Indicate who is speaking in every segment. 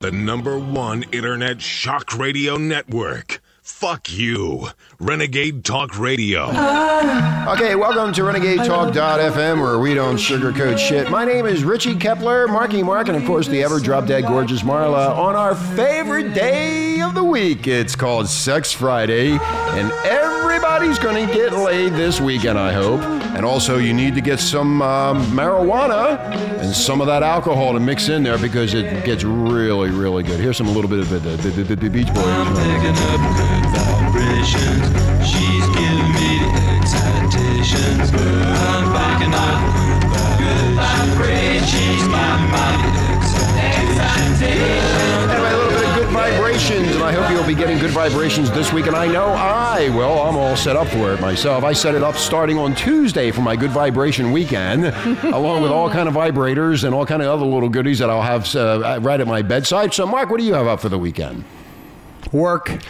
Speaker 1: the number one internet shock radio network. Fuck you, Renegade Talk Radio.
Speaker 2: Okay, welcome to RenegadeTalk.fm, where we don't sugarcoat shit. My name is Richie Kepler, Marky Mark, and of course the ever drop dead gorgeous Marla on our favorite day of the week. It's called Sex Friday, and everybody's going to get laid this weekend, I hope. And also, you need to get some um, marijuana and some of that alcohol to mix in there because it gets really, really good. Here's some a little bit of the, the, the, the, the Beach Boys.
Speaker 3: picking up good vibrations. She's giving me the excitations. I'm picking up good vibrations. She's giving me the excitations.
Speaker 2: Anyway, a little bit of good vibrations, and I hope you'll be getting good vibrations this week. And I know I will. I'm all set up for it myself. I set it up starting on Tuesday for my good vibration weekend, along with all kind of vibrators and all kind of other little goodies that I'll have uh, right at my bedside. So, Mark, what do you have up for the weekend?
Speaker 4: Work.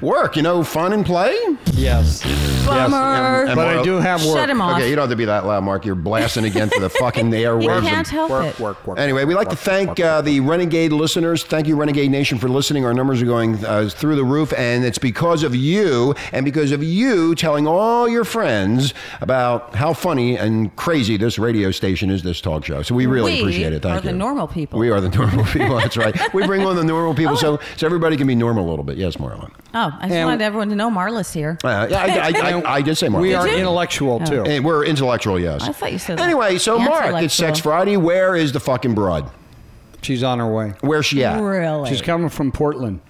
Speaker 2: Work, you know, fun and play.
Speaker 4: Yes.
Speaker 5: Bummer.
Speaker 2: And
Speaker 4: But I
Speaker 2: what-
Speaker 4: do have work.
Speaker 5: Shut him off.
Speaker 2: Okay, you don't have to be that loud, Mark. You're blasting again for the fucking airwaves.
Speaker 5: you
Speaker 2: of
Speaker 5: can't help
Speaker 4: Work,
Speaker 5: it.
Speaker 4: work, work.
Speaker 2: Anyway, we'd like to
Speaker 4: work,
Speaker 2: thank
Speaker 4: work,
Speaker 2: uh,
Speaker 4: work.
Speaker 2: the Renegade listeners. Thank you, Renegade Nation, for listening. Our numbers are going uh, through the roof, and it's because of you and because of you telling all your friends about how funny and crazy this radio station is, this talk show. So we really
Speaker 5: We
Speaker 2: appreciate it. Thank
Speaker 5: are the
Speaker 2: you.
Speaker 5: normal people.
Speaker 2: We are the normal people. That's right. We bring on the normal people so, so everybody can be normal a little bit. Yes, Marla.
Speaker 5: Oh, I just
Speaker 4: And-
Speaker 5: wanted everyone to know Marla's here.
Speaker 2: Uh, yeah, I, I, I, I did say Oh. Marla.
Speaker 4: We are
Speaker 5: you?
Speaker 4: intellectual too.
Speaker 2: And we're intellectual, yes.
Speaker 5: I thought you said that.
Speaker 2: Anyway, so Mark, it's
Speaker 5: Intellectual.
Speaker 2: Sex Friday. Where is the fucking broad?
Speaker 4: She's on her way.
Speaker 2: Where's she at?
Speaker 5: Really?
Speaker 4: She's coming from Portland.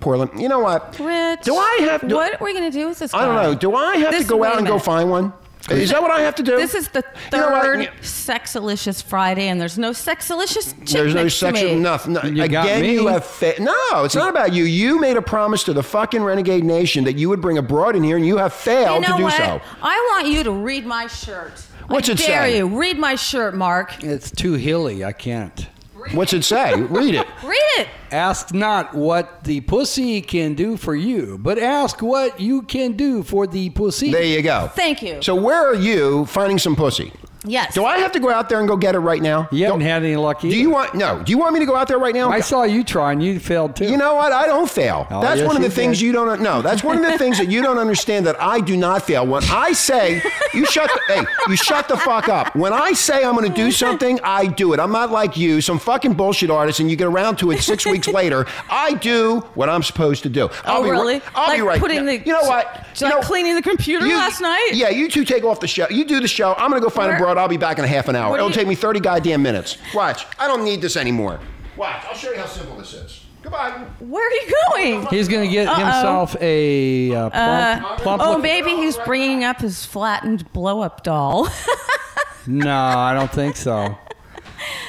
Speaker 2: Portland. You know what?
Speaker 5: Rich.
Speaker 2: Do I have to?
Speaker 5: what are we going to do with this?
Speaker 2: I don't
Speaker 5: guy?
Speaker 2: know. Do I have
Speaker 5: This-
Speaker 2: to go
Speaker 5: wait
Speaker 2: out
Speaker 5: a
Speaker 2: and go
Speaker 5: minute.
Speaker 2: find one? Is that what I have to do?
Speaker 5: This is the
Speaker 2: You know what?
Speaker 5: third sexalicious Friday, and there's no sexalicious chick
Speaker 2: There's no
Speaker 5: next to
Speaker 2: sexual
Speaker 5: me.
Speaker 2: nothing. No,
Speaker 4: You
Speaker 2: again,
Speaker 4: got me.
Speaker 2: you have fa- no. It's not about you. You made a promise to the fucking renegade nation that you would bring a broad in here, and you have
Speaker 5: You
Speaker 2: failed
Speaker 5: know
Speaker 2: to do
Speaker 5: what?
Speaker 2: so.
Speaker 5: I want you to read my shirt.
Speaker 2: What's
Speaker 5: I
Speaker 2: it
Speaker 5: dare
Speaker 2: say?
Speaker 5: you. Read my shirt, Mark.
Speaker 4: It's too hilly. I can't.
Speaker 2: What's it say? Read it.
Speaker 5: Read it.
Speaker 4: Ask not what the pussy can do for you, but ask what you can do for the pussy.
Speaker 2: There you go.
Speaker 5: Thank you.
Speaker 2: So where are you finding some pussy?
Speaker 5: yes.
Speaker 2: Do I have to go out there and go get it right now?
Speaker 4: you haven't
Speaker 2: Don't-
Speaker 4: had any luck either.
Speaker 2: Do you want no? Do you want me to go out there right now?
Speaker 4: I saw you try and you failed too.
Speaker 2: You know what? I don't fail.
Speaker 4: Oh,
Speaker 2: that's
Speaker 4: yes,
Speaker 2: one of the
Speaker 4: you
Speaker 2: things
Speaker 4: did.
Speaker 2: you don't. No, that's one of the things that you don't understand that I do not fail. When I say you shut, the, hey, you shut the fuck up. When I say I'm going to do something, I do it. I'm not like you, some fucking bullshit artist, and you get around to it six weeks later. I do what I'm supposed to do. I'll
Speaker 5: oh,
Speaker 2: be
Speaker 5: really?
Speaker 2: Right, I'll
Speaker 5: like
Speaker 2: be right.
Speaker 5: Putting the,
Speaker 2: you know what?
Speaker 5: Like
Speaker 2: You know-
Speaker 5: cleaning the computer
Speaker 2: you-
Speaker 5: last night.
Speaker 2: Yeah, you two take off the show. You do the show. I'm going to go find
Speaker 5: Where-
Speaker 2: a broad. I'll be back in a half an hour.
Speaker 5: What do
Speaker 2: It'll
Speaker 5: you-
Speaker 2: take me 30 goddamn minutes. Watch. I don't need this anymore. Watch. I'll show you how simple this is. Goodbye.
Speaker 5: Where are you going?
Speaker 4: He's going to get
Speaker 5: Uh-oh.
Speaker 4: himself a uh, plump. plump
Speaker 5: Oh,
Speaker 4: look-
Speaker 5: maybe he's bringing up his flattened blow-up doll.
Speaker 4: No, I don't think so.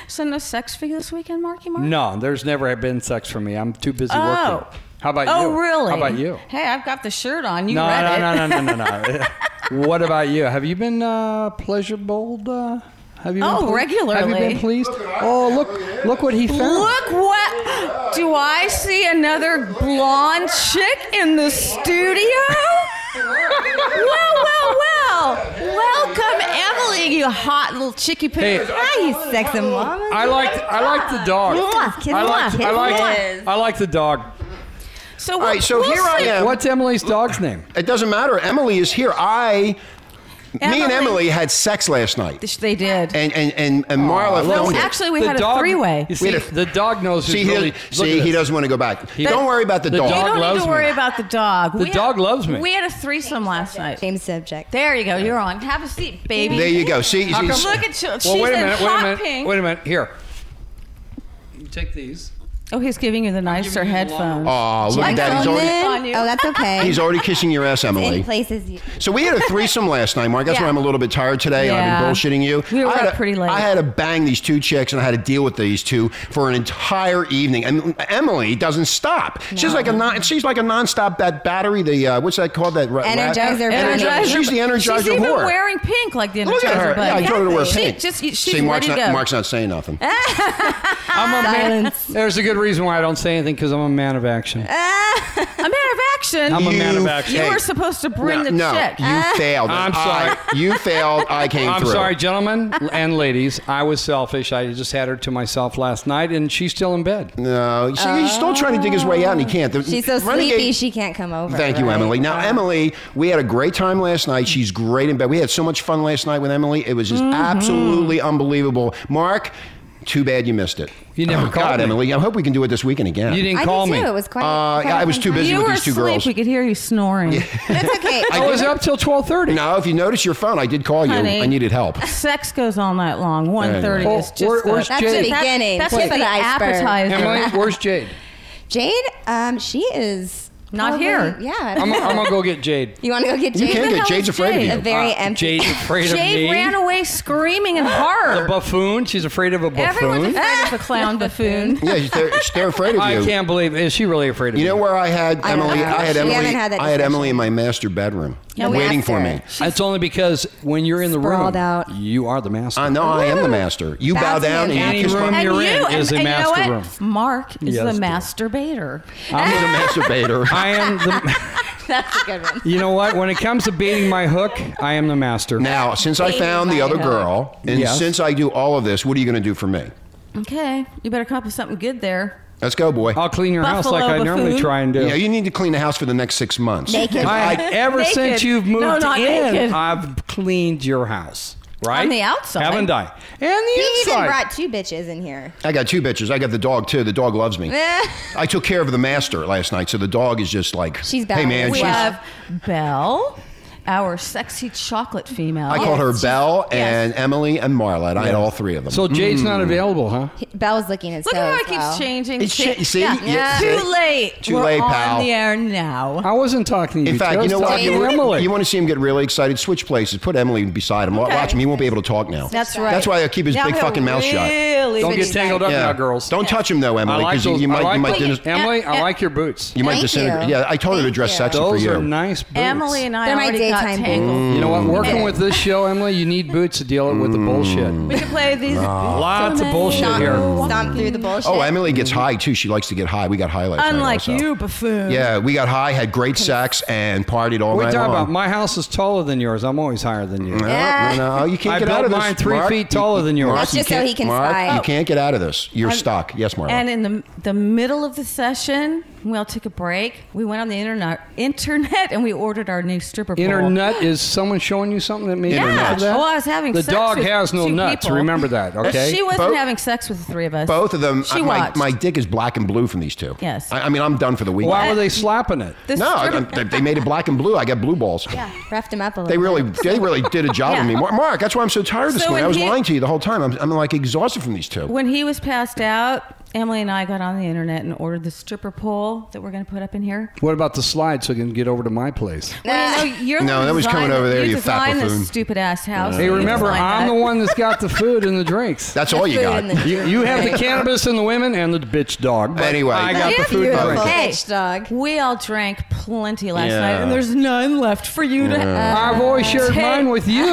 Speaker 5: so no sex for you this weekend, Marky Mark?
Speaker 4: No, there's never been sex for me. I'm too busy
Speaker 5: Oh.
Speaker 4: working. How about
Speaker 5: oh,
Speaker 4: you?
Speaker 5: really?
Speaker 4: How about you?
Speaker 5: Hey, I've got the shirt on. You
Speaker 4: No,
Speaker 5: read
Speaker 4: no,
Speaker 5: it.
Speaker 4: no, no, no, no, no. what about you? Have you been uh, pleasure bowled? Uh, have you?
Speaker 5: Oh,
Speaker 4: been ple- Have you
Speaker 5: regularly.
Speaker 4: been pleased? Oh, look! Look what he found.
Speaker 5: Look what do I see another blonde chick in the studio? well, well, well. Welcome, Emily, you hot little chicky poo.
Speaker 4: Hey.
Speaker 5: Hi, you sexy mama.
Speaker 4: I like I like the dog.
Speaker 5: Mwah, kiss,
Speaker 4: I like
Speaker 5: mwah,
Speaker 4: I
Speaker 5: kiss,
Speaker 4: like
Speaker 5: mwah.
Speaker 4: I like the dog.
Speaker 5: So,
Speaker 2: All right, so here I am.
Speaker 4: What's Emily's dog's name?
Speaker 2: It doesn't matter. Emily is here. I, me and
Speaker 5: Emily-
Speaker 2: Emily had sex last night,
Speaker 5: They did.
Speaker 2: and and and, and Marla
Speaker 5: Oh, No,
Speaker 2: filmed it.
Speaker 5: actually, we
Speaker 4: The
Speaker 5: had a
Speaker 4: dog-
Speaker 5: three-way.
Speaker 4: You see,
Speaker 2: We had a-
Speaker 4: the dog knows who's
Speaker 2: See, he,
Speaker 4: really. look at
Speaker 2: see, he
Speaker 4: this.
Speaker 2: doesn't want to go back.
Speaker 4: He-
Speaker 2: Don't worry about the,
Speaker 4: The
Speaker 2: dog.
Speaker 5: you don't need
Speaker 4: loves
Speaker 5: to
Speaker 4: me.
Speaker 5: worry about the dog.
Speaker 4: The dog loves me.
Speaker 5: We had a threesome last night.
Speaker 6: Same subject.
Speaker 5: There you go. You're on. Have a seat, baby.
Speaker 2: There you go. See,
Speaker 4: How
Speaker 2: see-
Speaker 4: come-
Speaker 5: Look at you. She's
Speaker 4: Well, wait a
Speaker 5: in
Speaker 4: minute. Wait a
Speaker 5: hot
Speaker 4: minute.
Speaker 5: pink.
Speaker 4: Wait a minute. Here. You take these.
Speaker 5: Oh, he's giving you the nicer
Speaker 4: you the
Speaker 5: headphones.
Speaker 2: Aw, look at that. He's already,
Speaker 5: on you.
Speaker 6: Oh, that's okay.
Speaker 2: he's already kissing your ass, Emily.
Speaker 6: in places. You,
Speaker 2: So we had a threesome last night, Mark. That's
Speaker 5: Yeah.
Speaker 2: why I'm a little bit tired today, and
Speaker 5: Yeah.
Speaker 2: I've been bullshitting you.
Speaker 5: We were
Speaker 2: I had
Speaker 5: up
Speaker 2: to-
Speaker 5: pretty late.
Speaker 2: I had to bang these two chicks, and I had to deal with these two for an entire evening. And Emily doesn't stop. She's like a non, she's like a nonstop that battery. The uh, what's that called? That ra- ra-
Speaker 6: Energizer
Speaker 5: Energizer.
Speaker 2: She's the energizer
Speaker 5: She's even
Speaker 2: whore.
Speaker 5: wearing pink like the energizer.
Speaker 2: Look at her.
Speaker 5: Bunny.
Speaker 2: Yeah, I told her to wear
Speaker 5: She
Speaker 2: pink.
Speaker 5: just- she's
Speaker 2: See, Mark's
Speaker 5: ready to
Speaker 2: not,
Speaker 5: go.
Speaker 2: Mark's not saying nothing.
Speaker 4: I'm a man. There's a good reason why I don't say anything because I'm a man of action.
Speaker 5: a matter of action.
Speaker 4: I'm a
Speaker 2: You
Speaker 4: man of action.
Speaker 5: you
Speaker 2: Hey.
Speaker 5: were supposed to bring the
Speaker 2: no,
Speaker 5: chick.
Speaker 2: you
Speaker 5: Ah.
Speaker 2: failed.
Speaker 4: I'm
Speaker 2: I- you failed. I came
Speaker 4: I'm
Speaker 2: through.
Speaker 4: sorry, gentlemen and ladies. I was selfish. I just had her to myself last night, and she's still in bed.
Speaker 2: No, Uh, see, he's still trying to dig his way out, and he can't. The-
Speaker 6: She's so
Speaker 2: Renegade-
Speaker 6: sleepy she can't come over.
Speaker 2: Thank you,
Speaker 6: right?
Speaker 2: Emily. Now, Emily, we had a great time last night. She's great in bed. We had so much fun last night with Emily. It was just absolutely unbelievable. Mark, too bad you missed it.
Speaker 4: You never
Speaker 2: oh,
Speaker 4: called
Speaker 2: God,
Speaker 4: me.
Speaker 2: Emily. I hope we can do it this weekend again.
Speaker 4: You didn't
Speaker 6: I
Speaker 4: call
Speaker 6: did
Speaker 4: me.
Speaker 6: too. It was quite.
Speaker 2: Uh,
Speaker 6: quite
Speaker 2: yeah, I was too busy
Speaker 5: you
Speaker 2: with
Speaker 5: were
Speaker 2: these two
Speaker 5: asleep.
Speaker 2: girls.
Speaker 5: We could hear you snoring.
Speaker 6: That's okay.
Speaker 4: I was up till twelve thirty.
Speaker 2: Now, if you noticed your phone, I did call you.
Speaker 5: Honey.
Speaker 2: I needed help.
Speaker 5: Sex goes all night long. 1.30
Speaker 4: Well,
Speaker 5: is just
Speaker 4: where-
Speaker 5: the-
Speaker 4: where's
Speaker 6: That's
Speaker 4: Jade?
Speaker 6: the beginning.
Speaker 5: That's
Speaker 6: Tip
Speaker 5: just
Speaker 6: of
Speaker 5: the
Speaker 6: iceberg.
Speaker 5: appetizer.
Speaker 4: Emily, where's Jade?
Speaker 6: Jade, um, she is
Speaker 5: Not
Speaker 6: probably-
Speaker 5: here.
Speaker 6: Yeah.
Speaker 4: I'm, I'm gonna go get Jade.
Speaker 6: you want to go get
Speaker 2: You
Speaker 6: Jade?
Speaker 2: can't
Speaker 5: the
Speaker 2: get
Speaker 5: hell
Speaker 2: Jade's
Speaker 5: is
Speaker 2: afraid
Speaker 5: Jade?
Speaker 2: of
Speaker 6: a
Speaker 2: you.
Speaker 6: very
Speaker 4: Uh,
Speaker 6: empty.
Speaker 4: Jade's afraid of me.
Speaker 5: Jade ran away screaming and hard.
Speaker 4: A buffoon. She's afraid of a
Speaker 5: Everyone's
Speaker 4: buffoon.
Speaker 5: afraid of the clown buffoon.
Speaker 2: yeah, they're, they're afraid of you.
Speaker 4: I can't believe. Is she really afraid of
Speaker 2: You
Speaker 4: me?
Speaker 2: know where I had
Speaker 6: I don't
Speaker 2: Emily?
Speaker 6: know.
Speaker 2: I had
Speaker 6: We
Speaker 2: Emily.
Speaker 6: haven't had that
Speaker 2: I had
Speaker 6: discussion.
Speaker 2: Emily in my master bedroom,
Speaker 6: Yeah, we
Speaker 2: waiting
Speaker 6: asked
Speaker 2: for
Speaker 6: her.
Speaker 2: me.
Speaker 4: It's only because when you're in the room,
Speaker 6: Sprawled out.
Speaker 4: you are the master.
Speaker 2: I know I am the master. You bow
Speaker 6: That's
Speaker 2: down
Speaker 6: him.
Speaker 2: and
Speaker 4: Any
Speaker 2: you kiss
Speaker 4: room
Speaker 2: my.
Speaker 4: you're in
Speaker 5: and,
Speaker 4: is a
Speaker 5: and
Speaker 4: master
Speaker 5: you know
Speaker 4: room.
Speaker 5: what? Mark is
Speaker 4: Yes,
Speaker 5: the
Speaker 4: dear.
Speaker 5: masturbator.
Speaker 2: He's a masturbator.
Speaker 4: I am the.
Speaker 6: That's a good one.
Speaker 4: You know what? When it comes to baiting my hook, I am the master.
Speaker 2: Now, since I found the other girl, and
Speaker 4: Yes.
Speaker 2: since I do all of this, what are you going to do for me?
Speaker 5: Okay, you better copy something good there.
Speaker 2: Let's go, boy.
Speaker 4: I'll clean your house
Speaker 5: Buffalo
Speaker 4: like I normally
Speaker 5: buffoon.
Speaker 4: try and do.
Speaker 2: You know, you need to clean the house for the next six months.
Speaker 6: Naked.
Speaker 4: I, ever
Speaker 5: Naked.
Speaker 4: since you've
Speaker 5: No,
Speaker 4: moved
Speaker 5: not
Speaker 4: in,
Speaker 5: naked.
Speaker 4: I've cleaned your house, right?
Speaker 5: On the outside.
Speaker 4: haven't I? And the
Speaker 6: He even
Speaker 4: inside.
Speaker 6: brought two bitches in here.
Speaker 2: I got two bitches. I got the dog too. The dog loves me. I took care of the master last night, so the dog is just like,
Speaker 6: She's
Speaker 2: hey
Speaker 6: balanced.
Speaker 2: man,
Speaker 5: we
Speaker 2: she's,
Speaker 5: have Belle, our sexy chocolate female.
Speaker 2: I called her Belle and
Speaker 5: Yes.
Speaker 2: Emily and Marla, and I had all three of them.
Speaker 4: so Jade's not available, huh?
Speaker 6: Belle's looking his
Speaker 5: Look
Speaker 6: toes.
Speaker 5: at how it keeps
Speaker 6: well.
Speaker 5: changing.
Speaker 2: It's cha- see?
Speaker 5: Yeah.
Speaker 2: Yeah.
Speaker 5: Too late.
Speaker 2: Too
Speaker 5: We're
Speaker 2: late, pal.
Speaker 5: on the air now.
Speaker 4: I wasn't talking to you.
Speaker 2: in fact,
Speaker 4: I
Speaker 2: you
Speaker 4: was
Speaker 2: know what?
Speaker 4: talking
Speaker 2: You,
Speaker 4: to Emily.
Speaker 2: you want to see him get really excited? Switch places. Put Emily beside him. Wa-
Speaker 5: Okay.
Speaker 2: Watch him. He won't be able to talk now.
Speaker 5: That's right.
Speaker 2: That's why I keep his
Speaker 5: Now
Speaker 2: big
Speaker 5: he'll
Speaker 2: fucking mouth shut.
Speaker 5: really
Speaker 4: Don't
Speaker 5: be
Speaker 4: get tangled up
Speaker 2: Yeah.
Speaker 4: now, girls.
Speaker 2: Don't touch him though,
Speaker 4: I
Speaker 2: Emily,
Speaker 4: like
Speaker 2: because you,
Speaker 4: those.
Speaker 2: you might,
Speaker 4: I like
Speaker 2: you might,
Speaker 4: those.
Speaker 2: dis-
Speaker 4: Emily, I
Speaker 5: Em-
Speaker 4: like your boots.
Speaker 2: you might
Speaker 6: Thank
Speaker 2: disintegrate.
Speaker 6: you.
Speaker 2: Yeah, I told her to
Speaker 6: Thank
Speaker 2: dress
Speaker 6: you.
Speaker 2: sexy for
Speaker 4: Those
Speaker 2: you. Hmm.
Speaker 4: are nice boots.
Speaker 5: Emily and I
Speaker 6: They're my
Speaker 5: already got
Speaker 6: daytime
Speaker 5: tangled.
Speaker 4: You know what? Working with this show, Emily, you need boots to deal with the
Speaker 5: We
Speaker 4: bullshit.
Speaker 5: can play these.
Speaker 4: Lots of bullshit
Speaker 6: Stomp,
Speaker 4: here.
Speaker 6: stomp through the bullshit.
Speaker 2: Oh, Emily gets
Speaker 4: Mm-hmm.
Speaker 2: high too. She likes to get high. We got high last night
Speaker 5: Unlike
Speaker 2: also.
Speaker 5: you, buffoon.
Speaker 2: Yeah, we got high, had great sex, and partied all
Speaker 4: What are
Speaker 2: night
Speaker 4: you talking about?
Speaker 2: long.
Speaker 4: My house is taller than yours. I'm always higher than you.
Speaker 6: Yeah.
Speaker 2: No, no, you can't
Speaker 4: I
Speaker 2: get
Speaker 4: built
Speaker 2: out of this.
Speaker 4: mine three
Speaker 2: Mark.
Speaker 4: feet taller than yours.
Speaker 6: That's
Speaker 2: you
Speaker 6: just so
Speaker 2: can't-
Speaker 6: he can
Speaker 2: Mark,
Speaker 6: spy.
Speaker 2: you can't get out of this. You're stuck. Yes, Mark.
Speaker 5: And in the the middle of the session, we all took a break. We went on the internet internet and we ordered our new stripper pole.
Speaker 4: Inner nut is someone showing you something that made you
Speaker 2: Inner
Speaker 4: nuts.
Speaker 2: nuts.
Speaker 5: Yeah. Oh, I was having
Speaker 4: the
Speaker 5: sex
Speaker 4: dog
Speaker 5: with
Speaker 4: has no
Speaker 5: two
Speaker 4: nuts.
Speaker 5: people.
Speaker 4: Remember that, okay?
Speaker 5: She wasn't
Speaker 2: Both-
Speaker 5: having sex with the three of us.
Speaker 2: Both of them.
Speaker 5: She
Speaker 2: I- my,
Speaker 5: watched.
Speaker 2: my dick is black and blue from these two.
Speaker 5: Yes.
Speaker 2: I, I mean, I'm done for the weekend.
Speaker 4: Why were they slapping it?
Speaker 5: The
Speaker 2: No, I,
Speaker 5: stripper-
Speaker 2: I, they- they made it black and blue. I got blue balls.
Speaker 6: roughed him up a little.
Speaker 2: They really, they really did a job
Speaker 5: Yeah.
Speaker 2: on me, Mark, Mark. That's why I'm so tired this
Speaker 5: So
Speaker 2: morning.
Speaker 5: when
Speaker 2: I was
Speaker 5: he-
Speaker 2: lying to you the whole time. I'm, I'm like exhausted from these two.
Speaker 5: when he was passed out, Emily and I got on the internet and ordered the stripper pole that we're going to put up in here.
Speaker 4: What about the slide so you can get over to my place?
Speaker 5: Well, you know, you're the
Speaker 2: No,
Speaker 5: one
Speaker 2: that was
Speaker 5: designed-
Speaker 2: coming over there, you fat
Speaker 5: designed
Speaker 2: buffoon.
Speaker 5: this stupid ass house.
Speaker 4: Hey,
Speaker 5: You
Speaker 4: remember,
Speaker 5: designed
Speaker 4: I'm the
Speaker 5: that.
Speaker 4: one that's got the food and the drinks.
Speaker 2: That's all you
Speaker 6: Food
Speaker 2: got.
Speaker 6: in the-
Speaker 4: You, you have the cannabis and the women and the bitch dog. but
Speaker 2: Anyway.
Speaker 4: I got
Speaker 5: Yeah,
Speaker 4: the food and
Speaker 6: beautiful.
Speaker 4: drinks.
Speaker 5: Hey,
Speaker 6: Bitch dog.
Speaker 5: We all drank plenty last
Speaker 2: Yeah.
Speaker 5: night, and there's none left for you to have.
Speaker 4: I've always shared
Speaker 5: Hey.
Speaker 4: mine with you.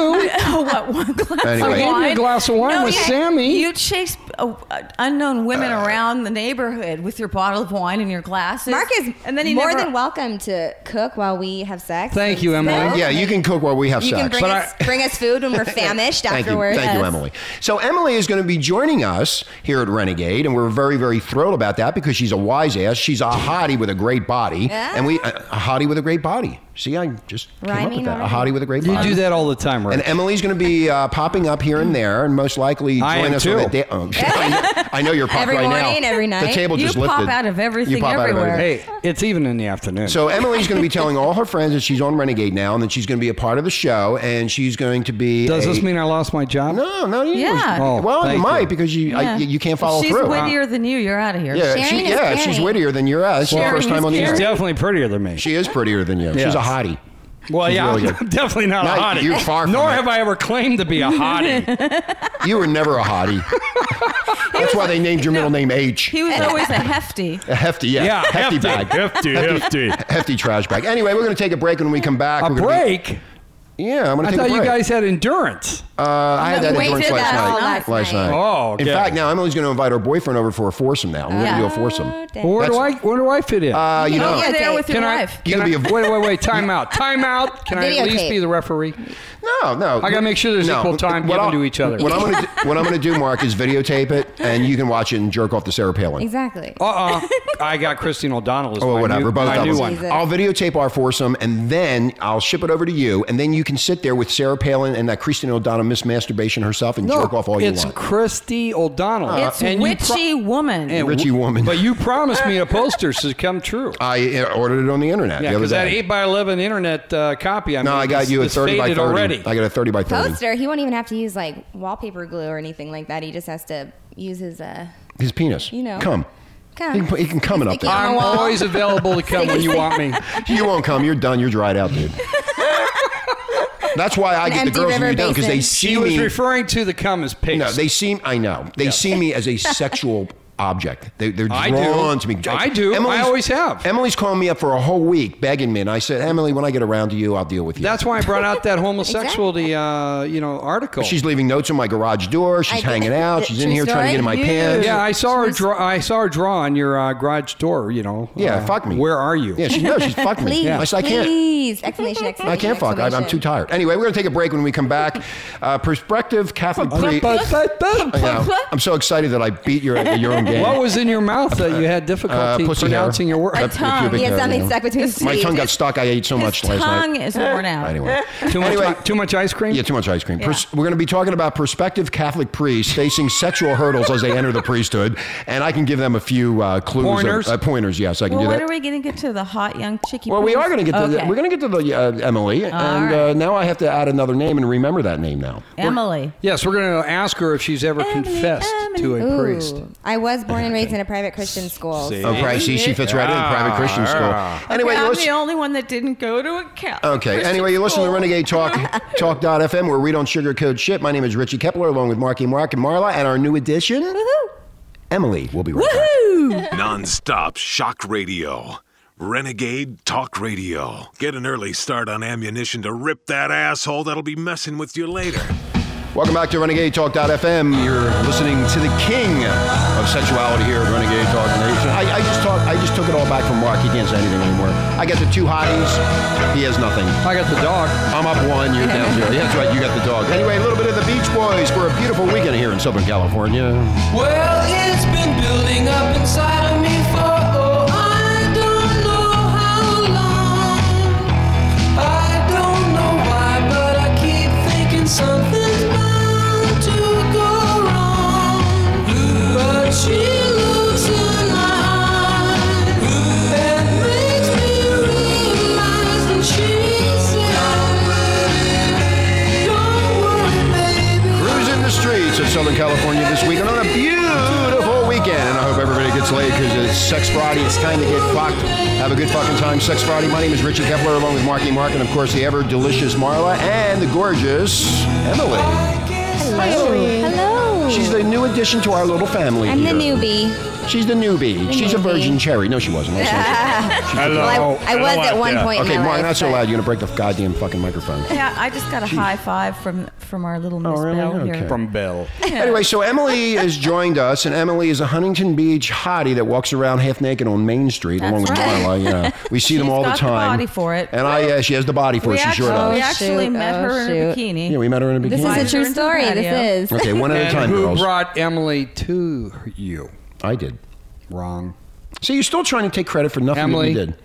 Speaker 5: Oh, what one glass
Speaker 2: Anyway.
Speaker 5: of
Speaker 2: I
Speaker 5: wine?
Speaker 2: gave
Speaker 4: you a glass of wine with
Speaker 5: you-
Speaker 4: Sammy.
Speaker 5: You chased uh, uh, unknown women around the neighborhood with your bottle of wine and your glasses.
Speaker 6: Mark is
Speaker 5: and then he
Speaker 6: more
Speaker 5: never-
Speaker 6: than welcome to cook while we have sex.
Speaker 4: Thank you,
Speaker 6: and
Speaker 4: Emily.
Speaker 6: smoke.
Speaker 2: Yeah, you can cook while we have
Speaker 6: You
Speaker 2: sex.
Speaker 6: can bring
Speaker 4: But
Speaker 6: us, bring us food when we're famished
Speaker 2: Thank you,
Speaker 6: afterwards.
Speaker 2: thank you, Emily. So Emily is going to be joining us here at Renegade, and we're very, very thrilled about that because she's a wise ass. She's a hottie with a great body, and we a a hottie with a great body. See, I just came up with
Speaker 6: Rhyming
Speaker 2: that. A
Speaker 6: already.
Speaker 2: hottie with a great
Speaker 4: You
Speaker 2: body.
Speaker 4: do that all the time, right?
Speaker 2: And Emily's going to be uh, popping up here and there, and most likely join
Speaker 4: I am
Speaker 2: us on
Speaker 4: too.
Speaker 2: the day. Oh, I, know, I know you're popped
Speaker 6: Every
Speaker 2: right
Speaker 6: morning,
Speaker 2: now.
Speaker 6: every
Speaker 2: The
Speaker 6: night.
Speaker 2: table
Speaker 5: You
Speaker 2: just
Speaker 5: pop
Speaker 2: lifted.
Speaker 5: out of everything
Speaker 2: You pop out of
Speaker 5: everywhere.
Speaker 2: everything.
Speaker 4: hey, it's even in the afternoon.
Speaker 2: So Emily's going to be telling all her friends that she's on Renegade now, and that she's going to be a part of the show, and she's going to be.
Speaker 4: Does
Speaker 2: a-
Speaker 4: this mean I lost my job?
Speaker 2: No, no, you
Speaker 5: Yeah.
Speaker 4: Oh,
Speaker 2: well, you
Speaker 4: thank
Speaker 2: might
Speaker 4: you.
Speaker 2: because you I,
Speaker 5: Yeah.
Speaker 2: you can't follow
Speaker 5: She's
Speaker 2: through.
Speaker 5: wittier than you. You're out of here.
Speaker 2: Yeah,
Speaker 6: Sharing
Speaker 2: she,
Speaker 6: is
Speaker 2: yeah,
Speaker 6: caring.
Speaker 2: she's wittier than your ass. It's your
Speaker 5: Sharing
Speaker 2: first time
Speaker 5: is
Speaker 2: on the
Speaker 5: caring.
Speaker 4: She's
Speaker 2: air.
Speaker 4: definitely prettier than me.
Speaker 2: She is prettier than you. She's
Speaker 4: Yes.
Speaker 2: a hottie.
Speaker 4: well,
Speaker 2: she's
Speaker 4: yeah,
Speaker 2: really
Speaker 4: I'm
Speaker 2: good.
Speaker 4: definitely not
Speaker 2: No,
Speaker 4: a hottie.
Speaker 2: you're far from
Speaker 4: Nor
Speaker 2: it.
Speaker 4: have I ever claimed to be a hottie.
Speaker 2: You were never a hottie. That's why they named your middle name H.
Speaker 5: He was always a hefty.
Speaker 2: A hefty, yeah,
Speaker 4: yeah,
Speaker 2: hefty,
Speaker 4: hefty,
Speaker 2: bag,
Speaker 4: hefty, hefty.
Speaker 2: hefty trash bag. Anyway, we're going to take a break. When we come back,
Speaker 4: A
Speaker 2: we're gonna be-
Speaker 4: break.
Speaker 2: Yeah, I'm gonna
Speaker 4: I
Speaker 2: take a
Speaker 4: thought you
Speaker 2: break.
Speaker 4: guys had endurance.
Speaker 2: Uh, I had
Speaker 5: No,
Speaker 2: that
Speaker 5: we
Speaker 2: endurance
Speaker 5: did
Speaker 2: last
Speaker 5: that all
Speaker 2: night.
Speaker 6: last
Speaker 2: last
Speaker 6: night.
Speaker 2: night.
Speaker 4: Oh,
Speaker 2: In
Speaker 4: okay.
Speaker 2: fact, now Emily's going to invite her boyfriend over for a foursome. Now we're
Speaker 6: Yeah.
Speaker 2: going to do a foursome.
Speaker 4: where do I
Speaker 2: That's-
Speaker 4: where do I fit in?
Speaker 2: Uh, you
Speaker 5: Oh,
Speaker 2: know,
Speaker 5: you're there with your
Speaker 4: can I,
Speaker 5: wife.
Speaker 4: can
Speaker 2: You'll
Speaker 4: I
Speaker 2: be a-
Speaker 4: wait, wait, wait, time out. Time out. Can I at least
Speaker 6: Videotape.
Speaker 4: be the referee?
Speaker 2: no, no.
Speaker 4: I gotta make sure there's equal time given
Speaker 2: I'll-
Speaker 4: to each other.
Speaker 2: What I'm going to what I'm going to do, Mark, is videotape it, and you can watch it and jerk off to Sarah Palin.
Speaker 6: Exactly.
Speaker 4: Uh-uh. I got Christine O'Donnell as
Speaker 2: Or
Speaker 4: my
Speaker 2: Oh, whatever,
Speaker 4: new,
Speaker 2: both
Speaker 4: my
Speaker 2: of
Speaker 4: new
Speaker 2: them.
Speaker 4: one.
Speaker 6: Jesus.
Speaker 2: I'll videotape our foursome, and then I'll ship it over to you, and then you can sit there with Sarah Palin and that Christine O'Donnell miss masturbation herself and jerk off all you
Speaker 4: it's
Speaker 2: want.
Speaker 4: Christy O'Donnell.
Speaker 2: uh,
Speaker 5: It's
Speaker 4: And you pro-
Speaker 5: witchy woman.
Speaker 4: and
Speaker 2: Richie
Speaker 4: w-
Speaker 2: woman.
Speaker 4: But you promised me a poster, so come true.
Speaker 2: I uh, ordered it on the internet
Speaker 4: Yeah,
Speaker 2: the other
Speaker 4: because that
Speaker 2: day.
Speaker 4: eight by eleven internet uh, copy. I
Speaker 2: no,
Speaker 4: made
Speaker 2: I got
Speaker 4: is-
Speaker 2: you a
Speaker 4: is
Speaker 2: thirty by
Speaker 4: faded
Speaker 2: thirty.
Speaker 4: already.
Speaker 2: I got a thirty by thirty.
Speaker 6: Poster. He won't even have to use like wallpaper glue or anything like that. He just has to use his uh,
Speaker 2: His penis.
Speaker 6: you know,
Speaker 2: come.
Speaker 6: Come.
Speaker 2: He can, put- he can come it up
Speaker 6: Sticky
Speaker 2: there.
Speaker 6: on
Speaker 4: I'm
Speaker 6: the wall.
Speaker 4: always available to come when you want me.
Speaker 2: You won't come. You're done. You're dried out, dude. That's why I get
Speaker 6: An
Speaker 2: the
Speaker 6: empty
Speaker 2: girls when
Speaker 6: river
Speaker 2: you're done because they
Speaker 6: basin.
Speaker 2: see
Speaker 4: She was
Speaker 2: me.
Speaker 4: referring to the cum as paste.
Speaker 2: no, they see. I know. They see me as a sexual object. They, they're
Speaker 4: I do.
Speaker 2: drawn to me.
Speaker 4: I do. I always have.
Speaker 2: Emily's calling me up for a whole week, begging me, and I said, Emily, when I get around to you, I'll deal with you.
Speaker 4: That's why I brought out that homosexuality, uh, you know, article.
Speaker 2: She's leaving notes on my garage door. She's
Speaker 6: I-
Speaker 2: hanging out. She's in
Speaker 6: True
Speaker 2: here trying to get in my
Speaker 6: story.
Speaker 2: pants.
Speaker 4: yeah, I saw her.
Speaker 6: was-
Speaker 4: Draw, I saw her draw on your uh, garage door. You know.
Speaker 2: Yeah,
Speaker 4: uh,
Speaker 2: fuck me.
Speaker 4: Where are you?
Speaker 2: Yeah, she, no, she's fucked me.
Speaker 6: Please,
Speaker 2: I said, I can't.
Speaker 6: please, exclamation,
Speaker 2: I
Speaker 6: exclamation!
Speaker 2: can't fuck. I'm, I'm too
Speaker 6: exclamation.
Speaker 2: tired. Anyway, we're going to take a break when we come back. Uh, Perspective Catholic Priest. I know. I'm so excited that I beat your your own game.
Speaker 4: What was in your mouth that you had
Speaker 2: Uh,
Speaker 4: difficulty
Speaker 2: pussy hair.
Speaker 4: pronouncing your
Speaker 2: Uh,
Speaker 4: words?
Speaker 2: pubic
Speaker 5: tongue.
Speaker 2: hair,
Speaker 6: He had
Speaker 2: you know.
Speaker 6: something stuck between his
Speaker 2: My
Speaker 6: teeth.
Speaker 2: tongue got stuck. I ate so
Speaker 5: His
Speaker 2: much last
Speaker 5: tongue
Speaker 2: night.
Speaker 5: is worn out.
Speaker 2: Anyway.
Speaker 4: Too much.
Speaker 2: Anyway.
Speaker 4: Too much ice cream.
Speaker 2: Yeah, too much ice cream. Pers- We're going to be talking about prospective Catholic priests facing sexual hurdles as they enter the priesthood, and I can give them a few uh, clues. of-
Speaker 4: Pointers?
Speaker 2: uh, pointers, yes, I can
Speaker 5: Well,
Speaker 2: do
Speaker 5: when
Speaker 2: that.
Speaker 5: are we going to get to the hot young chickie?
Speaker 2: well, we are going to get to
Speaker 5: okay.
Speaker 2: the, we're going to get to the uh, Emily, and uh,
Speaker 5: right.
Speaker 2: now I have to add another name and remember that name now.
Speaker 5: Emily.
Speaker 4: Yes, we're going to ask her if she's ever
Speaker 5: Emily,
Speaker 4: confessed to a priest.
Speaker 6: Ooh, I was born and raised in a private Christian school.
Speaker 4: See?
Speaker 2: Oh, right. See, she fits right in private Christian school. Anyway, you
Speaker 5: I'm
Speaker 2: listen.
Speaker 5: the only one that didn't go to a Catholic.
Speaker 2: Okay. Anyway, you listen to Renegade Talk Talk.fm, where we don't sugarcoat shit. My name is Richie Kepler, along with Marky Mark and Marla, and our new addition, Emily. We'll be right back.
Speaker 1: Non-stop shock radio. Renegade Talk Radio. Get an early start on ammunition to rip that asshole that'll be messing with you later.
Speaker 2: Welcome back to Renegade Talk.fm. You're listening to the king of sensuality here at Renegade Talk Nation. I, I just talk, I just took it all back from Mark. He can't say anything anymore. I got the two hotties. He has nothing.
Speaker 4: I got the dog.
Speaker 2: I'm up one, you're down zero. Yeah, that's right, you got the dog. Anyway, a little bit of the Beach Boys for a beautiful weekend here in Southern California.
Speaker 7: Well, it's been building up inside of me for oh, I don't know how long. I don't know why, but I keep thinking something's bound to go wrong. But she looks in my eyes and makes me realize when she said, "Don't worry, baby."
Speaker 2: Cruising the streets of Southern California this weekend on a beautiful weekend. And I hope everybody gets laid because it's Sex Friday. It's time to get fucked. Have a good fucking time, Sex Friday. My name is Richie Kepler, along with Marky Mark, and of course the ever delicious Marla and the gorgeous Emily.
Speaker 6: Hello.
Speaker 2: She's the new addition to our little family.
Speaker 6: I'm the
Speaker 2: here.
Speaker 6: newbie.
Speaker 2: She's the newbie. She's a
Speaker 6: newbie.
Speaker 2: virgin cherry. No, she wasn't. That's
Speaker 6: Well, I,
Speaker 2: Oh,
Speaker 6: I was at one point.
Speaker 2: not-
Speaker 6: in
Speaker 2: okay,
Speaker 6: my
Speaker 2: Mark,
Speaker 6: life,
Speaker 2: not so
Speaker 6: but-
Speaker 2: loud. You're gonna break the goddamn fucking microphone.
Speaker 5: Yeah, I just got a high five from from our little Miss
Speaker 2: Oh, really?
Speaker 5: Bell here.
Speaker 2: Okay.
Speaker 4: From Bell.
Speaker 2: Anyway, so Emily has joined us, and Emily is a Huntington Beach hottie that walks around half naked on Main Street, along with
Speaker 5: right.
Speaker 2: Marla. You know, we see them
Speaker 5: She's
Speaker 2: all
Speaker 5: got
Speaker 2: the
Speaker 5: the
Speaker 2: time.
Speaker 5: body for it.
Speaker 2: And I, uh, she has the body for
Speaker 5: We
Speaker 2: it. She
Speaker 5: actually,
Speaker 2: sure
Speaker 5: we
Speaker 2: does.
Speaker 5: actually
Speaker 6: shoot,
Speaker 5: met
Speaker 6: oh,
Speaker 5: her in a
Speaker 6: shoot.
Speaker 5: bikini.
Speaker 2: Yeah, we met her in a
Speaker 6: This
Speaker 2: bikini.
Speaker 6: is a true
Speaker 5: Into the
Speaker 6: story.
Speaker 5: patio.
Speaker 6: This is.
Speaker 2: okay, one at a
Speaker 4: And
Speaker 2: time,
Speaker 4: who
Speaker 2: girls.
Speaker 4: brought Emily to you?
Speaker 2: I did.
Speaker 4: Wrong.
Speaker 2: See, you're still trying to take credit for nothing
Speaker 4: Emily.
Speaker 2: that you did.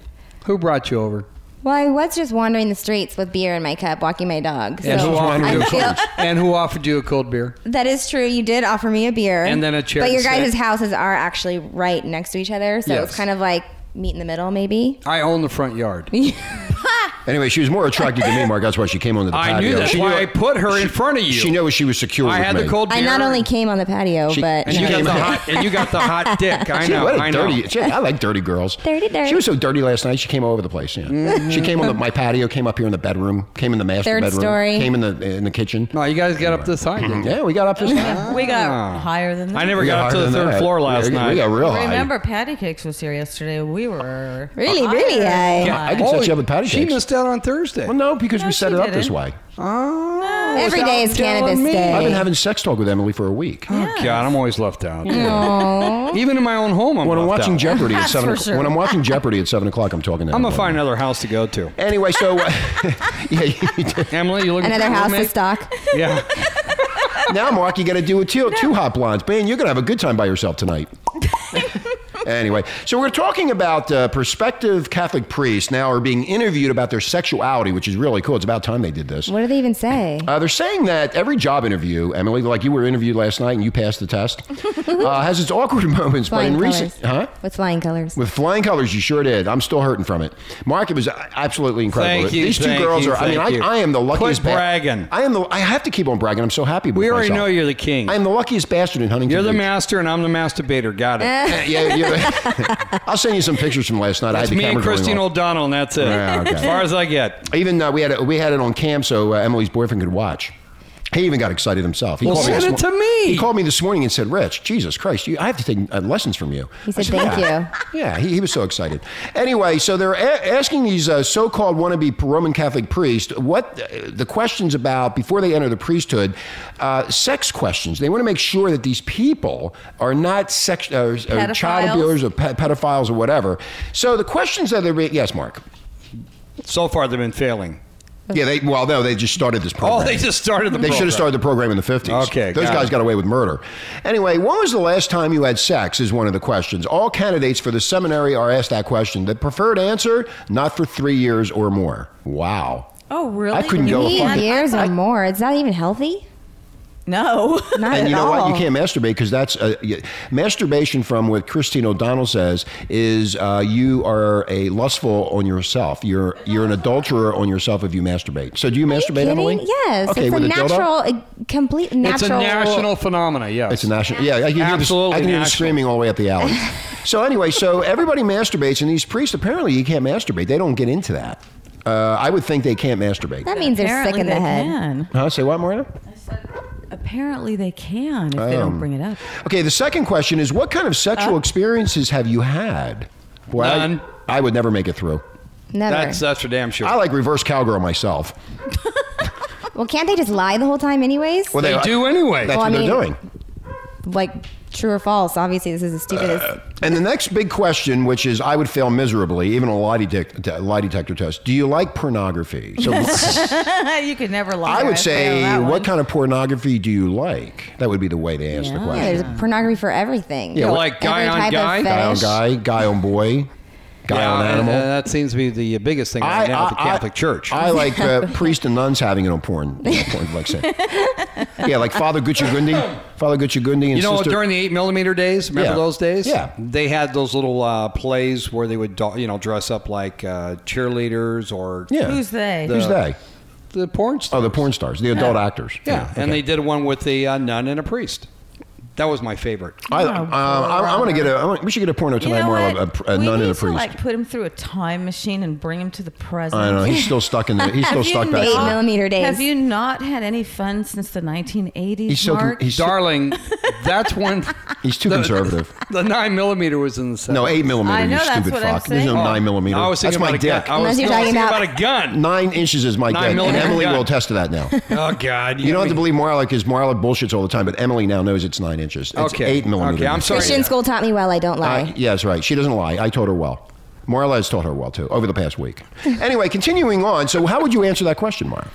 Speaker 4: Who brought you over?
Speaker 6: Well, I was just wandering the streets with beer in my cup, walking my dog.
Speaker 4: And
Speaker 6: so
Speaker 4: who offered
Speaker 6: I
Speaker 4: you a
Speaker 6: feel-
Speaker 4: cold, and who offered you a cold beer?
Speaker 6: That is true. You did offer me a beer
Speaker 4: And then a chair
Speaker 6: But your
Speaker 4: instead.
Speaker 6: guys' houses are actually right next to each other, so
Speaker 4: Yes.
Speaker 6: it's kind of like meet in the middle, maybe.
Speaker 4: I own the front yard.
Speaker 2: Anyway, she was more attracted to me, Mark. That's why she came onto the
Speaker 4: I
Speaker 2: patio.
Speaker 4: knew that's
Speaker 2: she
Speaker 4: why I put her in front of you.
Speaker 2: She knows she was secure
Speaker 4: I
Speaker 2: with
Speaker 4: had
Speaker 2: me.
Speaker 4: the cold beer.
Speaker 6: I not only came on the patio,
Speaker 2: She-
Speaker 6: but
Speaker 4: and you
Speaker 2: came
Speaker 4: got the
Speaker 2: in.
Speaker 4: hot and you got the hot dick. I
Speaker 2: She-
Speaker 4: know.
Speaker 2: what a
Speaker 4: I know.
Speaker 2: dirty, she- I like dirty girls.
Speaker 6: Dirty, dirty.
Speaker 2: She was so dirty last night. She came all over the place. Yeah, she came on the, my patio, came up here in the bedroom, came in the master
Speaker 6: Third
Speaker 2: bedroom,
Speaker 6: story.
Speaker 2: came in the in the kitchen.
Speaker 4: No, Oh, you guys got up this high. didn't you?
Speaker 2: Yeah, we got up this. high.
Speaker 5: We
Speaker 2: Ah.
Speaker 5: got higher than that.
Speaker 4: I never
Speaker 2: We
Speaker 4: got up to
Speaker 2: higher
Speaker 4: the
Speaker 2: than
Speaker 4: third
Speaker 2: that.
Speaker 4: floor last
Speaker 2: we,
Speaker 4: night.
Speaker 2: We got
Speaker 6: Oh,
Speaker 2: real high.
Speaker 5: Remember, Patty Cakes was here yesterday. We were
Speaker 6: Really, really
Speaker 5: higher.
Speaker 6: high.
Speaker 2: I can set you up with patty
Speaker 4: she
Speaker 2: cakes.
Speaker 4: missed out on Thursday.
Speaker 2: Well, no, because we set
Speaker 5: she
Speaker 2: it up
Speaker 5: didn't.
Speaker 2: this way.
Speaker 4: Oh, it's
Speaker 6: Every day
Speaker 4: out
Speaker 6: is
Speaker 4: down on
Speaker 6: Cannabis
Speaker 4: me.
Speaker 6: Day.
Speaker 2: I've been having sex talk with Emily for a week.
Speaker 4: Oh, God, I'm always left out. Even in my own home, I'm
Speaker 2: When I'm
Speaker 4: left
Speaker 2: watching
Speaker 4: out.
Speaker 2: Jeopardy at seven,
Speaker 5: for sure.
Speaker 2: when I'm watching Jeopardy at seven o'clock, I'm talking to.
Speaker 4: I'm gonna
Speaker 2: Emily.
Speaker 4: find another house to go to.
Speaker 2: Anyway, so yeah, you did.
Speaker 4: Emily, you looking
Speaker 6: Another
Speaker 4: for a
Speaker 6: house to
Speaker 4: roommate?
Speaker 6: stock.
Speaker 4: Yeah.
Speaker 2: now, Mark, you got to do with two, two hot blondes. Man, you're going to have a good time by yourself tonight. anyway, so we're talking about uh, prospective Catholic priests now are being interviewed about their sexuality, which is really cool. It's about time they did this.
Speaker 6: What do they even say?
Speaker 2: Uh, they're saying that every job interview, Emily, like you were interviewed last night and you passed the test, uh, has its awkward moments. but in
Speaker 6: Flying
Speaker 2: recent,
Speaker 6: colors.
Speaker 2: huh?
Speaker 6: With flying colors.
Speaker 2: With flying colors, you sure did. I'm still hurting from it. Mark, it was absolutely incredible.
Speaker 4: Thank you,
Speaker 2: These two
Speaker 4: thank
Speaker 2: girls
Speaker 4: you,
Speaker 2: are. I mean,
Speaker 4: thank you.
Speaker 2: I, I am the
Speaker 4: Quit
Speaker 2: luckiest. ba-
Speaker 4: bragging.
Speaker 2: I am the. I have to keep on bragging. I'm so happy. With
Speaker 4: We already
Speaker 2: myself.
Speaker 4: know you're the king.
Speaker 2: I am the luckiest bastard in Huntington.
Speaker 4: You're the
Speaker 2: Beach.
Speaker 4: master, and I'm the masturbator. Got it.
Speaker 2: Yeah, yeah, yeah. I'll send you some pictures from last night. I had
Speaker 4: It's
Speaker 2: the
Speaker 4: me and
Speaker 2: camera going
Speaker 4: Christine
Speaker 2: off.
Speaker 4: O'Donnell, and that's it.
Speaker 2: Yeah, okay.
Speaker 4: As far as I get.
Speaker 2: Even uh, we had it, we had it on cam so uh, Emily's boyfriend could watch. He even got excited himself. He
Speaker 4: Well,
Speaker 2: called me
Speaker 4: send
Speaker 2: this
Speaker 4: it to
Speaker 2: mor-
Speaker 4: me.
Speaker 2: He called me this morning and said, "Rich, Jesus Christ, you, I have to take uh, lessons from you."
Speaker 6: He
Speaker 2: I
Speaker 6: said, "Thank
Speaker 2: yeah. you." Yeah, he, he was so excited. Anyway, so they're a- asking these uh, so-called wannabe Roman Catholic priests what uh, the questions about before they enter the priesthood, uh, sex questions. They want to make sure that these people are not sex uh, or child
Speaker 5: Pedophiles.
Speaker 2: abusers or pe- pedophiles or whatever. So the questions that they're re- yes, Mark.
Speaker 4: So far, they've been failing.
Speaker 2: Yeah, they well no, they just started this program.
Speaker 4: Oh, they just started the.
Speaker 2: They should
Speaker 4: program.
Speaker 2: have started the program in the 50s.
Speaker 4: Okay,
Speaker 2: Those
Speaker 4: got
Speaker 2: guys
Speaker 4: it.
Speaker 2: got away with murder. Anyway, when was the last time you had sex? Is one of the questions. All candidates for the seminary are asked that question. The preferred answer, not for three years or more. Wow.
Speaker 5: Oh, really?
Speaker 2: I couldn't go
Speaker 6: Three
Speaker 2: fuck it.
Speaker 6: years or more. It's not even healthy.
Speaker 5: No.
Speaker 6: Not
Speaker 2: And
Speaker 6: at
Speaker 2: you know
Speaker 6: all.
Speaker 2: what? You can't masturbate because that's uh, y masturbation. From what Christine O'Donnell says, is uh, you are a lustful on yourself. You're you're an adulterer on yourself if you masturbate. So do you
Speaker 6: Are you
Speaker 2: masturbate,
Speaker 6: kidding?
Speaker 2: Emily?
Speaker 6: Yes.
Speaker 2: Okay,
Speaker 6: it's a
Speaker 2: with dildo?
Speaker 6: natural, a complete natural.
Speaker 4: It's a national phenomena. Yes.
Speaker 2: It's a national. Yeah, I can hear, the,
Speaker 4: Absolutely
Speaker 2: I can hear the
Speaker 4: national.
Speaker 2: screaming all the way up the alley. so anyway, so everybody masturbates, and these priests apparently you can't masturbate. They don't get into that. Uh, I would think they can't masturbate.
Speaker 6: That means they're sick
Speaker 5: Apparently
Speaker 6: in the
Speaker 5: they
Speaker 6: head.
Speaker 5: Can.
Speaker 2: Huh? Say what, Marina?
Speaker 5: Apparently they can if they
Speaker 2: Um.
Speaker 5: don't bring it up.
Speaker 2: Okay. The second question is, what kind of sexual expexperiences have you had? Boy, I-
Speaker 4: None.
Speaker 2: I, would never make it through.
Speaker 6: Never.
Speaker 4: That's that's for damn sure.
Speaker 2: I like reverse cowgirl myself.
Speaker 6: well, can't they just lie the whole time, anyways?
Speaker 2: Well,
Speaker 4: they do anyway.
Speaker 2: That's
Speaker 6: Well,
Speaker 2: what
Speaker 6: I
Speaker 2: they're doing.
Speaker 6: mean- like true or false? Obviously, this is the stupidest.
Speaker 2: And the next big question, which is I would fail miserably, even on a lie, detect- lie detector test. Do you like pornography? So
Speaker 5: you could never lie.
Speaker 2: I would say, what
Speaker 5: kind?
Speaker 2: kind of pornography do you like? That would be the way to answer the
Speaker 5: Yeah.
Speaker 6: yeah, there's
Speaker 2: question.
Speaker 6: pornography for everything.
Speaker 2: Yeah,
Speaker 4: You
Speaker 2: what-
Speaker 4: like guy
Speaker 6: Every
Speaker 4: on
Speaker 6: type of
Speaker 4: guy.
Speaker 6: fetish.
Speaker 2: Guy on guy, guy on boy, guy
Speaker 4: Yeah,
Speaker 2: on
Speaker 4: and-
Speaker 2: animal.
Speaker 4: and that seems to be the biggest thing right now at the Catholic Church.
Speaker 2: I like uh, priests and nuns having it on porn. porn like say. yeah, like Father Gucciagundi, Father Gucciagundi, and
Speaker 4: you know,
Speaker 2: Sister.
Speaker 4: during the eight millimeter days, remember
Speaker 2: Yeah.
Speaker 4: those days?
Speaker 2: Yeah.
Speaker 4: they had those little uh, plays where they would, do- you know, dress up like uh, cheerleaders or
Speaker 2: yeah.
Speaker 5: Who's they?
Speaker 2: Who's they?
Speaker 4: the porn stars.
Speaker 2: Oh, the porn stars, the adult actors.
Speaker 4: Yeah,
Speaker 2: okay.
Speaker 4: and they did one with a uh, nun and a priest. That was my favorite.
Speaker 2: I, um, I, I want to get a. I want, we should get a porno
Speaker 5: Oh, You
Speaker 2: tonight,
Speaker 5: know
Speaker 2: more
Speaker 5: what?
Speaker 2: of a, a
Speaker 5: we
Speaker 2: nun
Speaker 5: need
Speaker 2: and a
Speaker 5: to,
Speaker 2: priest.
Speaker 5: like put him through a time machine and bring him to the present.
Speaker 2: I don't know. He's still stuck in the. He's still
Speaker 5: Have you
Speaker 2: stuck back.
Speaker 6: Eight
Speaker 5: not-
Speaker 2: there.
Speaker 6: millimeter days.
Speaker 5: Have you not had any fun since the 1980s?
Speaker 2: He's so. con-
Speaker 5: Mark?
Speaker 2: He's,
Speaker 4: Darling, that's when
Speaker 2: he's too
Speaker 4: the-
Speaker 2: conservative.
Speaker 4: the nine millimeter was in the set.
Speaker 2: No, eight millimeter.
Speaker 5: I know,
Speaker 2: you
Speaker 5: that's
Speaker 2: stupid
Speaker 5: what I'm
Speaker 2: fuck. There's no
Speaker 5: saying.
Speaker 2: nine millimeter.
Speaker 4: Oh, I was
Speaker 2: that's
Speaker 4: thinking
Speaker 2: my
Speaker 4: about a
Speaker 2: dick.
Speaker 4: gun. I was,
Speaker 6: Unless you're
Speaker 4: I was
Speaker 6: talking
Speaker 4: thinking about,
Speaker 6: about-
Speaker 4: a gun.
Speaker 2: Nine inches is my
Speaker 4: Nine
Speaker 2: dick, and
Speaker 4: millimeter
Speaker 2: Emily
Speaker 4: gun.
Speaker 2: will attest to that now.
Speaker 4: Oh God!
Speaker 2: You don't have to believe Marla because Marla bullshits all the time, but Emily now knows it's nine inches. It's
Speaker 4: Okay.
Speaker 2: eight millimeter.
Speaker 4: Okay, I'm sorry.
Speaker 6: Christian school taught me well. I don't lie.
Speaker 2: Uh, yes, right. She doesn't lie. I told her well. Marla has taught her well too over the past week. Anyway, continuing on. So, how would you answer that question, Mark?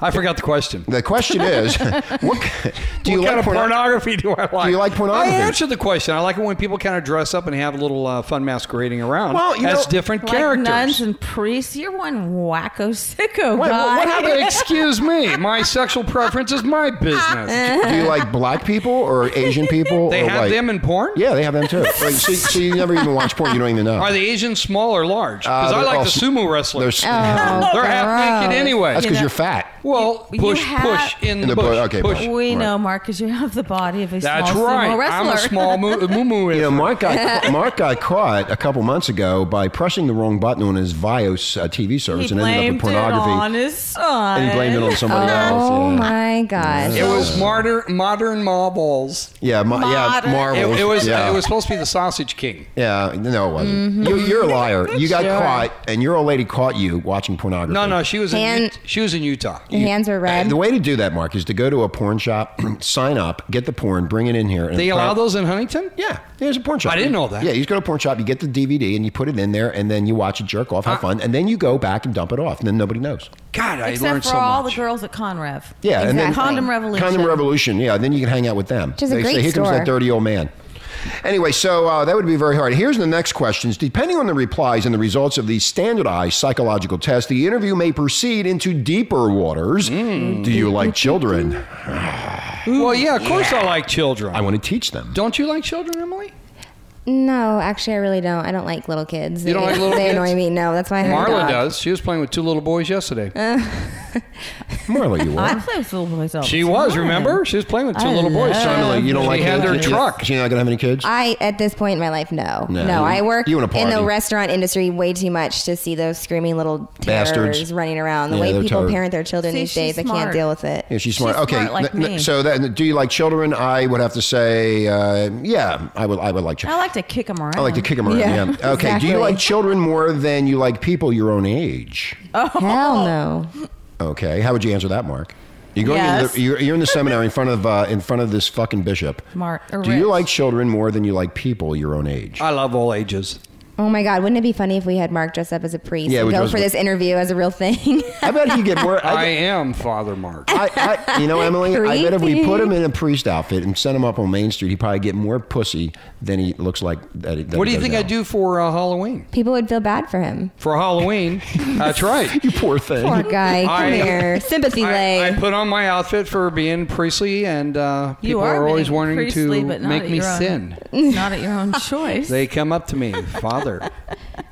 Speaker 4: I forgot the question.
Speaker 2: The question is, what c- do you
Speaker 4: what
Speaker 2: like
Speaker 4: kind of
Speaker 2: porno-
Speaker 4: pornography do I like?
Speaker 2: Do you like pornography?
Speaker 4: I answered the question. I like it when people kind of dress up and have a little uh, fun masquerading around
Speaker 2: Well, you
Speaker 4: as
Speaker 2: know-
Speaker 4: different
Speaker 5: like
Speaker 4: characters.
Speaker 5: nuns and priests. You're one wacko sicko
Speaker 2: Wait,
Speaker 5: guy.
Speaker 2: what happened?
Speaker 4: Excuse me, my sexual preference is my
Speaker 5: Uh-huh.
Speaker 4: business.
Speaker 2: Do you like black people or Asian people?
Speaker 4: They
Speaker 2: or
Speaker 4: have
Speaker 2: white?
Speaker 4: them in porn.
Speaker 2: Yeah, they have them too. Like, so, so you never even watch porn. You don't even know.
Speaker 4: Are they Asian, small or large?
Speaker 2: Uh,
Speaker 4: Because I
Speaker 2: they're
Speaker 4: like
Speaker 2: all
Speaker 4: the
Speaker 2: s-
Speaker 4: sumo wrestlers.
Speaker 2: They're s-
Speaker 6: Oh,
Speaker 4: They're half naked
Speaker 6: gross.
Speaker 4: anyway.
Speaker 2: That's because
Speaker 5: know-
Speaker 2: you're fat.
Speaker 4: Well,
Speaker 5: You- you
Speaker 4: push,
Speaker 5: have-
Speaker 4: push in,
Speaker 2: In
Speaker 4: the
Speaker 2: the bu-
Speaker 4: bush.
Speaker 2: okay,
Speaker 4: push.
Speaker 2: bush.
Speaker 5: We
Speaker 2: Right.
Speaker 5: know, Mark, because you have the body of a
Speaker 4: That's
Speaker 5: small
Speaker 4: right.
Speaker 5: sumo wrestler.
Speaker 4: I'm a small moo moo moo
Speaker 2: You know,
Speaker 4: wrestler.
Speaker 2: Mark got Mark got caught a couple months ago by pressing the wrong button on his Vios uh, TV
Speaker 5: he
Speaker 2: service and ended up
Speaker 5: blamed
Speaker 2: with pornography.
Speaker 5: it on his son.
Speaker 2: and he blamed it on somebody else.
Speaker 6: Oh
Speaker 2: yeah.
Speaker 6: my gosh.
Speaker 4: It was modern modern marbles.
Speaker 2: Yeah, mo- yeah,
Speaker 5: Modern.
Speaker 2: Marvel.
Speaker 4: It, it was
Speaker 2: Yeah.
Speaker 4: it was supposed to be the sausage king.
Speaker 2: Yeah, no, it wasn't. You, you're a liar. You got caught, and your old lady caught you watching pornography.
Speaker 4: No, no, she was in
Speaker 6: And-
Speaker 4: Ut- she was in Utah.
Speaker 6: The hands were red.
Speaker 2: The way to do that, Mark, is to go to a porn shop, sign up, get the porn, bring it in here. And
Speaker 4: They allow
Speaker 2: prompt-
Speaker 4: those in Huntington?
Speaker 2: Yeah, there's a porn shop.
Speaker 4: I didn't know that.
Speaker 2: Yeah, you just go to a porn shop, you get the DVD, and you put it in there, and then you watch it jerk off, have fun, and then you go back and dump it off, and then nobody knows.
Speaker 4: God, I
Speaker 5: Except
Speaker 4: learned
Speaker 5: for
Speaker 4: so
Speaker 5: all
Speaker 4: much.
Speaker 5: the girls at Conrev.
Speaker 2: Yeah, and then
Speaker 6: Exactly.
Speaker 5: Condom Revolution.
Speaker 2: Condom Revolution. Yeah, then you can hang out with them.
Speaker 6: is a
Speaker 2: they say,
Speaker 6: great
Speaker 2: here comes that
Speaker 6: store."
Speaker 2: dirty old man. Anyway, so uh, that would be very hard. Here's the next questions. Depending on the replies and the results of these standardized psychological tests, the interview may proceed into deeper waters. Do you like children?
Speaker 4: well, yeah, of course I like children.
Speaker 2: I want to teach them.
Speaker 4: Don't you like children, Emily?
Speaker 6: No, actually, I really don't. I don't like little kids.
Speaker 4: You don't
Speaker 6: they,
Speaker 4: like little
Speaker 6: They
Speaker 4: kids?
Speaker 6: annoy me. No, that's why I have a
Speaker 4: Marla
Speaker 6: dog.
Speaker 4: does. She was playing with two little boys yesterday.
Speaker 5: Uh,
Speaker 2: Marla, you
Speaker 5: I
Speaker 2: want?
Speaker 5: play with little boys all the
Speaker 4: she was,
Speaker 5: time.
Speaker 4: remember? She was playing with two
Speaker 5: I
Speaker 4: little boys.
Speaker 5: love-
Speaker 2: So, Emily, you don't
Speaker 4: She
Speaker 2: like
Speaker 4: had
Speaker 2: kids?
Speaker 4: their
Speaker 2: You-
Speaker 4: truck.
Speaker 2: You're not going to have any kids?
Speaker 6: I at this point in my life, no,
Speaker 2: No,
Speaker 6: no.
Speaker 2: you-
Speaker 6: I work
Speaker 2: you wanna
Speaker 6: in the
Speaker 2: party.
Speaker 6: restaurant industry way too much to see those screaming little
Speaker 2: Bastards.
Speaker 6: terrors running around. The
Speaker 2: Yeah,
Speaker 6: way
Speaker 2: they're
Speaker 6: people
Speaker 2: tired.
Speaker 6: parent their children
Speaker 5: See,
Speaker 6: these
Speaker 5: she's
Speaker 6: days, I
Speaker 5: smart.
Speaker 6: can't deal with it.
Speaker 2: Yeah, she's smart.
Speaker 5: She's
Speaker 2: okay,
Speaker 5: smart like
Speaker 2: n- n-
Speaker 5: me.
Speaker 2: so then, do you like children? I would have to say, uh, yeah, I would. I would like
Speaker 5: I
Speaker 2: children.
Speaker 5: like to kick them around.
Speaker 2: I like to kick them around. Yeah.
Speaker 6: Yeah,
Speaker 2: Okay. Do you
Speaker 6: exactly.
Speaker 2: like children more than you like people your own age?
Speaker 5: Oh.
Speaker 6: Hell no.
Speaker 2: Okay. How would you answer that, Mark? You're going. into
Speaker 5: Yes.
Speaker 2: the, you're, you're in the seminary in front of uh, in front of this fucking bishop.
Speaker 5: Mark, or
Speaker 2: Do you
Speaker 5: Rich.
Speaker 2: like children more than you like people your own age?
Speaker 4: I love all ages.
Speaker 6: Oh my God, wouldn't it be funny if we had Mark dress up as a priest
Speaker 2: Yeah,
Speaker 6: and
Speaker 2: we
Speaker 6: go
Speaker 2: dress
Speaker 6: for
Speaker 2: up-
Speaker 6: this interview as a real thing?
Speaker 2: I bet you get more.
Speaker 4: I
Speaker 2: I,
Speaker 4: am Father Mark.
Speaker 2: I, I, you know, Emily. I bet if we
Speaker 6: Creepy.
Speaker 2: put him in a priest outfit and sent him up on Main Street, he'd probably get more pussy than he looks like. That he, that
Speaker 4: What do
Speaker 2: he
Speaker 4: you
Speaker 2: does
Speaker 4: think
Speaker 2: now.
Speaker 4: I do for uh, Halloween?
Speaker 6: People would feel bad for him.
Speaker 4: For Halloween, that's right.
Speaker 2: You poor thing.
Speaker 6: Poor guy, come
Speaker 4: I-
Speaker 6: here. Sympathy lay.
Speaker 4: I, I put on my outfit for being priestly, and uh,
Speaker 5: You
Speaker 4: people
Speaker 5: are
Speaker 4: are, always
Speaker 5: being
Speaker 4: wanting
Speaker 5: priestly,
Speaker 4: to
Speaker 5: but not
Speaker 4: make
Speaker 5: at
Speaker 4: me
Speaker 5: your own-
Speaker 4: sin.
Speaker 5: Not at your own choice.
Speaker 4: They come up to me, Father,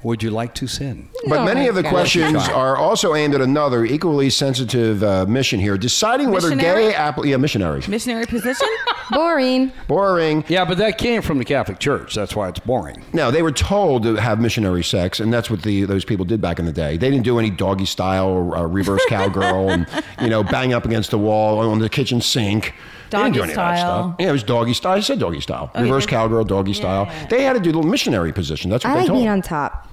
Speaker 4: would you like to sin?
Speaker 2: But
Speaker 6: Oh
Speaker 2: many
Speaker 6: my
Speaker 2: of the
Speaker 6: God.
Speaker 2: questions are also aimed at another equally sensitive uh, mission here: deciding whether
Speaker 5: Missionary?
Speaker 2: gay apple yeah missionaries
Speaker 5: Missionary position?
Speaker 6: Boring.
Speaker 2: boring.
Speaker 4: Yeah, but that came from the Catholic Church. That's why it's boring.
Speaker 2: No, they were told to have missionary sex, and that's what the those people did back in the day. They didn't do any doggy style or uh, reverse cowgirl, and you know, bang up against the wall on the kitchen sink. They didn't do
Speaker 5: Doggy
Speaker 2: any of that
Speaker 5: style.
Speaker 2: stuff. Yeah, it was doggy style. I said doggy style, reverse cowgirl, doggy style. They had to do the missionary position. That's what
Speaker 6: I
Speaker 2: they
Speaker 6: like
Speaker 2: told.
Speaker 6: being on top.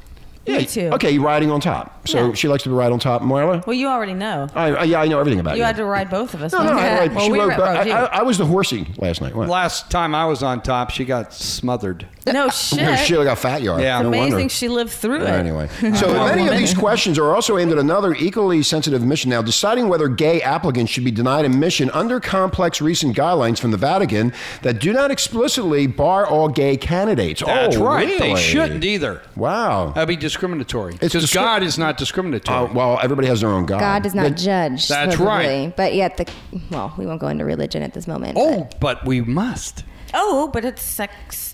Speaker 2: yeah,
Speaker 5: Me too.
Speaker 2: Okay, you're riding on top. So
Speaker 5: Yeah.
Speaker 2: she likes to be right on top, Marla.
Speaker 5: Well, you already know.
Speaker 2: I, I, yeah, I know everything about you.
Speaker 5: You had to ride both of us.
Speaker 2: No, no,
Speaker 5: once.
Speaker 2: I, like,
Speaker 5: well,
Speaker 2: she
Speaker 5: we
Speaker 2: wrote,
Speaker 5: rode
Speaker 2: but I,
Speaker 5: you.
Speaker 2: I, I was the horsey last night. What?
Speaker 4: Last time I was on top, she got smothered.
Speaker 5: no
Speaker 2: No,
Speaker 5: shit.
Speaker 2: she like a fat yard.
Speaker 4: Yeah.
Speaker 2: no
Speaker 5: Amazing
Speaker 2: wonder.
Speaker 5: she lived through it. Uh-huh.
Speaker 2: Anyway, so many of these questions are also aimed at another equally sensitive mission. Now, deciding whether gay applicants should be denied admission under complex recent guidelines from the Vatican that do not explicitly bar all gay candidates.
Speaker 4: That's
Speaker 2: oh,
Speaker 4: right. They
Speaker 2: really?
Speaker 4: shouldn't either. Uh,
Speaker 2: Wow.
Speaker 4: That'd be discriminatory.
Speaker 2: It's
Speaker 4: Because
Speaker 2: discri-
Speaker 4: God is not discriminatory.
Speaker 2: Uh, well, everybody has their own God.
Speaker 6: God does not
Speaker 2: But-
Speaker 6: judge.
Speaker 4: That's
Speaker 6: supposedly.
Speaker 4: right.
Speaker 6: But yet the well, we won't go into religion at this moment.
Speaker 4: oh, but we must.
Speaker 5: Oh, but it's sex.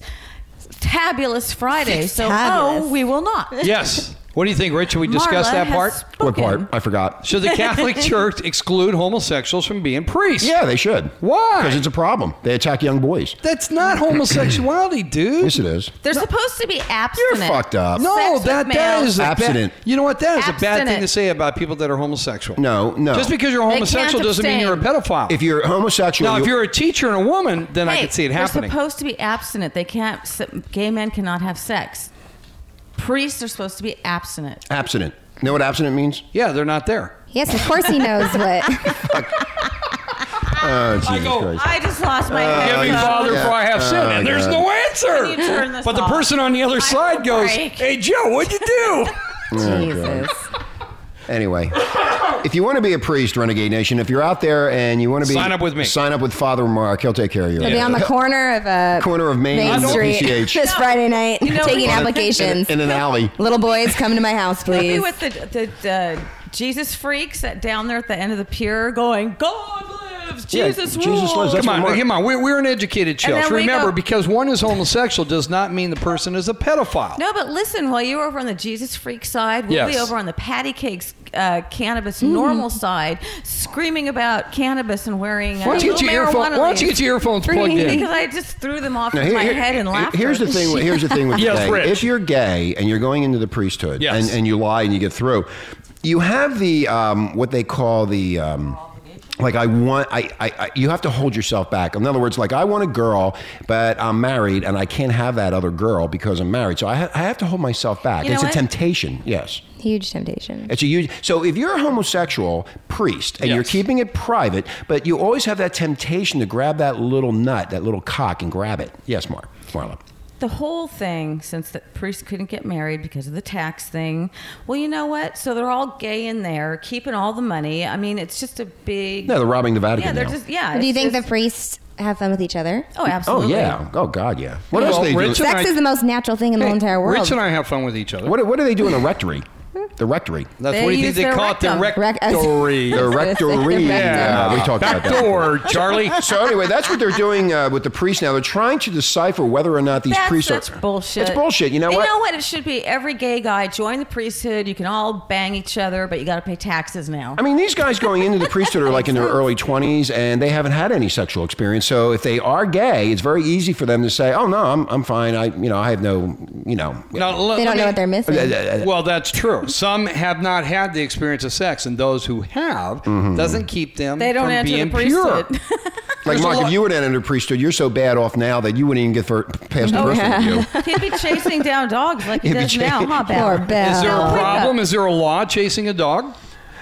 Speaker 5: Tabulous Friday. so,
Speaker 6: Tabulous.
Speaker 5: oh, we will not.
Speaker 4: Yes. What do you think, Rich? Should we discuss
Speaker 5: Marla
Speaker 4: that
Speaker 5: has
Speaker 4: part?
Speaker 5: spoken.
Speaker 2: What part? I forgot.
Speaker 4: Should the Catholic Church exclude homosexuals from being priests?
Speaker 2: Yeah, they should.
Speaker 4: Why?
Speaker 2: Because it's a problem. They attack young boys.
Speaker 4: That's not homosexuality, dude.
Speaker 2: Yes, it is.
Speaker 5: They're supposed to be abstinent.
Speaker 2: You're fucked up.
Speaker 5: Sex
Speaker 4: No,
Speaker 5: with
Speaker 4: that, that
Speaker 5: males.
Speaker 4: is a bad-
Speaker 2: Abstinent.
Speaker 4: you know what? That is a bad thing
Speaker 5: Abstinent.
Speaker 4: to say about people that are homosexual.
Speaker 2: No, no.
Speaker 4: Just because you're
Speaker 5: They
Speaker 4: homosexual
Speaker 5: can't
Speaker 4: doesn't mean you're a
Speaker 5: abstain.
Speaker 4: pedophile.
Speaker 2: If you're homosexual,
Speaker 4: now,
Speaker 2: you-
Speaker 4: if you're a teacher and a woman, then I
Speaker 5: Hey,
Speaker 4: could see it
Speaker 5: they're
Speaker 4: happening.
Speaker 5: supposed to be abstinent. They can't. s- Gay men cannot have sex. Priests are supposed to be abstinent.
Speaker 2: abstinent. You know what abstinent means?
Speaker 4: yeah, they're not there.
Speaker 6: Yes, of course he knows what.
Speaker 2: Oh, Jesus
Speaker 4: go,
Speaker 2: Christ.
Speaker 5: I just lost my.
Speaker 4: Give me
Speaker 5: headphones.
Speaker 4: Father,
Speaker 2: Oh, yeah.
Speaker 4: for I have sinned,
Speaker 2: Oh,
Speaker 4: and there's
Speaker 2: God.
Speaker 4: no
Speaker 5: Can you
Speaker 4: answer.
Speaker 5: turn this
Speaker 4: But the
Speaker 5: off?
Speaker 4: person on the other side goes,
Speaker 5: break.
Speaker 4: "Hey, Joe, what'd you do?"
Speaker 2: Oh,
Speaker 6: Jesus.
Speaker 2: Anyway, if you want to be a priest, Renegade Nation, if you're out there and you want to be,
Speaker 4: Sign up with me.
Speaker 2: Sign up with Father Mark. He'll take care of you.
Speaker 6: He'll be on the corner of a
Speaker 2: Corner of Main and
Speaker 6: Street
Speaker 2: PCH.
Speaker 6: this Friday night,
Speaker 5: know,
Speaker 6: taking
Speaker 5: we-
Speaker 6: applications.
Speaker 2: in an alley.
Speaker 6: Little boys, come to my house,
Speaker 5: Maybe
Speaker 6: please.
Speaker 5: with the the, the Jesus freaks that down there at the end of the pier going, God lives.
Speaker 2: Yeah,
Speaker 5: Jesus rules.
Speaker 2: Jesus lives. That's
Speaker 4: Come on,
Speaker 2: Mark-
Speaker 4: come on. We're, we're an educated
Speaker 5: And
Speaker 4: show.
Speaker 5: then we
Speaker 4: Remember,
Speaker 5: go-
Speaker 4: because one is homosexual does not mean the person is a pedophile.
Speaker 5: No, but listen, while you're over on the Jesus freak side, we'll be
Speaker 4: Yes. Mm.
Speaker 5: over on the patty cakes, uh, cannabis normal side, screaming about cannabis and wearing. Uh,
Speaker 4: Why don't you get your
Speaker 5: marijuana
Speaker 4: earphone, Why don't you
Speaker 5: leaves.
Speaker 4: get your earphones plugged in?
Speaker 5: Because I just threw them off
Speaker 2: Now,
Speaker 5: of
Speaker 2: here-
Speaker 5: my
Speaker 2: here-
Speaker 5: head in laughter.
Speaker 2: Here's the thing. with- Here's the thing with
Speaker 8: Yes,
Speaker 2: gay.
Speaker 8: Rich.
Speaker 2: If you're gay and you're going into the priesthood
Speaker 8: Yes.
Speaker 2: and, and you lie and you get through, you have the um, what they call the. Um, like I want, I, I, I, you have to hold yourself back. In other words, like I want a girl, but I'm married and I can't have that other girl because I'm married. So I, ha- I have to hold myself back.
Speaker 5: You know
Speaker 2: it's a
Speaker 5: what?
Speaker 2: temptation. Yes.
Speaker 6: Huge temptation.
Speaker 2: It's a huge. So if you're a homosexual priest and you're
Speaker 8: Yes.
Speaker 2: keeping it private, but you always have that temptation to grab that little nut, that little cock, and grab it. Yes, Mar, Marla.
Speaker 5: the whole thing since the priests couldn't get married because of the tax thing. Well, you know what? So they're all gay in there, keeping all the money. I mean, it's just a big.
Speaker 2: No, they're robbing the Vatican
Speaker 5: yeah, they're
Speaker 2: now.
Speaker 5: just yeah.
Speaker 6: Do you
Speaker 5: it's
Speaker 6: think the
Speaker 5: just-
Speaker 6: priests have fun with each other?
Speaker 5: Oh,
Speaker 2: oh
Speaker 5: absolutely.
Speaker 2: yeah. Oh god, yeah. What
Speaker 4: Well,
Speaker 2: else they
Speaker 4: Rich
Speaker 2: do?
Speaker 4: and
Speaker 6: Sex
Speaker 4: I-
Speaker 6: is the most natural thing in the
Speaker 4: Hey,
Speaker 6: whole entire world.
Speaker 4: Rich and I have fun with each other.
Speaker 2: What, what do they do in the rectory? The rectory.
Speaker 4: That's
Speaker 5: They
Speaker 4: what do you think
Speaker 5: use
Speaker 4: they
Speaker 5: their
Speaker 4: call it? The
Speaker 5: rectum.
Speaker 6: Rec-
Speaker 4: rectory.
Speaker 2: The rectory.
Speaker 6: Yeah.
Speaker 2: Uh, we talked
Speaker 8: Back
Speaker 2: about that.
Speaker 8: door, Charlie.
Speaker 2: So anyway, that's what they're doing uh, with the priests now. They're trying to decipher whether or not these
Speaker 5: That's
Speaker 2: priests
Speaker 5: such
Speaker 2: are
Speaker 5: bullshit.
Speaker 2: It's bullshit. You know
Speaker 5: You
Speaker 2: what?
Speaker 5: know what? It should be every gay guy join the priesthood. You can all bang each other, but you got to pay taxes now.
Speaker 2: I mean, these guys going into the priesthood are like in their early 20s and they haven't had any sexual experience. So if they are gay, it's very easy for them to say, oh, no, I'm, I'm fine. I, you know, I have no, you know.
Speaker 4: Now, let- let
Speaker 6: they don't
Speaker 4: me- Uh,
Speaker 6: know what they're missing.
Speaker 4: Well, that's true. Some have not had the experience of sex, and those who have
Speaker 2: Mm-hmm.
Speaker 4: doesn't keep them
Speaker 5: They don't
Speaker 4: from
Speaker 5: enter
Speaker 4: being
Speaker 5: the
Speaker 4: pure.
Speaker 5: priesthood.
Speaker 2: Like,
Speaker 4: There's a
Speaker 2: Mark,
Speaker 4: lot-
Speaker 2: if you would enter the priesthood, you're so bad off now that you wouldn't even get for, past
Speaker 5: Oh,
Speaker 2: the first interview.
Speaker 5: He'd be chasing down dogs like he
Speaker 2: He'd be
Speaker 5: does now,
Speaker 2: chasing-
Speaker 5: huh, Belle?
Speaker 6: Poor Belle.
Speaker 4: Is there a
Speaker 5: Oh.
Speaker 4: problem? Is there a law chasing a dog?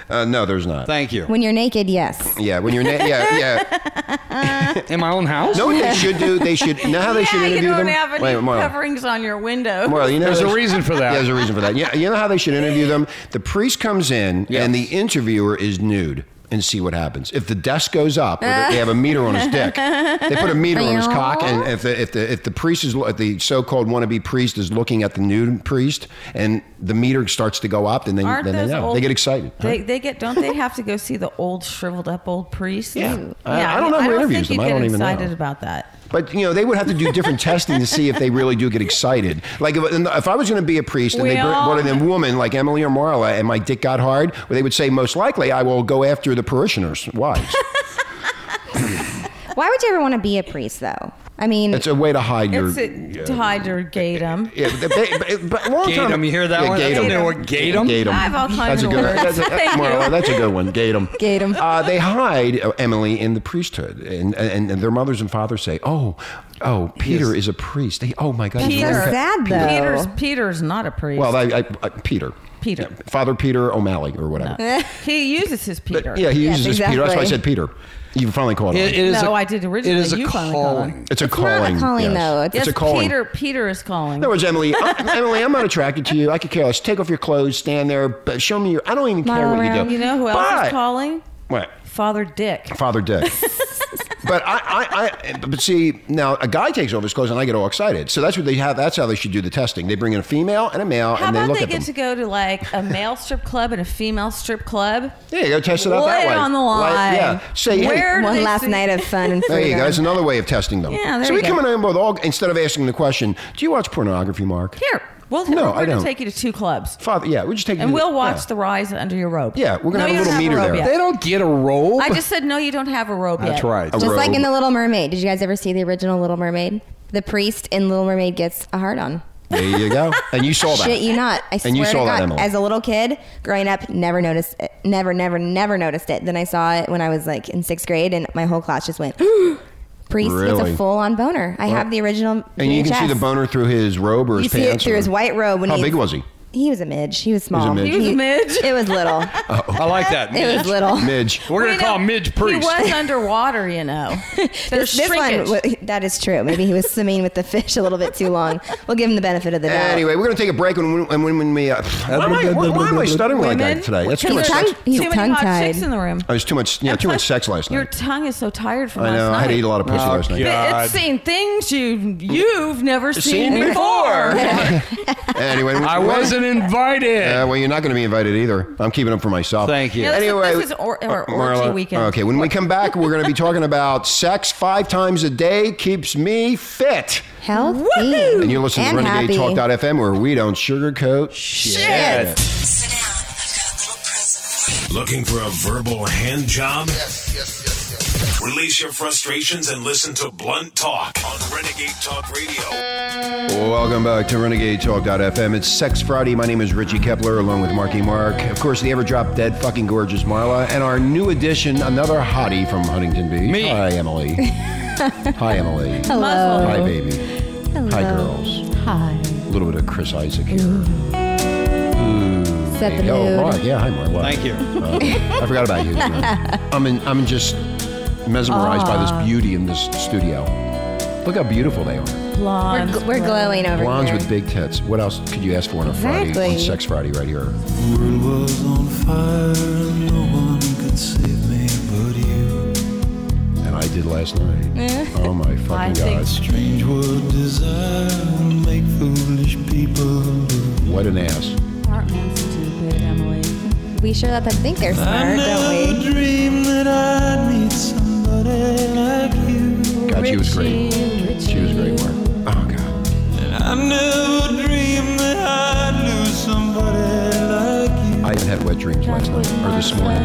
Speaker 2: Uh, no, there's not.
Speaker 4: Thank you.
Speaker 6: When you're naked, yes.
Speaker 2: yeah, when you're, na- yeah, yeah.
Speaker 4: In my own house?
Speaker 2: Know what they should do? They should, you know how they
Speaker 5: yeah,
Speaker 2: should
Speaker 5: you
Speaker 2: interview
Speaker 5: don't
Speaker 2: them?
Speaker 5: have any
Speaker 2: Wait, Marla.
Speaker 5: coverings on your window.
Speaker 2: Well, you know,
Speaker 4: There's a
Speaker 2: they-
Speaker 4: reason for that.
Speaker 2: Yeah, there's a reason for that. Yeah, you know how they should interview them. The priest comes in,
Speaker 4: Yes.
Speaker 2: and the interviewer is nude, and see what happens. If the desk goes up, or they have a meter on his dick. They put a meter on his cock, and if the if the if the priest is lo- if the so-called wannabe priest is looking at the nude priest, and the meter starts to go up, and then
Speaker 5: Aren't
Speaker 2: then they
Speaker 5: those
Speaker 2: know
Speaker 5: old-
Speaker 2: they get excited.
Speaker 5: They, they get don't they have to go see the old shriveled up old priest?
Speaker 2: Yeah. I- I don't know who
Speaker 5: I don't
Speaker 2: interviews
Speaker 5: think you
Speaker 2: them. I
Speaker 5: get
Speaker 2: don't even know.
Speaker 5: excited about that.
Speaker 2: But you know they would have to do different testing to see if they really do get excited. Like if, if I was going to be a priest and they
Speaker 5: We
Speaker 2: br-
Speaker 5: all-
Speaker 2: brought in a woman like Emily or Marla and my dick got hard, well, they would say most likely I will go after the parishioners' wives.
Speaker 6: Why would you ever want to be a priest, though? I mean,
Speaker 2: it's a way to hide your.
Speaker 5: It's a, to hide your gaydom.
Speaker 2: yeah, but, but, but long
Speaker 4: Gate 'em,
Speaker 2: time.
Speaker 4: you hear that
Speaker 2: yeah,
Speaker 4: one?
Speaker 2: Gate 'em.
Speaker 4: They know what gate 'em?
Speaker 2: Gate 'em.
Speaker 5: I have all
Speaker 2: that's
Speaker 5: kinds
Speaker 2: a
Speaker 5: of
Speaker 2: good.
Speaker 5: words.
Speaker 2: That's a,
Speaker 5: Thank
Speaker 2: Marla,
Speaker 5: you.
Speaker 2: that's a good one. Gate 'em.
Speaker 6: Gate 'em.
Speaker 2: Uh, they hide uh, Emily in the priesthood, and, and and their mothers and fathers say, "Oh, oh, Peter is a priest." They, oh my God, he's
Speaker 5: Peter.
Speaker 2: really-
Speaker 6: sad though.
Speaker 5: Peter's Peter's not a priest.
Speaker 2: Well, I, I, I, Peter.
Speaker 5: Peter.
Speaker 2: Yeah, Father Peter O'Malley or whatever.
Speaker 5: he uses his Peter.
Speaker 2: Yeah, he
Speaker 6: Yes,
Speaker 2: uses Peter. That's why I
Speaker 6: exactly.
Speaker 2: said Peter. You finally caught
Speaker 4: It-
Speaker 2: it.
Speaker 4: it is
Speaker 5: No,
Speaker 4: a-
Speaker 5: I did originally.
Speaker 4: It is a
Speaker 5: You finally called
Speaker 4: calling.
Speaker 2: It's a
Speaker 6: It's not a
Speaker 2: calling.
Speaker 6: calling,
Speaker 2: yes.
Speaker 6: though. It's-
Speaker 5: Yes,
Speaker 2: a calling.
Speaker 5: Peter Peter is calling.
Speaker 2: In other words, Emily, I'm, Emily, I'm not attracted to you. I could care less. Take off your clothes, stand there, but show me your. I don't even care
Speaker 6: Smile
Speaker 2: what you
Speaker 6: around.
Speaker 2: do.
Speaker 5: Um, you know who else
Speaker 2: but,
Speaker 5: is calling?
Speaker 2: What?
Speaker 5: Father Dick.
Speaker 2: Father Dick. but I, I, I, but see, now a guy takes off his clothes and I get all excited. So that's what they have. That's how they should do the testing. They bring in a female and a male,
Speaker 5: How
Speaker 2: and they
Speaker 5: about
Speaker 2: look
Speaker 5: they
Speaker 2: at
Speaker 5: get to
Speaker 2: them.
Speaker 5: go to like a male strip club and a female strip club?
Speaker 2: yeah, you go test it out
Speaker 5: Lay
Speaker 2: that
Speaker 5: it
Speaker 2: way.
Speaker 5: on the
Speaker 2: Like,
Speaker 5: line.
Speaker 2: yeah. Say, hey,
Speaker 5: Where do
Speaker 6: one
Speaker 5: they
Speaker 6: last
Speaker 5: see-
Speaker 6: night of fun and
Speaker 2: There
Speaker 6: freedom.
Speaker 2: you go. That's another way of testing them.
Speaker 5: Yeah, there
Speaker 2: so we
Speaker 5: you go.
Speaker 2: come in with all instead of asking the question, "Do you watch pornography, Mark?"
Speaker 5: Here, we'll
Speaker 2: No,
Speaker 5: we're
Speaker 2: I
Speaker 5: gonna
Speaker 2: don't.
Speaker 5: take you to two clubs.
Speaker 2: Father, yeah, we just take.
Speaker 5: And
Speaker 2: you to-
Speaker 5: we'll watch
Speaker 2: yeah.
Speaker 5: the rise under your robe.
Speaker 2: Yeah, we're gonna have a
Speaker 5: you
Speaker 2: little
Speaker 5: don't
Speaker 2: meter
Speaker 5: robe
Speaker 2: there.
Speaker 5: yet.
Speaker 4: They don't get a robe.
Speaker 5: I just said no. You don't have a robe yet.
Speaker 4: That's right.
Speaker 6: Just like
Speaker 2: robe.
Speaker 6: in The Little Mermaid. Did you guys ever see the original Little Mermaid? The priest in Little Mermaid gets a hard on.
Speaker 2: There you go. And you saw that.
Speaker 6: Shit, you not. I swear
Speaker 2: and you saw
Speaker 6: to
Speaker 2: that,
Speaker 6: God,
Speaker 2: Emily.
Speaker 6: as a little kid growing up, never noticed it. Never, never, never noticed it. Then I saw it when I was like in sixth grade, and my whole class just went, "Priest gets
Speaker 2: Really?
Speaker 6: a full-on boner." I have the original.
Speaker 2: and you can see
Speaker 6: VHS.
Speaker 2: the boner through his robe or
Speaker 6: You
Speaker 2: his
Speaker 6: see it
Speaker 2: pants.
Speaker 6: through
Speaker 2: or-
Speaker 6: his white robe. When
Speaker 2: How
Speaker 6: he,
Speaker 2: big was he?
Speaker 6: He was a midge. He was small.
Speaker 2: midge. He was
Speaker 5: a midge.
Speaker 6: It was little.
Speaker 4: I like that.
Speaker 6: It was little.
Speaker 2: Midge.
Speaker 4: We're
Speaker 5: We
Speaker 4: going to call
Speaker 5: know-
Speaker 4: Midge Priest.
Speaker 5: He was underwater, you know. There's
Speaker 6: This, this one,
Speaker 5: shrinkage.
Speaker 6: wa- That is true. Maybe he was swimming with the fish a little bit too long. We'll give him the benefit of the doubt.
Speaker 2: Anyway, we're going to take a break when, when, when, when we. Uh, why, am I, why, why am I stuttering like
Speaker 5: Women,
Speaker 2: that today? That's too much.
Speaker 5: because there's
Speaker 2: Sex.
Speaker 6: tongue- he's
Speaker 5: too many hot
Speaker 6: tongue-tied.
Speaker 5: chicks in the room.
Speaker 2: I was Oh, too much. Yeah,
Speaker 5: And
Speaker 2: too much
Speaker 5: plus,
Speaker 2: sex last
Speaker 5: Your
Speaker 2: night.
Speaker 5: tongue is so tired from
Speaker 2: I
Speaker 5: last
Speaker 2: know.
Speaker 5: night.
Speaker 2: I had to eat a lot of pussy last night.
Speaker 8: God.
Speaker 5: It's seen things you you've never
Speaker 2: Seen
Speaker 5: seen, before.
Speaker 2: Anyway,
Speaker 8: I wasn't invited.
Speaker 2: Uh, well, you're not going to be invited either. I'm keeping them for myself.
Speaker 4: Thank you.
Speaker 5: Yeah, this,
Speaker 2: Anyway, uh,
Speaker 5: is, this is or, or
Speaker 2: Marla-
Speaker 5: orgy weekend.
Speaker 2: Okay, when we come back, we're going to be talking about sex five times a day keeps me fit.
Speaker 6: Healthy.
Speaker 2: And you're listening
Speaker 6: And
Speaker 2: to
Speaker 6: happy.
Speaker 2: RenegadeTalk.fm where we don't sugarcoat
Speaker 6: Shit.
Speaker 1: Looking for a verbal hand job? Yes, yes, yes, yes. Release your frustrations and listen to Blunt Talk on Renegade Talk Radio.
Speaker 2: Welcome back to RenegadeTalk.fm. It's Sex Friday. My name is Richie Kepler, along with Marky Mark. Of course, the ever drop dead fucking gorgeous Marla, and our new addition, another hottie from Huntington Beach.
Speaker 8: Me.
Speaker 2: Hi, Emily. Hi, Emily.
Speaker 6: Hello.
Speaker 2: Hi, baby. Hi, girls.
Speaker 6: Hi.
Speaker 2: A little bit of Chris Isaac here.
Speaker 6: Set the
Speaker 2: Oh, Mark.
Speaker 6: mood.
Speaker 2: Yeah, hi, Mark. Wow.
Speaker 4: Thank you.
Speaker 2: Uh, I forgot about you. I'm in, I'm just mesmerized by this beauty in this studio. Look how beautiful they are.
Speaker 6: We're,
Speaker 5: Blonde.
Speaker 6: gl- we're glowing over
Speaker 2: Blondes
Speaker 6: here.
Speaker 2: with big tits. What else could you ask for on a Friday,
Speaker 6: Exactly.
Speaker 2: on Sex Friday, right here?
Speaker 3: world was on fire and no one could save me but you.
Speaker 2: And I did last night. oh my fucking
Speaker 5: I
Speaker 2: god!
Speaker 5: think-
Speaker 3: Strange world desire will make foolish people.
Speaker 2: What an ass!
Speaker 5: Aren't men stupid, Emily?
Speaker 6: We sure let them think they're
Speaker 3: I never
Speaker 6: smart, don't we?
Speaker 3: dreamed that I'd meet somebody like you.
Speaker 2: God, she was great. She was great. Mark. Oh god.
Speaker 3: And I never dreamed that I'd lose somebody like you.
Speaker 2: I even had wet dreams last night or this morning.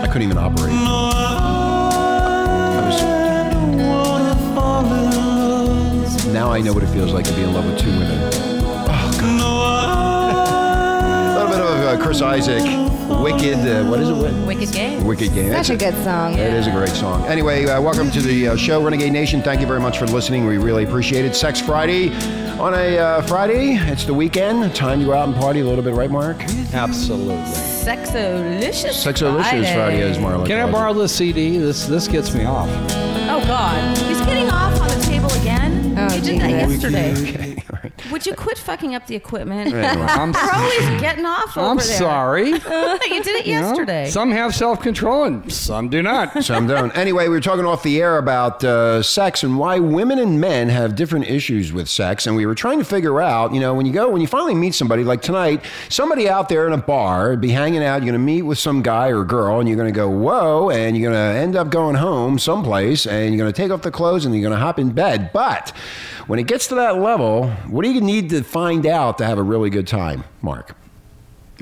Speaker 2: I couldn't even operate.
Speaker 3: No, I
Speaker 2: was-
Speaker 3: don't wanna fall in love.
Speaker 2: Now I know what it feels like to be in love with two women. Oh,
Speaker 3: No,
Speaker 2: A
Speaker 3: I
Speaker 2: little bit of uh, Chris Isaac, Wicked. Uh, what is it? Wicked.
Speaker 5: Wicked game.
Speaker 2: Wicked Game. That's
Speaker 6: Such a
Speaker 2: it.
Speaker 6: good song.
Speaker 2: It is a great song. Anyway, uh, welcome to the uh, show, Renegade Nation. Thank you very much for listening. We really appreciate it. Sex Friday on a uh, Friday. It's the weekend. Time to go out and party a little bit, right, Mark?
Speaker 4: Absolutely.
Speaker 5: Sexolicious.
Speaker 2: Sexolicious Friday is Marla.
Speaker 4: Can I
Speaker 2: calls it.
Speaker 4: borrow this CD? This this gets me off.
Speaker 5: Oh God, he's getting off on the table again.
Speaker 6: Oh,
Speaker 5: you did that
Speaker 6: Jesus.
Speaker 5: yesterday.
Speaker 2: Okay, all right.
Speaker 5: Would you quit fucking up the equipment?
Speaker 4: I'm,
Speaker 5: You're always getting off over
Speaker 4: I'm
Speaker 5: there.
Speaker 4: sorry.
Speaker 5: You did it
Speaker 4: you know?
Speaker 5: yesterday.
Speaker 4: Some have self control and some do not.
Speaker 2: Some don't. Anyway, we were talking off the air about uh, sex and why women and men have different issues with sex. And we were trying to figure out, you know, when you go, when you finally meet somebody, like tonight, somebody out there in a bar, be hanging out, you're going to meet with some guy or girl, and you're going to go, whoa, and you're going to end up going home someplace, and you're going to take off the clothes and you're going to hop in bed. But when it gets to that level, what do you need to find out to have a really good time, Mark?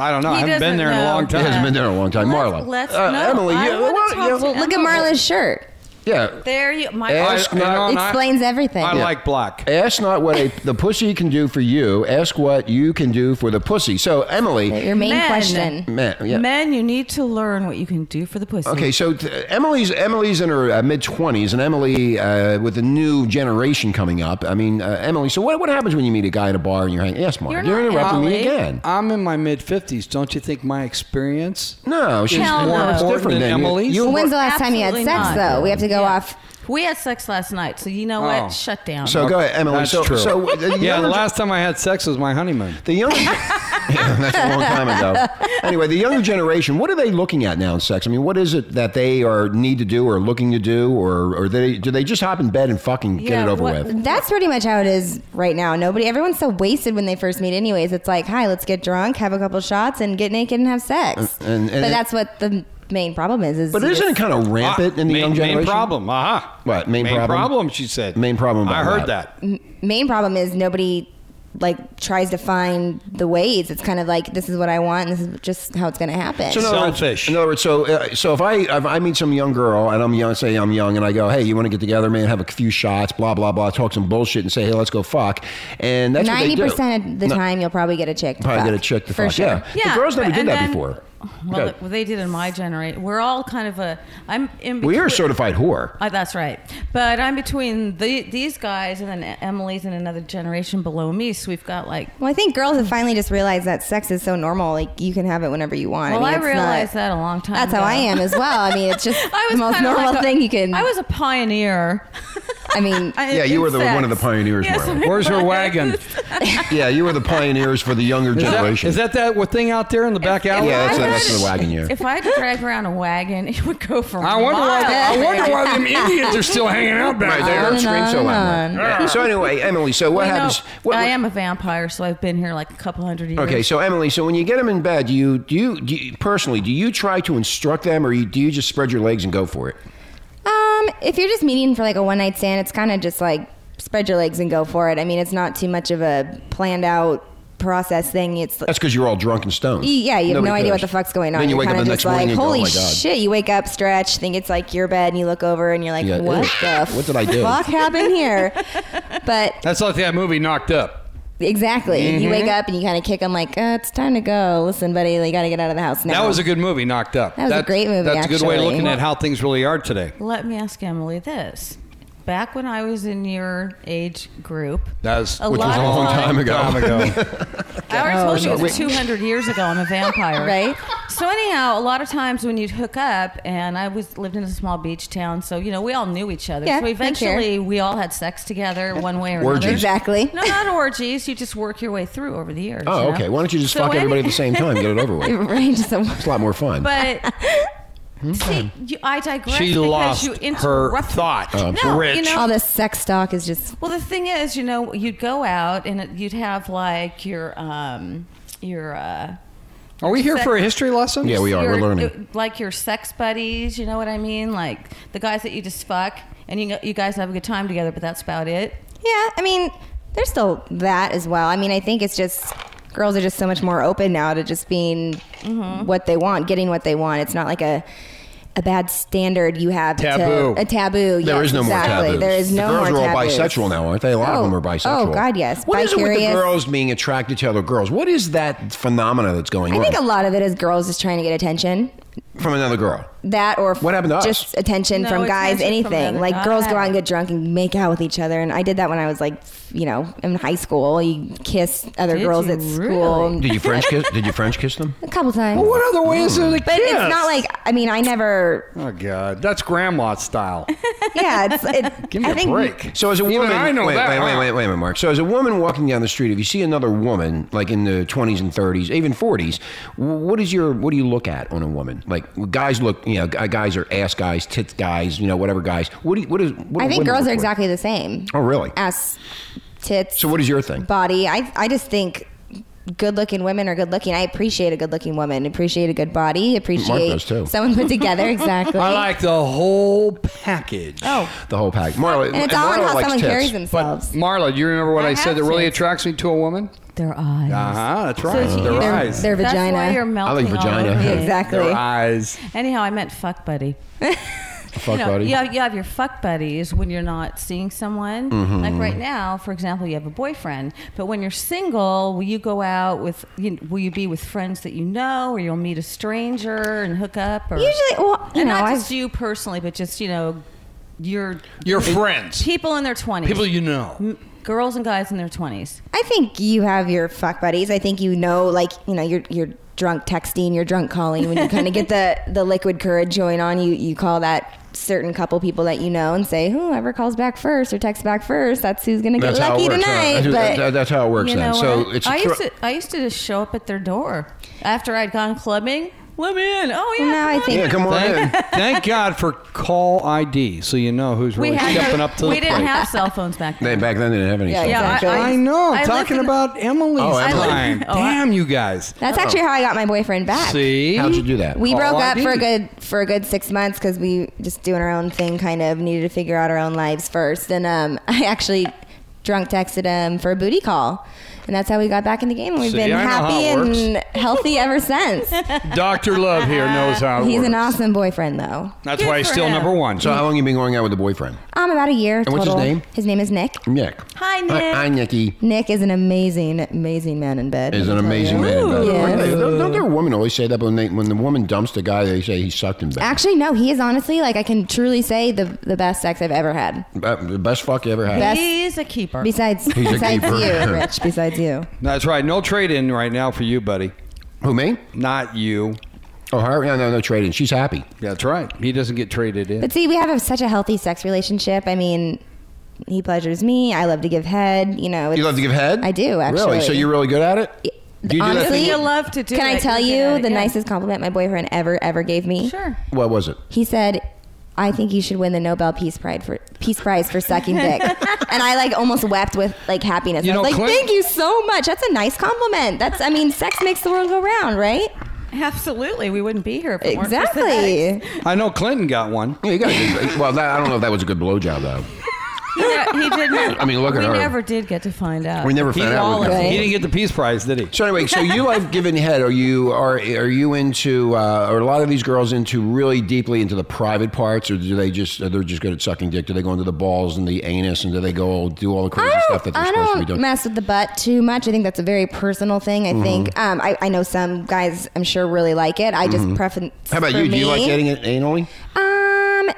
Speaker 4: I don't know. I
Speaker 5: He
Speaker 4: haven't been
Speaker 5: doesn't
Speaker 4: there in a
Speaker 5: know.
Speaker 4: long
Speaker 2: It hasn't
Speaker 4: time.
Speaker 2: been there in a long time.
Speaker 5: Let's-
Speaker 2: Marla.
Speaker 5: let's
Speaker 2: Uh,
Speaker 5: know.
Speaker 2: Emily,
Speaker 5: I
Speaker 2: yeah,
Speaker 5: wanna
Speaker 2: well,
Speaker 5: talk
Speaker 2: yeah,
Speaker 5: to
Speaker 2: well,
Speaker 5: Emily.
Speaker 6: Look at Marla's shirt.
Speaker 2: yeah.
Speaker 5: There you, my
Speaker 2: Ask-
Speaker 4: I, you know, and I-
Speaker 6: Explains everything.
Speaker 4: I
Speaker 6: Yeah.
Speaker 4: like black.
Speaker 2: Ask not what a, the pussy can do for you. Ask what you can do for the pussy. So Emily,
Speaker 6: Your main
Speaker 5: Men.
Speaker 6: question.
Speaker 2: man, yeah.
Speaker 5: Men, you need to learn what you can do for the pussy.
Speaker 2: Okay, so t- Emily's Emily's in her uh, mid twenties, and Emily uh, with the new generation coming up. I mean, uh, Emily. So what, what happens when you meet a guy in a bar and you're hanging? Yes, Mark,
Speaker 5: You're
Speaker 2: you're,
Speaker 5: not
Speaker 2: interrupting me
Speaker 5: Emily.
Speaker 2: again.
Speaker 4: I'm in my mid 50s. Don't you think my experience
Speaker 2: No, she's
Speaker 5: Hell
Speaker 2: it's
Speaker 5: no.
Speaker 4: Important
Speaker 2: different
Speaker 4: than
Speaker 2: than you-
Speaker 4: Emily's?
Speaker 2: You,
Speaker 6: Well, when's the last time you had sex,
Speaker 5: Absolutely not.
Speaker 6: though? We have to go
Speaker 5: Yeah.
Speaker 6: off.
Speaker 5: We had sex last night, so you know what?
Speaker 4: Oh.
Speaker 5: Shut down.
Speaker 2: so go ahead, Emily.
Speaker 4: That's
Speaker 2: so,
Speaker 4: true.
Speaker 2: so uh, the
Speaker 4: Yeah, the
Speaker 2: younger-
Speaker 4: last time I had sex was my honeymoon.
Speaker 2: The younger, Yeah, that's a long time ago. Anyway, the younger generation, what are they looking at now in sex? I mean, what is it that they are need to do or looking to do, or or they do they just hop in bed and fucking get
Speaker 5: Yeah,
Speaker 2: it over
Speaker 5: what-
Speaker 2: with?
Speaker 6: That's pretty much how it is right now. Nobody, everyone's so wasted when they first meet, anyways. It's like, hi, let's get drunk, have a couple shots, and get naked and have sex.
Speaker 2: And- and- and-
Speaker 6: but that's what the main problem is. is
Speaker 2: But isn't it kind of rampant
Speaker 4: Ah,
Speaker 2: in the
Speaker 4: main,
Speaker 2: young generation?
Speaker 4: Main problem. uh-huh. Aha.
Speaker 2: What, main problem?
Speaker 4: she said.
Speaker 2: Main problem
Speaker 4: I
Speaker 2: about
Speaker 4: heard
Speaker 2: that.
Speaker 4: that.
Speaker 6: main problem is nobody like tries to find the ways. It's kind of like this is what I want, and this is just how it's going to happen.
Speaker 2: in other words-
Speaker 4: Selfish.
Speaker 2: in other words, so uh, so if I if I meet some young girl and I'm young, say I'm young, and I go, hey, you want to get together, man? Have a few shots, blah blah blah, talk some bullshit, and say, hey, let's go fuck. And that's what they
Speaker 6: Ninety
Speaker 2: do.
Speaker 6: percent of the
Speaker 2: No,
Speaker 6: time, you'll probably get a chick. to
Speaker 2: probably
Speaker 6: fuck,
Speaker 2: get a chick to
Speaker 6: for
Speaker 2: fuck.
Speaker 6: Sure.
Speaker 2: Yeah.
Speaker 5: Yeah,
Speaker 2: the girls never
Speaker 5: but-
Speaker 2: did
Speaker 5: and
Speaker 2: that
Speaker 5: then-
Speaker 2: before.
Speaker 5: Well,
Speaker 2: Okay.
Speaker 5: they did in my generation. We're all kind of a. I'm in.
Speaker 2: We are
Speaker 5: between-
Speaker 2: certified whore.
Speaker 5: Oh, that's right. But I'm between the, these guys and then Emily's in another generation below me. So we've got like.
Speaker 6: Well, I think girls have finally just realized that sex is so normal. Like you can have it whenever you want.
Speaker 5: Well,
Speaker 6: I,
Speaker 5: I,
Speaker 6: mean, it's not-
Speaker 5: realized that a long time.
Speaker 6: That's how
Speaker 5: ago.
Speaker 6: I am as well. I mean, it's just
Speaker 5: I was
Speaker 6: the most
Speaker 5: kinda
Speaker 6: normal
Speaker 5: like a-
Speaker 6: thing you can.
Speaker 5: I was a pioneer.
Speaker 6: I mean,
Speaker 5: I-
Speaker 2: Yeah, you were the- one of the
Speaker 5: insects.
Speaker 2: pioneers,
Speaker 5: Yes,
Speaker 2: Marla.
Speaker 5: I
Speaker 4: Where's her
Speaker 5: was.
Speaker 4: wagon?
Speaker 2: Yeah, you were the pioneers for the younger
Speaker 4: Is that,
Speaker 2: generation.
Speaker 4: is that that what thing out there in the back alley?
Speaker 2: yeah, that's,
Speaker 5: I
Speaker 2: that's
Speaker 5: would-
Speaker 2: the wagon. Yeah.
Speaker 5: If I had to drag around a wagon, it would go for
Speaker 8: I wonder why.
Speaker 5: miles.
Speaker 8: I wonder why them Indians are still hanging out back
Speaker 2: Right, they
Speaker 8: there.
Speaker 2: don't
Speaker 6: On
Speaker 2: scream so
Speaker 6: and
Speaker 2: loud.
Speaker 6: on.
Speaker 2: Marla. So anyway, Emily. So what
Speaker 5: I know.
Speaker 2: happens? What,
Speaker 5: I am a vampire, so I've been here like a couple hundred years.
Speaker 2: Okay, so Emily, so when you get them in bed, do you do you, do you personally do you try to instruct them, or you, do you just spread your legs and go for it?
Speaker 6: um, if you're just meeting for like a one night stand, it's kind of just like spread your legs and go for it. I mean, it's not too much of a planned out process thing. It's
Speaker 2: That's because you're all drunk and stoned.
Speaker 6: Yeah, you have
Speaker 2: Nobody
Speaker 6: no idea what
Speaker 2: cares.
Speaker 6: the fuck's going on.
Speaker 2: Then you
Speaker 6: You're
Speaker 2: wake up
Speaker 6: kinda
Speaker 2: the next
Speaker 6: just
Speaker 2: morning
Speaker 6: like,
Speaker 2: and go,
Speaker 6: holy
Speaker 2: "Oh my God."
Speaker 6: shit! You wake up, stretch, think it's like your bed, and you look over and you're like,
Speaker 2: Yeah,
Speaker 6: what
Speaker 2: ew.
Speaker 6: the
Speaker 2: What did I do?
Speaker 6: fuck happened here? but
Speaker 4: That's like that movie Knocked Up.
Speaker 6: exactly,
Speaker 2: Mm-hmm.
Speaker 6: you wake up and you kind of kick them like, uh, it's time to go. Listen, buddy, you got to get out of the house now.
Speaker 4: That was a good movie, Knocked Up.
Speaker 6: Oh. That was a great movie,
Speaker 4: That's a good way of
Speaker 6: actually.
Speaker 4: looking at how things really are today.
Speaker 5: Let me ask Emily this. Back when I was in your age group,
Speaker 4: That was
Speaker 5: A Which was lot a of long time time
Speaker 2: ago.
Speaker 5: I already told you it was
Speaker 2: Oh, no.
Speaker 5: 200 years ago. I'm a vampire,
Speaker 6: Right.
Speaker 5: So anyhow, a lot of times when you'd hook up, and I was lived in a small beach town, so you know we all knew each other.
Speaker 6: Yeah,
Speaker 5: so
Speaker 6: I care.
Speaker 5: eventually, we all had sex together, one way or
Speaker 2: Orgies.
Speaker 5: another.
Speaker 6: exactly.
Speaker 5: No, not orgies. You just work your way through over the years. you
Speaker 2: Oh,
Speaker 5: know?
Speaker 2: okay. Why don't you just
Speaker 5: So
Speaker 2: fuck everybody at
Speaker 5: any-
Speaker 2: the same time, and get it over with?
Speaker 6: Right, just a-
Speaker 2: It's a lot more fun.
Speaker 5: But
Speaker 2: Hmm?
Speaker 5: see, you, I digress.
Speaker 4: She
Speaker 5: because
Speaker 4: lost
Speaker 5: you
Speaker 4: her
Speaker 5: interrupted-
Speaker 4: thought.
Speaker 2: Oh, I'm
Speaker 5: No,
Speaker 2: sorry.
Speaker 5: you know,
Speaker 6: all this sex talk is just
Speaker 5: Well, the thing is, you know, you'd go out and it, you'd have like your um your uh
Speaker 4: Are we here for a history lesson?
Speaker 2: Yeah, we are.
Speaker 5: your-
Speaker 2: We're learning.
Speaker 5: uh, like your sex buddies, you know what I mean? Like the guys that you just fuck and you you guys have a good time together, but that's about it.
Speaker 6: Yeah, I mean, there's still that as well. I mean, I think it's just girls are just so much more open now to just being
Speaker 5: Mm-hmm.
Speaker 6: what they want, getting what they want. It's not like a a bad standard you have to-
Speaker 4: Taboo.
Speaker 6: a taboo.
Speaker 2: There
Speaker 6: yes,
Speaker 2: is no
Speaker 6: exactly.
Speaker 2: more taboos.
Speaker 6: There is
Speaker 2: the
Speaker 6: no
Speaker 2: girls
Speaker 6: more
Speaker 2: are all
Speaker 6: taboos.
Speaker 2: bisexual now, aren't they? A lot of
Speaker 6: Oh,
Speaker 2: them are
Speaker 6: oh,
Speaker 2: bisexual.
Speaker 6: God, yes.
Speaker 2: What is it with the
Speaker 6: Bicurious.
Speaker 2: girls being attracted to other girls? What is that phenomena that's going
Speaker 6: I
Speaker 2: on
Speaker 6: think a lot of it is girls just trying to get attention.
Speaker 2: from another girl?
Speaker 6: That or
Speaker 2: What happened to us?
Speaker 6: just attention
Speaker 5: No,
Speaker 6: from guys,
Speaker 5: attention from
Speaker 6: anything.
Speaker 5: other
Speaker 6: like girls go
Speaker 5: guys.
Speaker 6: out and get drunk and make out with each other. And I did that when I was like, you know, in high school. You kiss other
Speaker 5: Did
Speaker 6: girls
Speaker 5: you
Speaker 6: at school.
Speaker 5: really?
Speaker 2: Did you French kiss? Did you French kiss them?
Speaker 6: A couple times.
Speaker 4: What other way is there to
Speaker 6: But it's not like I mean I never
Speaker 4: Oh God, that's grandma style.
Speaker 6: yeah it's it,
Speaker 4: Give me
Speaker 6: I
Speaker 4: a
Speaker 6: think
Speaker 4: break.
Speaker 2: So as a
Speaker 4: Even
Speaker 2: woman,
Speaker 4: I know
Speaker 2: wait,
Speaker 4: that,
Speaker 2: wait, wait,
Speaker 4: huh?
Speaker 2: wait, wait a minute, Mark. So as a woman walking down the street, if you see another woman, like in the twenties and thirties, even forties, what is your what do you look at on a woman? Like guys look, you know, gu- guys are ass guys, tits guys, you know, whatever guys. What do you, what is? What
Speaker 6: I
Speaker 2: do
Speaker 6: think
Speaker 2: women
Speaker 6: girls
Speaker 2: look
Speaker 6: are
Speaker 2: for?
Speaker 6: exactly the same
Speaker 2: Oh really?
Speaker 6: ass tits
Speaker 2: So what is your thing?
Speaker 6: body I I just think good looking women are good looking I appreciate a good looking woman appreciate a good body appreciate
Speaker 2: does, too.
Speaker 6: someone put together exactly
Speaker 4: I like the whole package.
Speaker 5: Oh,
Speaker 2: The whole pack. Marla,
Speaker 6: and it's all on
Speaker 2: Marla
Speaker 6: how
Speaker 2: likes
Speaker 6: someone
Speaker 2: tits.
Speaker 6: carries
Speaker 4: But
Speaker 6: themselves
Speaker 4: Marla, do you remember what I,
Speaker 5: I
Speaker 4: said
Speaker 5: have
Speaker 4: that really
Speaker 5: to.
Speaker 4: attracts me to a woman?
Speaker 5: their eyes.
Speaker 4: Uh huh. That's right.
Speaker 5: So
Speaker 4: their
Speaker 5: you-
Speaker 4: eyes.
Speaker 6: their
Speaker 5: That's
Speaker 6: vagina
Speaker 5: why you're melting all
Speaker 2: Uh-huh. vagina.
Speaker 5: over me.
Speaker 6: exactly
Speaker 4: their eyes.
Speaker 5: Anyhow, I meant fuck buddy.
Speaker 2: Fuck
Speaker 5: you know,
Speaker 2: buddy.
Speaker 5: You have, you have your fuck buddies when you're not seeing someone.
Speaker 4: Mm-hmm.
Speaker 5: Like right now, for example, you have a boyfriend. But when you're single, will you go out with? You will you be with friends that you know, or you'll meet a stranger and hook up? Or
Speaker 6: usually well you
Speaker 5: and
Speaker 6: know
Speaker 5: not
Speaker 6: I've
Speaker 5: just you personally, but just you know, your
Speaker 4: Your friends.
Speaker 5: people in their twenties,
Speaker 4: People you know.
Speaker 5: girls and guys in their twenties.
Speaker 6: I think you have your fuck buddies. I think you know, like you know, you're you're drunk texting, you're drunk calling. When you kind of get the the liquid courage going on, you you call that certain couple people that you know and say, whoever calls back first or texts back first, that's who's gonna
Speaker 2: that's
Speaker 6: get
Speaker 2: how it
Speaker 6: lucky
Speaker 2: works. huh?
Speaker 6: tonight.
Speaker 2: That's-
Speaker 6: But
Speaker 2: that- that's how it works.
Speaker 5: You
Speaker 2: then,
Speaker 5: know,
Speaker 2: so
Speaker 5: what?
Speaker 2: it's a
Speaker 5: I
Speaker 2: thro-
Speaker 5: used to I used to just show up at their door after I'd gone clubbing. Let me in. Oh yeah.
Speaker 6: No, I
Speaker 5: come on in.
Speaker 6: think-
Speaker 2: yeah. Come on in.
Speaker 4: Thank, thank God for call ID, so you know who's really
Speaker 5: had
Speaker 4: stepping
Speaker 5: no-
Speaker 4: up to the
Speaker 5: we didn't
Speaker 4: plate.
Speaker 5: have cell phones back
Speaker 2: They,
Speaker 5: then.
Speaker 2: back then they didn't have any.
Speaker 6: Yeah,
Speaker 2: cell
Speaker 6: yeah.
Speaker 2: phones.
Speaker 6: Exactly.
Speaker 4: I know. I'm
Speaker 5: I lived
Speaker 4: talking
Speaker 5: in-
Speaker 4: about Emily's
Speaker 2: Oh, Emily.
Speaker 4: time.
Speaker 5: Oh, I-
Speaker 4: Damn you guys.
Speaker 6: that's actually how I got my boyfriend back.
Speaker 4: See,
Speaker 2: How'd you do that?
Speaker 6: We
Speaker 4: Call
Speaker 6: broke up for a
Speaker 4: ID.
Speaker 6: good for a good six months because we just doing our own thing, kind of needed to figure out our own lives first. And um, I actually drunk texted him for a booty call, and that's how we got back in the game. We've
Speaker 4: See,
Speaker 6: been
Speaker 4: I know how
Speaker 6: happy
Speaker 4: it
Speaker 6: and healthy ever since.
Speaker 4: Doctor Love here knows how it
Speaker 6: He's an
Speaker 4: works.
Speaker 6: awesome boyfriend, though.
Speaker 4: That's
Speaker 5: Uh-huh. Good
Speaker 4: why he's
Speaker 5: for
Speaker 4: still
Speaker 5: him.
Speaker 4: number one.
Speaker 2: So how long you been going out with the boyfriend?
Speaker 6: Um, about a year.
Speaker 2: what's his
Speaker 6: total.
Speaker 2: name?
Speaker 6: His name is Nick.
Speaker 2: Nick.
Speaker 5: Hi, Nick.
Speaker 2: Hi, hi Nicky.
Speaker 6: Nick is an amazing, amazing man in bed.
Speaker 2: is
Speaker 6: let
Speaker 2: an
Speaker 6: me
Speaker 2: amazing
Speaker 6: tell you.
Speaker 2: man. in bed.
Speaker 6: Yes.
Speaker 2: Aren't they- Don't, don't their women always say that? But when, they, when the woman dumps the guy, they say he sucked him back.
Speaker 6: Actually, no, he is honestly like I can truly say the the best sex I've ever had.
Speaker 2: Uh, the best fuck you ever had.
Speaker 6: Best-
Speaker 5: He's a keeper.
Speaker 6: Besides,
Speaker 2: a
Speaker 6: besides
Speaker 2: keeper.
Speaker 6: you, Rich. Besides you.
Speaker 4: That's right. No trade in right now for you, buddy.
Speaker 2: Who me?
Speaker 4: Not you.
Speaker 2: Oh, her? No, no, no trading. She's happy.
Speaker 4: That's right. He doesn't get traded in.
Speaker 6: But see, we have a, such a healthy sex relationship. I mean, he pleasures me. I love to give head. You know,
Speaker 2: You love to give head?
Speaker 6: I do,
Speaker 2: Really? So
Speaker 6: actually.
Speaker 2: you're really good at it? Do you do that
Speaker 6: Honestly,
Speaker 2: thing?
Speaker 5: You love to do
Speaker 6: Can I
Speaker 5: it.
Speaker 6: tell
Speaker 5: You're good
Speaker 6: you
Speaker 5: at it,
Speaker 6: the
Speaker 5: yeah.
Speaker 6: nicest compliment my boyfriend ever ever gave me?
Speaker 5: Sure.
Speaker 2: What was it?
Speaker 6: He said, "I think you should win the Nobel Peace Prize for Peace Prize for sucking dick," and I like almost wept with like happiness.
Speaker 8: You
Speaker 6: I was
Speaker 8: know,
Speaker 6: like,
Speaker 8: Clint-
Speaker 6: "Thank you so much. That's a nice compliment. That's I mean, sex makes the world go round, right?at
Speaker 5: Absolutely. We wouldn't be here if it weren't for that.
Speaker 6: exactly.
Speaker 8: I know Clinton got one.
Speaker 2: Yeah, you got to do Well, that, I don't know if that was a good blowjob, though.
Speaker 5: Yeah, he didn't.
Speaker 2: I mean, look
Speaker 5: we
Speaker 2: at her.
Speaker 5: never did get to find out.
Speaker 2: We never
Speaker 8: He,
Speaker 2: found out. what
Speaker 6: it.
Speaker 2: that
Speaker 8: he
Speaker 2: was.
Speaker 8: didn't get the Peace Prize, did he?
Speaker 2: So anyway, so you have given head. Are you are are you into? Uh, are a lot of these girls into really deeply into the private parts, or do they just they're just good at sucking dick? Do they go into the balls and the anus, and do they go do all the crazy
Speaker 6: I
Speaker 2: stuff that
Speaker 6: don't,
Speaker 2: they're
Speaker 6: I
Speaker 2: supposed to be
Speaker 6: don't
Speaker 2: doing?
Speaker 6: mess with the butt too much. I think that's a very personal thing. I think
Speaker 2: Mm-hmm.
Speaker 6: um, I, I know some guys I'm sure really like it. I just preference.
Speaker 2: How about
Speaker 6: for
Speaker 2: you? Do you like
Speaker 6: me-
Speaker 2: getting it anally?
Speaker 6: Um,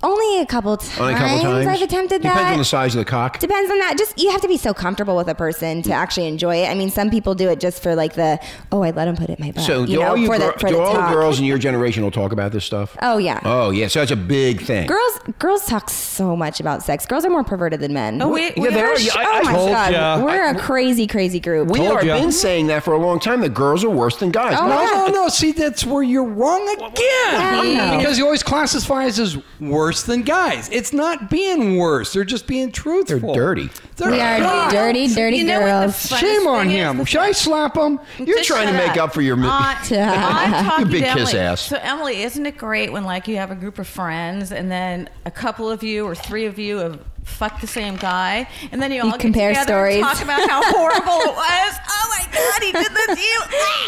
Speaker 6: only a couple times.
Speaker 2: Only a couple times.
Speaker 6: I've attempted that.
Speaker 2: Depends on the size of the cock.
Speaker 6: Depends on that. Just you have to be so comfortable with a person
Speaker 2: Mm.
Speaker 6: to actually enjoy it. I mean, some people do it just for like the oh, I let him put it in my butt.
Speaker 2: So do
Speaker 6: you know,
Speaker 2: all you
Speaker 6: for
Speaker 2: gir-
Speaker 6: the for
Speaker 2: do
Speaker 6: the
Speaker 2: all
Speaker 6: talk.
Speaker 2: girls in your generation will talk about this stuff?
Speaker 6: Oh yeah.
Speaker 2: Oh yeah, so that's a big thing.
Speaker 6: Girls, girls talk so much about sex. Girls are more perverted than men.
Speaker 5: Oh, we, we
Speaker 2: they
Speaker 5: were
Speaker 2: are.
Speaker 5: sh-
Speaker 2: I-
Speaker 6: oh
Speaker 2: I
Speaker 6: my
Speaker 8: told
Speaker 6: god,
Speaker 8: ya.
Speaker 6: we're a crazy, crazy group.
Speaker 2: we
Speaker 8: Told
Speaker 2: have
Speaker 8: ya.
Speaker 2: been saying that for a long time. That girls are worse than guys.
Speaker 6: Oh,
Speaker 2: No,
Speaker 6: yeah.
Speaker 2: it's-
Speaker 4: No, no, no. See, that's where you're wrong again.
Speaker 6: Hell no.
Speaker 4: Because he always classifies as worse than guys. It's not being worse. They're just being
Speaker 2: They're
Speaker 4: truthful.
Speaker 2: dirty.
Speaker 4: They're
Speaker 6: we are
Speaker 4: not.
Speaker 6: dirty, dirty
Speaker 5: You know what the
Speaker 6: girls.
Speaker 5: funniest
Speaker 4: Shame on
Speaker 5: thing is?
Speaker 4: him. Should I slap him?
Speaker 2: You're trying to
Speaker 5: shut Uh,
Speaker 2: make up for your mi-
Speaker 5: I, I'm talking
Speaker 2: Your big
Speaker 5: to
Speaker 2: kiss
Speaker 5: Emily.
Speaker 2: ass.
Speaker 5: So Emily, isn't it great when like you have a group of friends and then a couple of you or three of you have fucked the same guy and then you all get
Speaker 6: compare
Speaker 5: together and
Speaker 6: stories.
Speaker 5: talk about how horrible it was. Oh my god, he did this to you.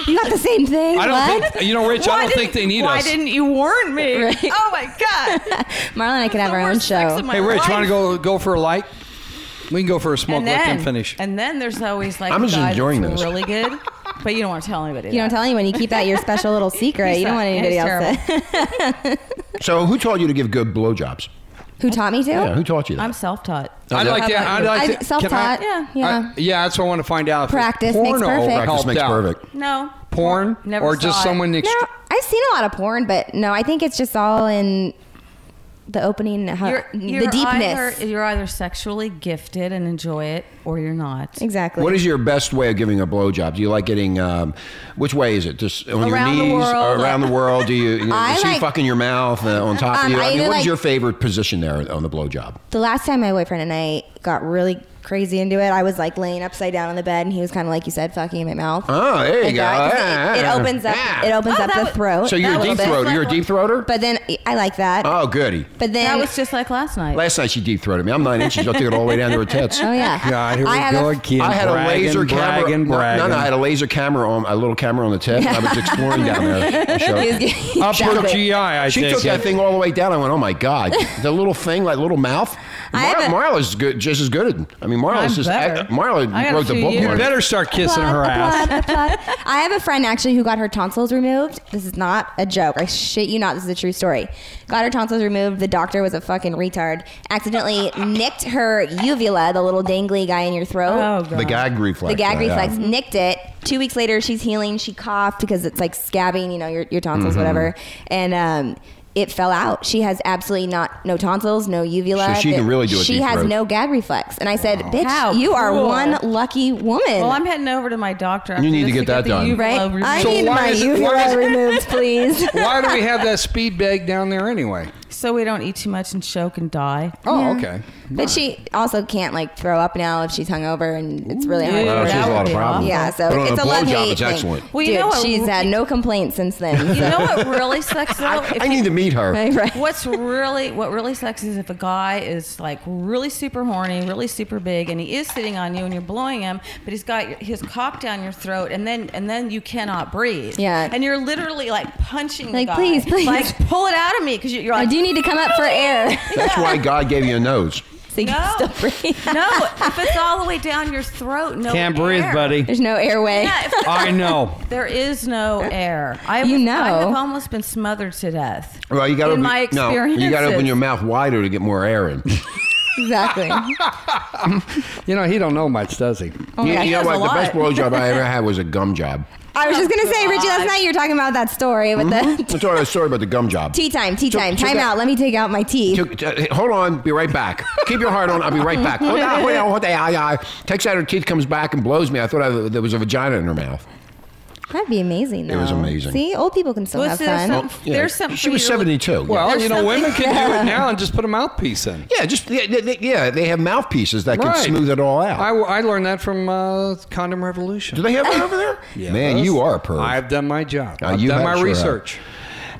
Speaker 6: You got the same thing.
Speaker 8: I don't
Speaker 6: what?
Speaker 8: think you know, Rich.
Speaker 5: Why
Speaker 8: I don't
Speaker 5: didn't-
Speaker 8: think they need
Speaker 5: why
Speaker 8: us.
Speaker 5: didn't you warn me?
Speaker 6: Right.
Speaker 5: Oh my god.
Speaker 6: Marla and I could have
Speaker 5: The
Speaker 6: our own
Speaker 5: worst sex
Speaker 6: show.
Speaker 5: of my
Speaker 8: Hey, Rich, you want
Speaker 5: life.
Speaker 8: to go go for a light? We can go for a smoke.
Speaker 5: And
Speaker 8: Let
Speaker 5: then,
Speaker 8: them finish.
Speaker 5: and then there's always like
Speaker 2: I'm
Speaker 5: the
Speaker 2: just
Speaker 5: guy that's
Speaker 2: enjoying this.
Speaker 5: really good, but you don't want to tell anybody.
Speaker 6: You don't
Speaker 5: that.
Speaker 6: tell anyone. You keep that your special little secret. You don't want
Speaker 5: He's
Speaker 6: anybody
Speaker 5: not-
Speaker 6: else
Speaker 5: he's
Speaker 6: to.
Speaker 2: So who taught you to give good blowjobs?
Speaker 6: Who taught me to?
Speaker 2: Yeah, who taught you that?
Speaker 5: I'm self-taught.
Speaker 8: I'd like to. I'd
Speaker 6: I-
Speaker 8: like to. can
Speaker 6: self-taught.
Speaker 8: I-
Speaker 6: Yeah,
Speaker 8: I-
Speaker 6: yeah.
Speaker 8: yeah, that's what I want to find out. if
Speaker 6: Practice
Speaker 8: porno
Speaker 6: makes perfect. Practice
Speaker 2: Practice
Speaker 8: helped
Speaker 2: makes
Speaker 8: out.
Speaker 2: perfect.
Speaker 5: No.
Speaker 8: Porn,
Speaker 5: Never
Speaker 8: or
Speaker 5: saw
Speaker 8: just
Speaker 5: it.
Speaker 8: someone. Ext-
Speaker 6: No, I've seen a lot of porn, but no, I think it's just all in the opening, how,
Speaker 5: You're, you're
Speaker 6: the deepness.
Speaker 5: Either, you're either sexually gifted and enjoy it, or you're not.
Speaker 6: exactly.
Speaker 2: What is your best way of giving a blowjob? Do you like getting? Um, which way is it? Just on
Speaker 5: Around the
Speaker 2: your knees,
Speaker 5: world.
Speaker 2: around the world? Do you? you know,
Speaker 6: I
Speaker 2: is he
Speaker 6: like-
Speaker 2: fucking your mouth uh, on top of
Speaker 6: Um,
Speaker 2: you?
Speaker 6: I
Speaker 2: I mean,
Speaker 6: either
Speaker 2: what is
Speaker 6: like-
Speaker 2: your favorite position there on the blowjob?
Speaker 6: the last time my boyfriend and I got really crazy into it, I was like laying upside down on the bed, and he was kind of like you said, fucking in my mouth.
Speaker 2: Oh, there you
Speaker 6: Like
Speaker 2: go.
Speaker 6: that, 'cause
Speaker 2: Yeah,
Speaker 6: it, it
Speaker 2: yeah,
Speaker 6: opens up.
Speaker 2: yeah.
Speaker 6: It opens
Speaker 5: Oh,
Speaker 6: up
Speaker 5: that
Speaker 6: the
Speaker 5: was-
Speaker 6: throat.
Speaker 2: So you're a
Speaker 6: a little
Speaker 2: deep
Speaker 6: bit.
Speaker 2: throater. You're a deep throater.
Speaker 6: But then I like that.
Speaker 2: oh, goody.
Speaker 6: but then
Speaker 5: That was just like last night.
Speaker 2: Last night she deep throated me. I'm nine inches. I took it all the way down to her tits.
Speaker 6: oh yeah.
Speaker 8: God, here
Speaker 6: I
Speaker 8: we
Speaker 6: have
Speaker 8: go
Speaker 6: a-
Speaker 8: again.
Speaker 2: I had
Speaker 8: bragging,
Speaker 2: a laser camera.
Speaker 8: Bragging,
Speaker 2: no,
Speaker 8: bragging.
Speaker 2: No, no, I had a laser camera on a little camera on the tip. and I was exploring down there. I'll show you.
Speaker 8: upper
Speaker 6: Exactly.
Speaker 8: GI. I
Speaker 2: she
Speaker 8: think.
Speaker 2: took that thing all the way down. I went, oh my god, the little thing, like little mouth.
Speaker 6: I
Speaker 2: Mar-
Speaker 6: haven't-
Speaker 2: Marla's good, just as good. at- I mean, Marla's
Speaker 5: I'm
Speaker 2: just
Speaker 5: better.
Speaker 2: I- Marla
Speaker 5: I got a
Speaker 2: wrote the
Speaker 5: few
Speaker 2: book.
Speaker 5: years.
Speaker 8: You
Speaker 2: on it.
Speaker 8: better start kissing
Speaker 6: Applaud,
Speaker 8: her ass.
Speaker 6: applaud, applaud. I have a friend actually who got her tonsils removed. This is not a joke. I shit you not. This is a true story. Got her tonsils removed. The doctor was a fucking retard. Accidentally nicked her uvula, the little dangly guy in your throat.
Speaker 5: oh god.
Speaker 2: the gag reflex.
Speaker 6: the
Speaker 2: yeah,
Speaker 6: gag
Speaker 2: yeah.
Speaker 6: reflex nicked it. Two weeks later, she's healing. She coughed because it's like scabbing, you know, your, your tonsils,
Speaker 2: Mm-hmm.
Speaker 6: whatever. And um, it fell out. She has absolutely not no tonsils, no uvula.
Speaker 2: So she can
Speaker 6: It-
Speaker 2: really do a
Speaker 6: She
Speaker 2: deep
Speaker 6: has
Speaker 2: throat.
Speaker 6: no gag reflex. And I said, "Bitch,
Speaker 5: How
Speaker 6: you are
Speaker 5: cruel.
Speaker 6: one lucky woman."
Speaker 5: Well, I'm heading over to my doctor. after
Speaker 2: You need to
Speaker 5: this
Speaker 2: get that
Speaker 5: the
Speaker 2: done.
Speaker 5: uvula
Speaker 6: Right?
Speaker 5: removed.
Speaker 6: I
Speaker 8: So
Speaker 6: need
Speaker 8: why
Speaker 6: my
Speaker 8: is it- why is
Speaker 6: uvula
Speaker 8: it-
Speaker 6: removed, please.
Speaker 8: Why do we have that speed bag down there anyway?
Speaker 5: so we don't eat too much and choke and die.
Speaker 8: Oh,
Speaker 6: Yeah.
Speaker 8: okay.
Speaker 6: But she also can't like throw up now if she's hungover, and it's really hard.
Speaker 5: Ooh,
Speaker 6: for
Speaker 2: Oh,
Speaker 6: her.
Speaker 2: she has
Speaker 5: That
Speaker 2: a
Speaker 5: would
Speaker 2: lot of
Speaker 5: be
Speaker 2: problems.
Speaker 6: Yeah, so
Speaker 2: But on
Speaker 6: it's
Speaker 2: a
Speaker 6: a love
Speaker 2: blowjob,
Speaker 6: hate
Speaker 2: it's
Speaker 6: thing.
Speaker 2: excellent.
Speaker 5: Well, you
Speaker 6: Dude,
Speaker 5: know what-
Speaker 6: she's had no complaints since then.
Speaker 5: You
Speaker 6: so-
Speaker 5: know what really sucks though? If
Speaker 2: I
Speaker 5: you-
Speaker 2: need to meet her.
Speaker 6: Right, right.
Speaker 5: What's really what really sucks is if a guy is like really super horny, really super big, and he is sitting on you and you're blowing him, but he's got his cock down your throat, and then and then you cannot breathe.
Speaker 6: Yeah.
Speaker 5: and you're literally like punching. the
Speaker 6: Like,
Speaker 5: guy.
Speaker 6: please, please.
Speaker 5: like pull it out of me because you're
Speaker 6: I
Speaker 5: like.
Speaker 6: do need to come up for air.
Speaker 2: That's why God gave you a nose.
Speaker 6: so you
Speaker 5: No.
Speaker 6: can still breathe.
Speaker 5: no, if it's all the way down your throat, no
Speaker 8: Can't breathe,
Speaker 5: air.
Speaker 8: buddy.
Speaker 6: There's no airway.
Speaker 5: Yeah, if-
Speaker 8: I know.
Speaker 5: there is no air. I
Speaker 6: You
Speaker 5: was-
Speaker 6: know.
Speaker 5: I have almost been smothered to death.
Speaker 2: Well, you got to
Speaker 5: in my
Speaker 2: no, you got to open
Speaker 5: experiences.
Speaker 2: your mouth wider to get more air in.
Speaker 6: Exactly.
Speaker 8: You know, he don't know much, does he?
Speaker 2: you,
Speaker 5: Oh, yeah,
Speaker 2: you
Speaker 5: he
Speaker 2: know
Speaker 5: has
Speaker 2: what?
Speaker 5: a
Speaker 2: The best
Speaker 5: lot.
Speaker 2: blowjob I ever had was a gum job.
Speaker 6: I was just gonna say, Richie, last night you were talking about that story with the
Speaker 2: I'm sorry, sorry about the gum job.
Speaker 6: tea time, tea time,
Speaker 2: Mm-hmm. took
Speaker 6: time
Speaker 2: that-
Speaker 6: out. Let me take out my tea.
Speaker 2: Took- uh, hold on, be right back. Keep your heart on. I'll be right back. Hold on, hold on, hold on, I, I, takes out her teeth, comes back and blows me. I thought I, there was a vagina in her mouth.
Speaker 6: That'd be amazing. Though.
Speaker 2: It was amazing.
Speaker 6: See, old people can still
Speaker 5: Well,
Speaker 6: have
Speaker 5: so there's
Speaker 6: fun.
Speaker 5: some-
Speaker 2: Oh, Yeah.
Speaker 5: There's something.
Speaker 2: She
Speaker 5: for
Speaker 2: was
Speaker 5: you to look-
Speaker 2: seventy two.
Speaker 8: Well,
Speaker 5: There's
Speaker 8: you know, women
Speaker 5: something-
Speaker 8: can do it now and just put a mouthpiece in.
Speaker 2: yeah, just yeah, they, yeah, they have mouthpieces that can smooth it all out.
Speaker 8: I, I learned that from uh, Condom Revolution.
Speaker 2: Do they have one over there? Man, you are a perv.
Speaker 8: I've done my job.
Speaker 2: Now,
Speaker 8: I've
Speaker 2: you
Speaker 8: done
Speaker 2: have-
Speaker 8: my
Speaker 2: sure have.
Speaker 8: research.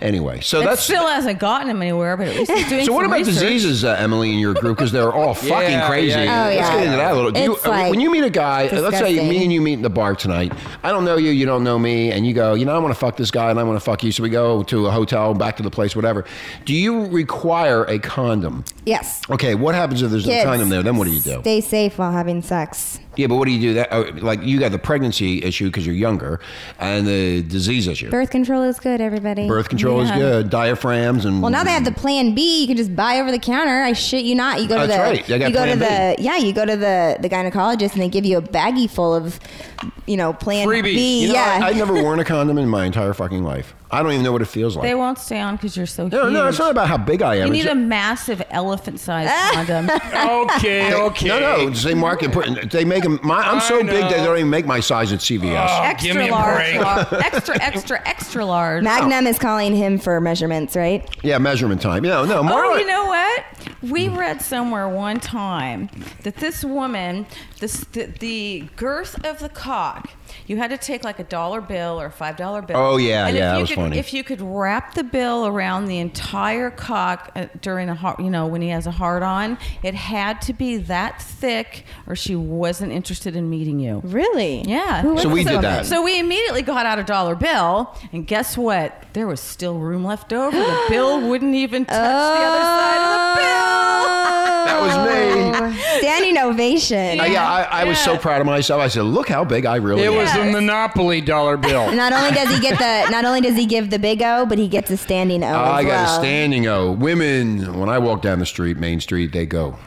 Speaker 2: Anyway, so
Speaker 5: It
Speaker 2: that's
Speaker 5: still hasn't gotten him anywhere, but at least he's doing
Speaker 2: So what
Speaker 5: some
Speaker 2: about
Speaker 5: research.
Speaker 2: diseases, uh, Emily, in your group? Because they're all
Speaker 8: Yeah,
Speaker 2: fucking crazy.
Speaker 8: yeah, yeah.
Speaker 6: Oh,
Speaker 2: Let's
Speaker 6: yeah.
Speaker 2: get into that a little. Do you-
Speaker 6: It's like
Speaker 2: when you meet a guy, uh, let's say me
Speaker 6: disgusting.
Speaker 2: and you meet in the bar tonight. I don't know you, you don't know me, and you go, you know, I want to fuck this guy, and I want to fuck you. So we go to a hotel, back to the place, whatever. Do you require a condom?
Speaker 6: yes.
Speaker 2: Okay, what happens if there's no
Speaker 6: Kids,
Speaker 2: condom there? Then what do you do?
Speaker 6: Stay safe while having sex.
Speaker 2: yeah, but what do you do? That oh, like you got the pregnancy issue because you're younger, and the disease issue.
Speaker 6: Birth control is good, everybody.
Speaker 2: Birth control is good. Diaphragms and
Speaker 6: Well, now they have the Plan B. You can just buy over the counter. I shit you not. You go to
Speaker 2: That's
Speaker 6: the
Speaker 2: right. They got
Speaker 6: you go to
Speaker 2: Plan B.
Speaker 6: the yeah. You go to the the gynecologist and they give you a baggie full of you know Plan
Speaker 8: Freebies.
Speaker 6: B.
Speaker 2: You know,
Speaker 6: yeah.
Speaker 2: I, I've never worn a condom in my entire fucking life. I don't even know what it feels like.
Speaker 5: They won't stay on because you're so
Speaker 2: No,
Speaker 5: huge.
Speaker 2: no, it's not about how big I am.
Speaker 5: You
Speaker 2: It's-
Speaker 5: need a massive elephant-sized
Speaker 8: Oh,
Speaker 5: condom.
Speaker 8: Okay, okay.
Speaker 2: No, no, it's they mark and put. They make them. My, I'm so
Speaker 8: I
Speaker 2: big that they
Speaker 8: know.
Speaker 2: don't even make my size at CVS.
Speaker 5: extra
Speaker 8: me a
Speaker 5: large,
Speaker 8: break.
Speaker 5: lar- extra, extra, extra large.
Speaker 6: Magnum is calling him for measurements, right?
Speaker 2: yeah, measurement time. No, no, Marla.
Speaker 5: Oh, you know what? We read somewhere one time that this woman, this, the, the girth of the cock, you had to take like a dollar bill or a five dollar bill.
Speaker 2: Oh, yeah,
Speaker 5: and
Speaker 2: yeah,
Speaker 5: if
Speaker 2: that
Speaker 5: you
Speaker 2: was
Speaker 5: could,
Speaker 2: funny.
Speaker 5: If you could wrap the bill around the entire cock uh, during a hard, you know, when he has a hard on, it had to be that thick, or she wasn't interested in meeting you.
Speaker 6: Really?
Speaker 5: Yeah.
Speaker 6: Who
Speaker 2: So
Speaker 6: was
Speaker 2: we
Speaker 6: this
Speaker 2: did
Speaker 6: woman?
Speaker 2: that.
Speaker 5: So we immediately got out a dollar bill, and guess what? There was still room left over. The bill wouldn't even touch the other side of the bill.
Speaker 2: that was me.
Speaker 6: Oh. Standing ovation.
Speaker 2: Uh, yeah, I, I was so
Speaker 5: Oh, yeah.
Speaker 2: proud of myself. I said, "Look how big I really
Speaker 8: It
Speaker 2: am."
Speaker 8: was a
Speaker 5: Yes.
Speaker 8: Monopoly dollar bill.
Speaker 6: Not only does he get the, not only does he give the big O, but he gets a standing O.
Speaker 2: Oh, I
Speaker 6: as
Speaker 2: got
Speaker 6: well.
Speaker 2: a standing O. Women, when I walk down the street, Main Street, they go.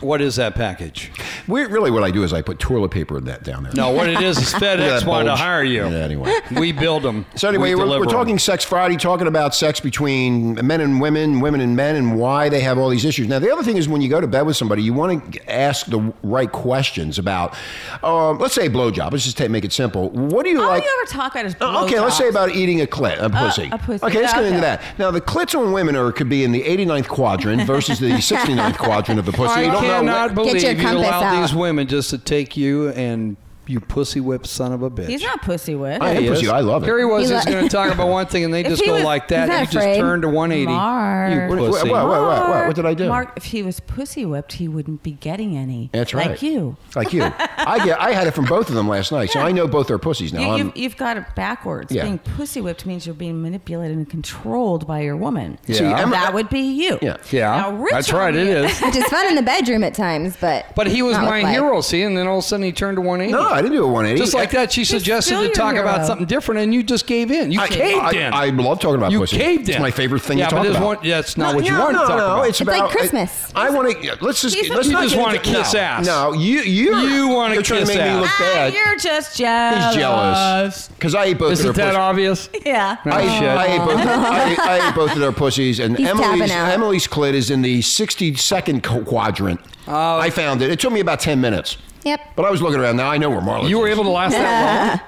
Speaker 8: what is that package?
Speaker 2: We're, really, what I do is I put toilet paper in that down there.
Speaker 8: No, what it is is
Speaker 2: Look
Speaker 8: FedEx
Speaker 2: at that
Speaker 8: wanted to
Speaker 2: bulge.
Speaker 8: hire you.
Speaker 2: Yeah, anyway.
Speaker 8: We build them.
Speaker 2: So anyway,
Speaker 8: we
Speaker 2: we are
Speaker 8: deliver
Speaker 2: we're
Speaker 8: 'em.
Speaker 2: talking Sex Friday, talking about sex between men and women, women and men, and why they have all these issues. Now, the other thing is when you go to bed with somebody, you want to ask the right questions about, um, let's say blowjob. Let's just take, make it simple. What do you
Speaker 5: All
Speaker 2: like?
Speaker 5: Oh, you ever talk about is
Speaker 2: Uh, okay, let's
Speaker 5: blowjobs.
Speaker 2: say about eating a clit, a pussy.
Speaker 5: Uh, a pussy.
Speaker 2: Okay, let's
Speaker 5: Yeah,
Speaker 2: get into
Speaker 5: okay.
Speaker 2: that. Now, the clits on women are could be in the 89th quadrant versus the 69th quadrant of the pussy.
Speaker 8: I
Speaker 2: you don't
Speaker 8: cannot
Speaker 2: know. what-
Speaker 8: believe
Speaker 6: your
Speaker 8: you
Speaker 6: compass
Speaker 8: allowed
Speaker 6: out.
Speaker 8: these women just to take you and you pussy whip son of a bitch.
Speaker 5: He's not pussy with.
Speaker 2: I am
Speaker 8: He
Speaker 2: pussy.
Speaker 8: is.
Speaker 2: I love it.
Speaker 8: Here he was
Speaker 6: He
Speaker 8: just
Speaker 6: li-
Speaker 8: going to talk about one thing, and they
Speaker 5: If
Speaker 8: just
Speaker 5: he
Speaker 8: go
Speaker 5: was-
Speaker 8: like that,
Speaker 6: he's
Speaker 8: and
Speaker 6: not
Speaker 8: you just
Speaker 6: afraid.
Speaker 8: turn to 180.
Speaker 5: Mark.
Speaker 8: You pussy.
Speaker 2: What, what, what, what, what did I do?
Speaker 5: Mark, if he was pussy whipped, he wouldn't be getting any.
Speaker 2: That's right.
Speaker 5: Like you.
Speaker 2: Like you. I get. I had it from both of them last night, so I know both their pussies now.
Speaker 5: you
Speaker 2: I'm-
Speaker 5: you've, you've got it backwards.
Speaker 2: Yeah.
Speaker 5: Being pussy whipped means you're being manipulated and controlled by your woman.
Speaker 2: See, Emma-
Speaker 5: that would be you.
Speaker 2: Yeah.
Speaker 8: Yeah,
Speaker 5: Now, Rich
Speaker 8: that's right.
Speaker 5: on
Speaker 8: It
Speaker 5: the-
Speaker 8: is.
Speaker 6: which is fun in the bedroom at times, but
Speaker 8: But he was
Speaker 6: not with
Speaker 8: my
Speaker 6: life.
Speaker 8: hero, see, and then all of a sudden he turned to 180.
Speaker 2: No, I didn't do a 180.
Speaker 8: Just like that, she suggested
Speaker 5: still
Speaker 8: to
Speaker 5: your
Speaker 8: talk about
Speaker 5: hero.
Speaker 8: something different, and you just gave in. You
Speaker 2: I,
Speaker 8: caved
Speaker 2: I,
Speaker 8: in.
Speaker 2: I love talking about
Speaker 8: you
Speaker 2: pussy.
Speaker 8: caved in.
Speaker 2: It's my favorite thing
Speaker 8: yeah, but
Speaker 2: to talk
Speaker 8: there's
Speaker 2: about.
Speaker 8: One, that's not what you
Speaker 2: no,
Speaker 8: wanted
Speaker 2: no,
Speaker 8: to talk
Speaker 2: no,
Speaker 8: about.
Speaker 2: It's,
Speaker 6: It's like
Speaker 2: about-
Speaker 6: Christmas.
Speaker 2: I, want to. Let's just.
Speaker 5: He's a-
Speaker 2: Let's
Speaker 5: You
Speaker 2: not
Speaker 8: just
Speaker 2: get
Speaker 8: wanna
Speaker 2: into-
Speaker 8: kiss
Speaker 2: no,
Speaker 8: ass.
Speaker 2: No, you you
Speaker 8: You wanna
Speaker 2: You're trying to
Speaker 8: kiss
Speaker 2: make me
Speaker 8: ass.
Speaker 2: look
Speaker 5: Ah,
Speaker 2: bad.
Speaker 5: you're just jealous.
Speaker 2: He's jealous because I ate both
Speaker 8: Isn't
Speaker 2: of their
Speaker 8: that
Speaker 2: pussies.
Speaker 8: obvious?
Speaker 5: Yeah.
Speaker 8: No
Speaker 2: I,
Speaker 8: shit.
Speaker 2: I, ate both, I, I ate both of their pussies, and
Speaker 6: He's
Speaker 2: Emily's,
Speaker 6: tapping out.
Speaker 2: Emily's clit is in the 62nd qu- quadrant.
Speaker 8: Oh.
Speaker 2: I found it. It took me about 10 minutes.
Speaker 6: Yep.
Speaker 2: But I was looking around. Now I know where Marla
Speaker 8: you were
Speaker 2: is.
Speaker 8: able to last that long?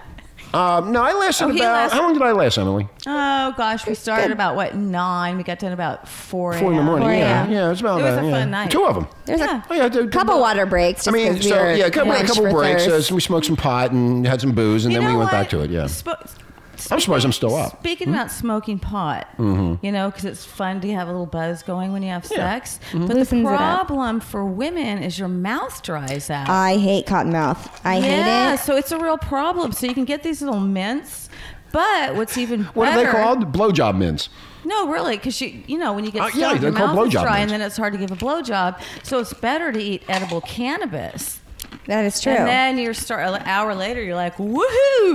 Speaker 2: Um, no, I lasted
Speaker 5: Oh,
Speaker 2: about.
Speaker 5: he lasted-
Speaker 2: How long did I last, Emily?
Speaker 5: Oh gosh, we started about what nine? We got done about four.
Speaker 2: Four in the morning.
Speaker 6: Four
Speaker 2: yeah,
Speaker 6: a.m.
Speaker 2: yeah, it was about
Speaker 5: It was
Speaker 2: that,
Speaker 5: a
Speaker 2: yeah.
Speaker 5: fun night.
Speaker 2: Two of them.
Speaker 6: There's
Speaker 5: Yeah.
Speaker 2: Oh, yeah, dude,
Speaker 6: a couple
Speaker 2: good-
Speaker 6: water breaks. Just
Speaker 2: I mean,
Speaker 6: 'cause we
Speaker 2: so
Speaker 6: were
Speaker 2: yeah, a couple, a
Speaker 6: drenched
Speaker 2: couple
Speaker 6: for
Speaker 2: breaks. Uh,
Speaker 6: thirst.
Speaker 2: so we smoked some pot and had some booze, and
Speaker 5: You
Speaker 2: then we
Speaker 5: know
Speaker 2: went
Speaker 5: what?
Speaker 2: back to it. Yeah. Hmm?
Speaker 5: Spo-
Speaker 2: I'm surprised I'm still up.
Speaker 5: Speaking about smoking pot,
Speaker 2: Mm-hmm.
Speaker 5: you know, because it's fun to have a little buzz going when you have sex.
Speaker 2: Mm-hmm.
Speaker 5: But
Speaker 6: Loosens it
Speaker 5: the
Speaker 6: up.
Speaker 5: problem for women is your mouth dries out.
Speaker 6: I hate cottonmouth. I
Speaker 5: yeah,
Speaker 6: hate it.
Speaker 5: so it's a real problem. So you can get these little mints. But what's even
Speaker 2: what
Speaker 5: better?
Speaker 2: are they called? Blowjob mints.
Speaker 5: No, really, because you you know when you get
Speaker 2: Uh,
Speaker 5: stoned,
Speaker 2: yeah, they're
Speaker 5: your
Speaker 2: called
Speaker 5: mouth is
Speaker 2: blowjob
Speaker 5: dry,
Speaker 2: mints.
Speaker 5: and then it's hard to give a blowjob. So it's better to eat edible cannabis.
Speaker 6: That is true.
Speaker 5: And then you're start an hour later, you're like, woohoo!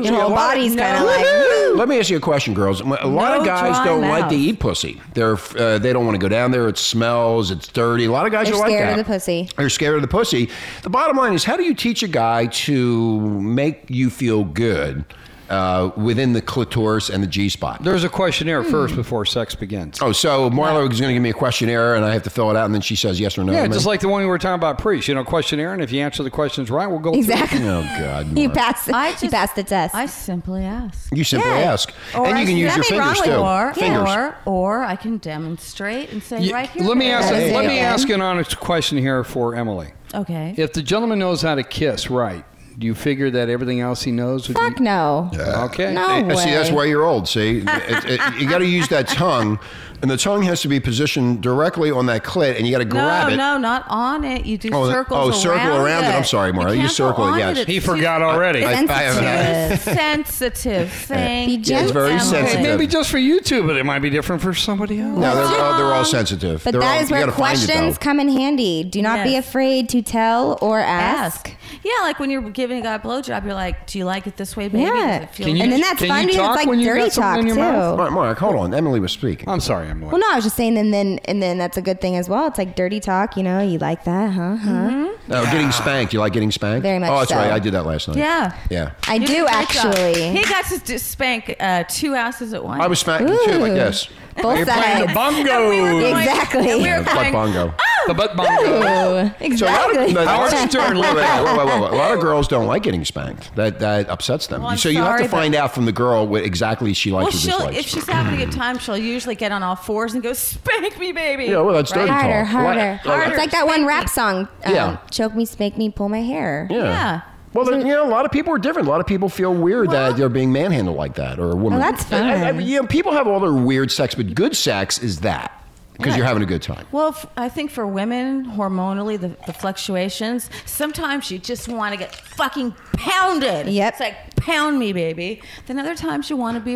Speaker 6: Your whole body's
Speaker 5: No.
Speaker 6: kind of like,
Speaker 5: Woohoo!
Speaker 2: Let me ask you a question, girls. A lot of
Speaker 5: No
Speaker 2: guys
Speaker 5: dry
Speaker 2: don't like
Speaker 5: mouth.
Speaker 2: to eat pussy. They're uh, they don't want to go down there. It smells. It's dirty. A lot of guys
Speaker 6: They're
Speaker 2: are like
Speaker 6: scared
Speaker 2: that.
Speaker 6: of the pussy.
Speaker 2: They're scared of the pussy. The bottom line is, how do you teach a guy to make you feel good uh, within the clitoris and the G spot?
Speaker 8: There's a questionnaire first before sex begins.
Speaker 2: Oh, so Marlo is going to give me a questionnaire, and I have to fill it out, and then she says yes or no.
Speaker 8: yeah,
Speaker 2: to me?
Speaker 8: just like the one we were talking about, priest. You know, questionnaire, and if you answer the questions right, we'll go. through.
Speaker 6: Exactly.
Speaker 2: Oh God,
Speaker 6: You
Speaker 2: Mark.
Speaker 6: passed.
Speaker 5: I
Speaker 6: you
Speaker 5: just-
Speaker 6: passed the test.
Speaker 5: I simply ask.
Speaker 2: You simply
Speaker 6: Yeah.
Speaker 2: ask,
Speaker 5: Or
Speaker 2: and
Speaker 5: I
Speaker 2: you can
Speaker 5: say-
Speaker 2: use your
Speaker 6: nothing
Speaker 2: fingers
Speaker 6: wrong
Speaker 2: too.
Speaker 5: Or,
Speaker 6: with
Speaker 2: Fingers.
Speaker 5: or, or I can demonstrate and say
Speaker 8: You-
Speaker 5: right here.
Speaker 8: let me ask.
Speaker 6: That's
Speaker 8: Let
Speaker 6: it.
Speaker 8: me ask an honest question here for Emily.
Speaker 5: Okay.
Speaker 8: If the gentleman knows how to kiss right, do you figure that everything else he knows? Would Uh,
Speaker 6: Fuck no.
Speaker 8: Okay.
Speaker 6: No
Speaker 2: Hey, Eh, See, that's
Speaker 6: way.
Speaker 2: why you're old. See, It- it- you got to use that tongue, and the tongue has to be positioned directly on that clit, and you got to grab
Speaker 5: no,
Speaker 2: it.
Speaker 5: no, not on it. You do
Speaker 2: Oh, that-
Speaker 5: circles
Speaker 2: oh,
Speaker 5: around
Speaker 2: circle around it. I'm sorry, Mara.
Speaker 5: Mara.
Speaker 2: You circle it, yes.
Speaker 8: He forgot already.
Speaker 2: I- I have an eye.
Speaker 6: Sensitive.
Speaker 5: sensitive thing.
Speaker 6: Be
Speaker 2: Yeah, it's very
Speaker 5: Emily.
Speaker 2: sensitive.
Speaker 8: Hey, maybe just for you two, but it might be different for somebody else.
Speaker 2: No, they're, oh, they're all sensitive.
Speaker 6: But
Speaker 2: they're all,
Speaker 6: that is
Speaker 2: you
Speaker 6: where
Speaker 2: gotta find it, though.
Speaker 6: questions come in handy. Do not be
Speaker 5: Yes.
Speaker 6: afraid to tell or ask.
Speaker 5: Ask. Yeah, like when you're giving a guy a blowjob, you're like, "Do you like it this way, baby?"
Speaker 6: Yeah.
Speaker 5: Does it feel
Speaker 8: Can you-
Speaker 6: and then that's
Speaker 8: can
Speaker 6: fun
Speaker 8: you
Speaker 6: because
Speaker 8: talk
Speaker 6: it's
Speaker 8: when
Speaker 6: like
Speaker 8: you've
Speaker 6: dirty
Speaker 8: got something
Speaker 6: talk
Speaker 8: in
Speaker 6: too.
Speaker 8: your mouth?
Speaker 2: Mark, Mark, hold on. Emily was speaking.
Speaker 8: I'm sorry, Emily.
Speaker 6: Well, no, I was just saying, and then and then that's a good thing as well. It's like dirty talk, you know. You like that, huh? Huh?
Speaker 2: Oh, getting spanked. You like getting spanked?
Speaker 6: Very much
Speaker 2: Oh, that's
Speaker 6: so.
Speaker 2: right. I did that last night.
Speaker 5: Yeah.
Speaker 2: Yeah.
Speaker 6: I
Speaker 5: You
Speaker 6: do
Speaker 5: did a great job.
Speaker 6: actually.
Speaker 5: He got to d- spank uh, two asses at once.
Speaker 2: I was spanked too, like
Speaker 6: Ooh.
Speaker 2: this.
Speaker 6: Both sides.
Speaker 8: bongo.
Speaker 6: Exactly.
Speaker 5: And we
Speaker 2: Yeah,
Speaker 5: were
Speaker 2: butt
Speaker 5: going, "Oh,
Speaker 2: bongo.
Speaker 8: the butt bongo.
Speaker 6: Ooh,
Speaker 2: So a lot of-
Speaker 6: exactly.
Speaker 2: no,
Speaker 8: Howard
Speaker 2: that's-
Speaker 8: Stern,
Speaker 2: wait,
Speaker 8: look
Speaker 2: wait, wait, wait, wait, wait. A lot of girls don't like getting spanked. That that upsets them.
Speaker 5: Well, I'm
Speaker 2: so you have to
Speaker 5: sorry, but-
Speaker 2: find out from the girl what exactly she likes
Speaker 5: Well,
Speaker 2: or
Speaker 5: she'll
Speaker 2: dislikes.
Speaker 5: if she's having a good time, she'll usually get on all fours and go, "Spank me, baby."
Speaker 2: yeah, well, that's dirty talk.
Speaker 6: harder, harder,
Speaker 2: Well,
Speaker 5: Harder.
Speaker 6: It's like that one rap song. Um,
Speaker 2: Yeah.
Speaker 6: Choke me, spank me, pull my hair.
Speaker 2: Yeah.
Speaker 5: Yeah.
Speaker 2: Well, there, you know, a lot of people are different. A lot of people feel weird that they're being manhandled like that, or a woman.
Speaker 6: Well, that's
Speaker 2: I- I- I
Speaker 6: fun.
Speaker 2: mean, you know, people have all their weird sex, but good sex is that because you're having a good time.
Speaker 5: Well, f- I think for women, hormonally, the, the fluctuations, sometimes you just want to get fucking pounded.
Speaker 6: Yep.
Speaker 5: It's like, pound me, baby. Then other times you want to be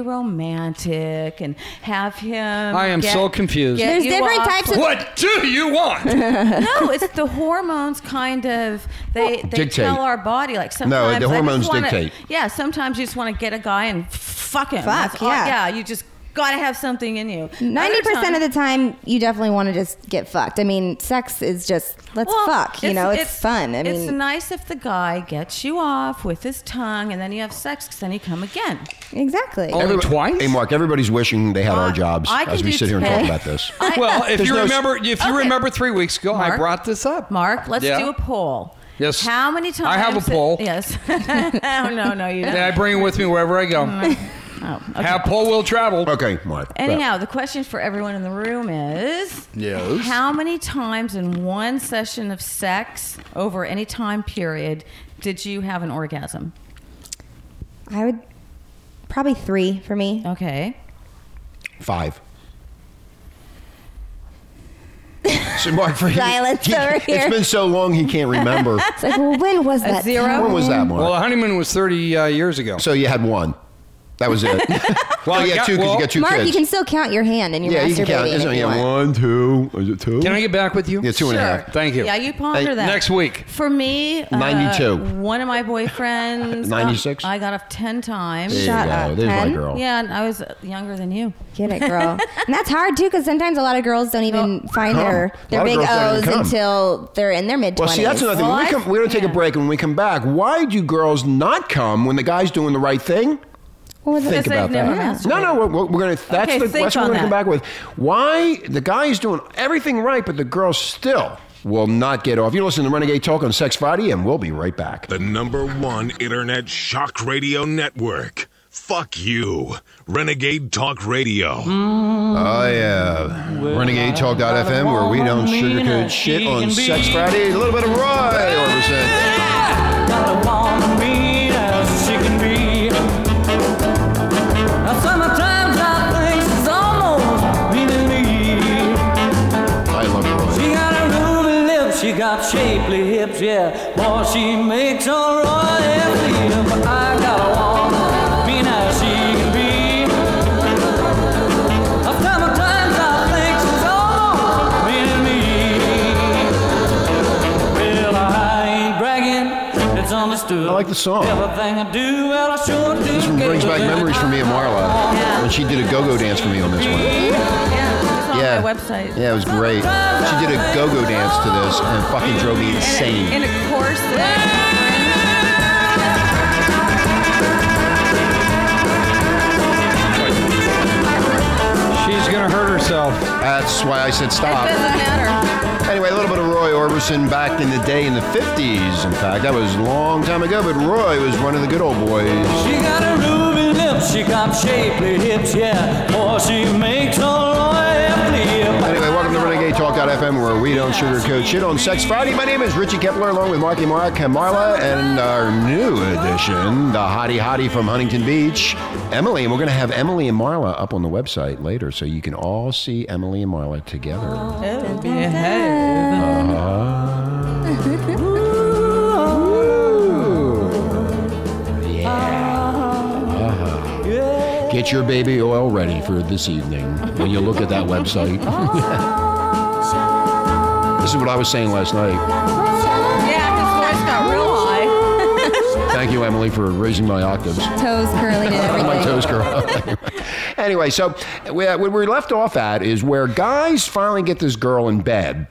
Speaker 5: romantic and have him.
Speaker 8: I am
Speaker 5: get-
Speaker 8: so confused.
Speaker 5: get
Speaker 6: There's
Speaker 5: you
Speaker 6: different
Speaker 5: off.
Speaker 6: types of.
Speaker 8: What do you want?
Speaker 5: No, it's the hormones kind of. They, they
Speaker 2: Dictate.
Speaker 5: tell our body. like sometimes I just
Speaker 2: hormones
Speaker 5: wanna-
Speaker 2: dictate.
Speaker 5: Yeah, sometimes you just want to get a guy and fuck him.
Speaker 6: Fuck,
Speaker 5: That's all- yeah,
Speaker 6: yeah.
Speaker 5: you just got to have something in you.
Speaker 6: Ninety
Speaker 5: Other
Speaker 6: percent
Speaker 5: times-
Speaker 6: of the time, you definitely want to just get fucked. I mean, sex is just let's
Speaker 5: Well,
Speaker 6: fuck. You know, it's, fun. I
Speaker 5: it's
Speaker 6: mean,
Speaker 5: nice if the guy gets you off with his tongue, and then you have sex, 'cause then you come again.
Speaker 6: exactly.
Speaker 8: Only twice.
Speaker 2: Hey, Mark, everybody's wishing they had our
Speaker 5: I-
Speaker 2: jobs
Speaker 5: I can
Speaker 2: as we
Speaker 5: do
Speaker 2: sit here and talk
Speaker 5: today.
Speaker 2: about this.
Speaker 8: Well, if
Speaker 2: There's
Speaker 8: you
Speaker 2: no s-
Speaker 8: remember, if you
Speaker 5: Okay.
Speaker 8: remember three weeks ago, I
Speaker 5: Mark?
Speaker 8: brought this up.
Speaker 5: Mark, let's
Speaker 8: Yeah.
Speaker 5: do a poll.
Speaker 8: Yes.
Speaker 5: How many times?
Speaker 8: I have a poll.
Speaker 5: Yes. oh no, no, you don't.
Speaker 8: Yeah, I bring it with me wherever I go.
Speaker 5: Oh, okay.
Speaker 8: Have Paul will travel.
Speaker 2: Okay, Mark.
Speaker 5: Anyhow, the question for everyone in the room is
Speaker 8: Yes.
Speaker 5: How many times in one session of sex over any time period did you have an orgasm?
Speaker 6: I would probably three for me.
Speaker 5: Okay.
Speaker 2: Five. So Mark, for
Speaker 6: Silence
Speaker 2: he-
Speaker 6: over here.
Speaker 2: It's been so long he can't remember.
Speaker 6: It's like, well, when was that?
Speaker 5: zero?
Speaker 6: time?
Speaker 2: when was that, Mark?
Speaker 8: Well, the honeymoon was 30 uh, years ago.
Speaker 2: so you had one. That was it.
Speaker 8: Well,
Speaker 2: oh, yeah,
Speaker 8: yeah,
Speaker 2: two because
Speaker 8: well-
Speaker 2: you got two
Speaker 6: Mark,
Speaker 2: kids.
Speaker 6: you can still count your hand and your
Speaker 2: yeah,
Speaker 6: masturbating.
Speaker 2: you can count.
Speaker 6: if
Speaker 2: Isn't it?
Speaker 6: you
Speaker 2: Yeah,
Speaker 6: want.
Speaker 2: one, two. Is it two?
Speaker 8: Can I get back with you?
Speaker 2: Yeah, two and a half.
Speaker 8: Thank you.
Speaker 5: Yeah, you ponder
Speaker 2: Hey,
Speaker 5: that.
Speaker 8: Next week.
Speaker 5: For me, uh,
Speaker 2: 92.
Speaker 5: One of my boyfriends. got-
Speaker 2: 96?
Speaker 5: I got off 10 times.
Speaker 2: There you
Speaker 6: Shut
Speaker 2: go.
Speaker 6: up,
Speaker 2: There's my
Speaker 6: Ken.
Speaker 2: girl.
Speaker 5: Yeah, and I was younger than you.
Speaker 6: Get it, girl. and that's hard too, because sometimes a lot of girls don't even find
Speaker 2: Come.
Speaker 6: their
Speaker 2: A
Speaker 6: their
Speaker 2: lot of
Speaker 6: big
Speaker 2: girls don't even
Speaker 6: O's
Speaker 2: come.
Speaker 6: until they're in their mid
Speaker 2: Well,
Speaker 6: twenties.
Speaker 2: see, that's another thing. When we
Speaker 5: Well,
Speaker 2: come, we're going to take a
Speaker 5: yeah.
Speaker 2: break. and When we come back, why do girls not come when the guy's doing the right thing? Think
Speaker 5: Because
Speaker 2: about
Speaker 5: they've never
Speaker 2: that.
Speaker 5: masturbated.
Speaker 2: No, no, we're, we're going to. That's
Speaker 5: Okay,
Speaker 2: the
Speaker 5: think
Speaker 2: question we're
Speaker 5: on
Speaker 2: going to come back
Speaker 5: that.
Speaker 2: with. Why the guy is doing everything right, but the girl still will not get off. You listen to Renegade Talk on Sex Friday, and we'll be right back.
Speaker 1: The number one internet shock radio network. Fuck you. Renegade Talk Radio.
Speaker 2: Oh yeah, RenegadeTalk.fm, where we don't sugarcoat shit on Sex Friday. A little bit of Roy Orbison.
Speaker 7: Got a woman mean as she can be. Now sometimes I think she's almost meaner than me.
Speaker 2: I love Roy.
Speaker 7: She got a ruby lips, she got shapely hips, yeah. Boy, she makes a royal feel. But I got a woman mean as she can be. Sometimes I think she's almost meaner than me. Well, I ain't bragging, it's understood.
Speaker 2: like the song.
Speaker 7: Everything I do, well, I sure do.
Speaker 2: This one brings back memories for me and Marla when she did a go-go dance for me on this one.
Speaker 5: Yeah, it's on
Speaker 2: Yeah.
Speaker 5: my website.
Speaker 2: Yeah, it was great. She did a go-go dance to this and fucking drove me insane.
Speaker 5: In a course that
Speaker 8: She's gonna hurt herself.
Speaker 2: That's why I said
Speaker 5: I
Speaker 2: stop.
Speaker 5: doesn't matter.
Speaker 2: Anyway, a little bit of Roy Orbison back in the day in the 50s. In fact, that was a long time ago, but Roy was one of the good old boys.
Speaker 7: She got a ruby lips, she got shapely hips, yeah. Boy, she makes a lawyer
Speaker 2: Anyway, welcome to Renegade Talk.fm where we don't sugarcoat shit on Sex Friday. My name is Richie Kepler along with Marky Mark, Kamala, and our new addition, the hottie hottie from Huntington Beach, Emily. And we're going to have Emily and Marla up on the website later so you can all see Emily and Marla together. Get your baby oil ready for this evening when you look at that website. this is what I was saying last night.
Speaker 5: Yeah, his voice got real high.
Speaker 2: Thank you, Emily, for raising my octaves.
Speaker 6: Toes curling and
Speaker 2: my
Speaker 6: everything.
Speaker 2: toes curl. anyway, so we, uh, what we left off at is where guys finally get this girl in bed,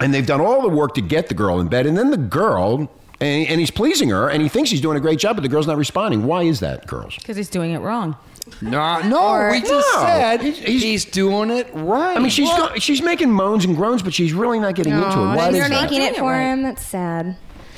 Speaker 2: and they've done all the work to get the girl in bed, and then the girl. And, and he's pleasing her, and he thinks he's doing a great job, but the girl's not responding. Why is that, girls?
Speaker 5: Because he's doing it wrong.
Speaker 8: No, no, we just
Speaker 2: No.
Speaker 8: said
Speaker 2: He's-
Speaker 8: he's,
Speaker 2: he's-
Speaker 8: doing it right.
Speaker 2: I mean, she's go, she's making moans and groans, but she's really not getting into it. Why
Speaker 6: She's
Speaker 2: is that?
Speaker 6: making
Speaker 5: doing it
Speaker 6: it for
Speaker 5: right.
Speaker 6: him. That's sad.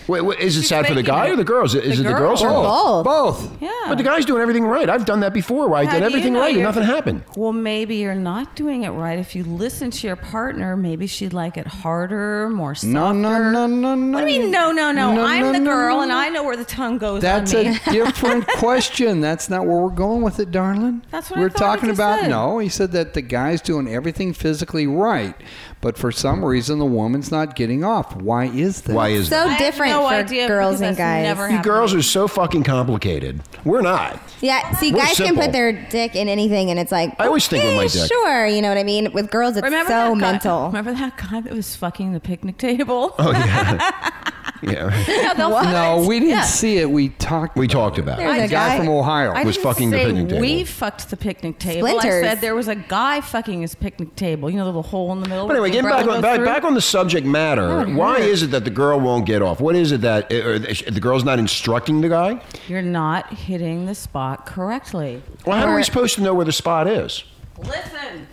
Speaker 2: Wait, wait, is it
Speaker 5: She's
Speaker 2: sad for the
Speaker 5: making
Speaker 2: guy
Speaker 5: it.
Speaker 2: or the girls? Is
Speaker 5: The
Speaker 2: it the girls or
Speaker 6: girl.
Speaker 2: both?
Speaker 6: Both.
Speaker 8: both.
Speaker 5: Yeah.
Speaker 2: But the guy's doing everything right. I've done that before. Where I
Speaker 5: How
Speaker 2: did
Speaker 5: do you
Speaker 2: everything
Speaker 5: know
Speaker 2: right and
Speaker 5: you're-
Speaker 2: nothing happened.
Speaker 5: Well, maybe you're not doing it right. If you listen to your partner, maybe she'd like it harder, more soft.
Speaker 8: No, no, no, no, no.
Speaker 5: What do you mean, no, no, no?
Speaker 8: No,
Speaker 5: I'm
Speaker 8: no,
Speaker 5: the
Speaker 8: no,
Speaker 5: girl,
Speaker 8: no.
Speaker 5: and I know where the tongue goes.
Speaker 8: That's
Speaker 5: on me.
Speaker 8: a different question. That's not where we're going with it, darling.
Speaker 5: That's what I
Speaker 8: we're
Speaker 5: thought I
Speaker 8: talking
Speaker 5: just
Speaker 8: about.
Speaker 5: said.
Speaker 8: No, he said that the guy's doing everything physically right, but for some reason the woman's not getting off. Why is that?
Speaker 2: Why is that?
Speaker 6: So
Speaker 5: I have
Speaker 6: different
Speaker 5: no
Speaker 6: for
Speaker 5: idea
Speaker 6: girls
Speaker 5: because
Speaker 6: and
Speaker 5: that's
Speaker 6: guys.
Speaker 5: never
Speaker 2: You
Speaker 5: happened.
Speaker 2: girls are so fucking complicated. We're not.
Speaker 6: Yeah, see,
Speaker 2: We're
Speaker 6: guys can
Speaker 2: simple.
Speaker 6: put their dick in anything, and it's like
Speaker 2: I always think with
Speaker 6: okay,
Speaker 2: my dick.
Speaker 6: Sure, you know what I mean. With girls, it's
Speaker 5: Remember
Speaker 6: so
Speaker 5: that guy,
Speaker 6: mental.
Speaker 5: Remember that guy that was fucking the picnic table?
Speaker 2: Oh yeah, yeah.
Speaker 5: no, they'll fuck-
Speaker 8: No, we didn't
Speaker 5: Yeah.
Speaker 8: see it. We talked.
Speaker 2: We talked about it.
Speaker 6: There's
Speaker 8: the
Speaker 6: a
Speaker 8: guy,
Speaker 6: guy-
Speaker 8: from Ohio.
Speaker 5: I
Speaker 2: was
Speaker 5: didn't
Speaker 2: fucking the
Speaker 5: say
Speaker 2: picnic table.
Speaker 5: We fucked the picnic table.
Speaker 6: Splinters.
Speaker 5: I said there was a guy fucking his picnic table. You know, the little hole in the middle.
Speaker 2: But anyway,
Speaker 5: where the
Speaker 2: getting back
Speaker 5: umbrella
Speaker 2: on
Speaker 5: goes
Speaker 2: back,
Speaker 5: through?
Speaker 2: back on the subject matter, why is it that the girl won't get off? What is it that eh, or the girl's not instructing the guy?
Speaker 5: You're not hitting the spot correctly.
Speaker 2: Well, how are we
Speaker 6: Or-
Speaker 2: supposed to know where the spot is?
Speaker 5: Listen.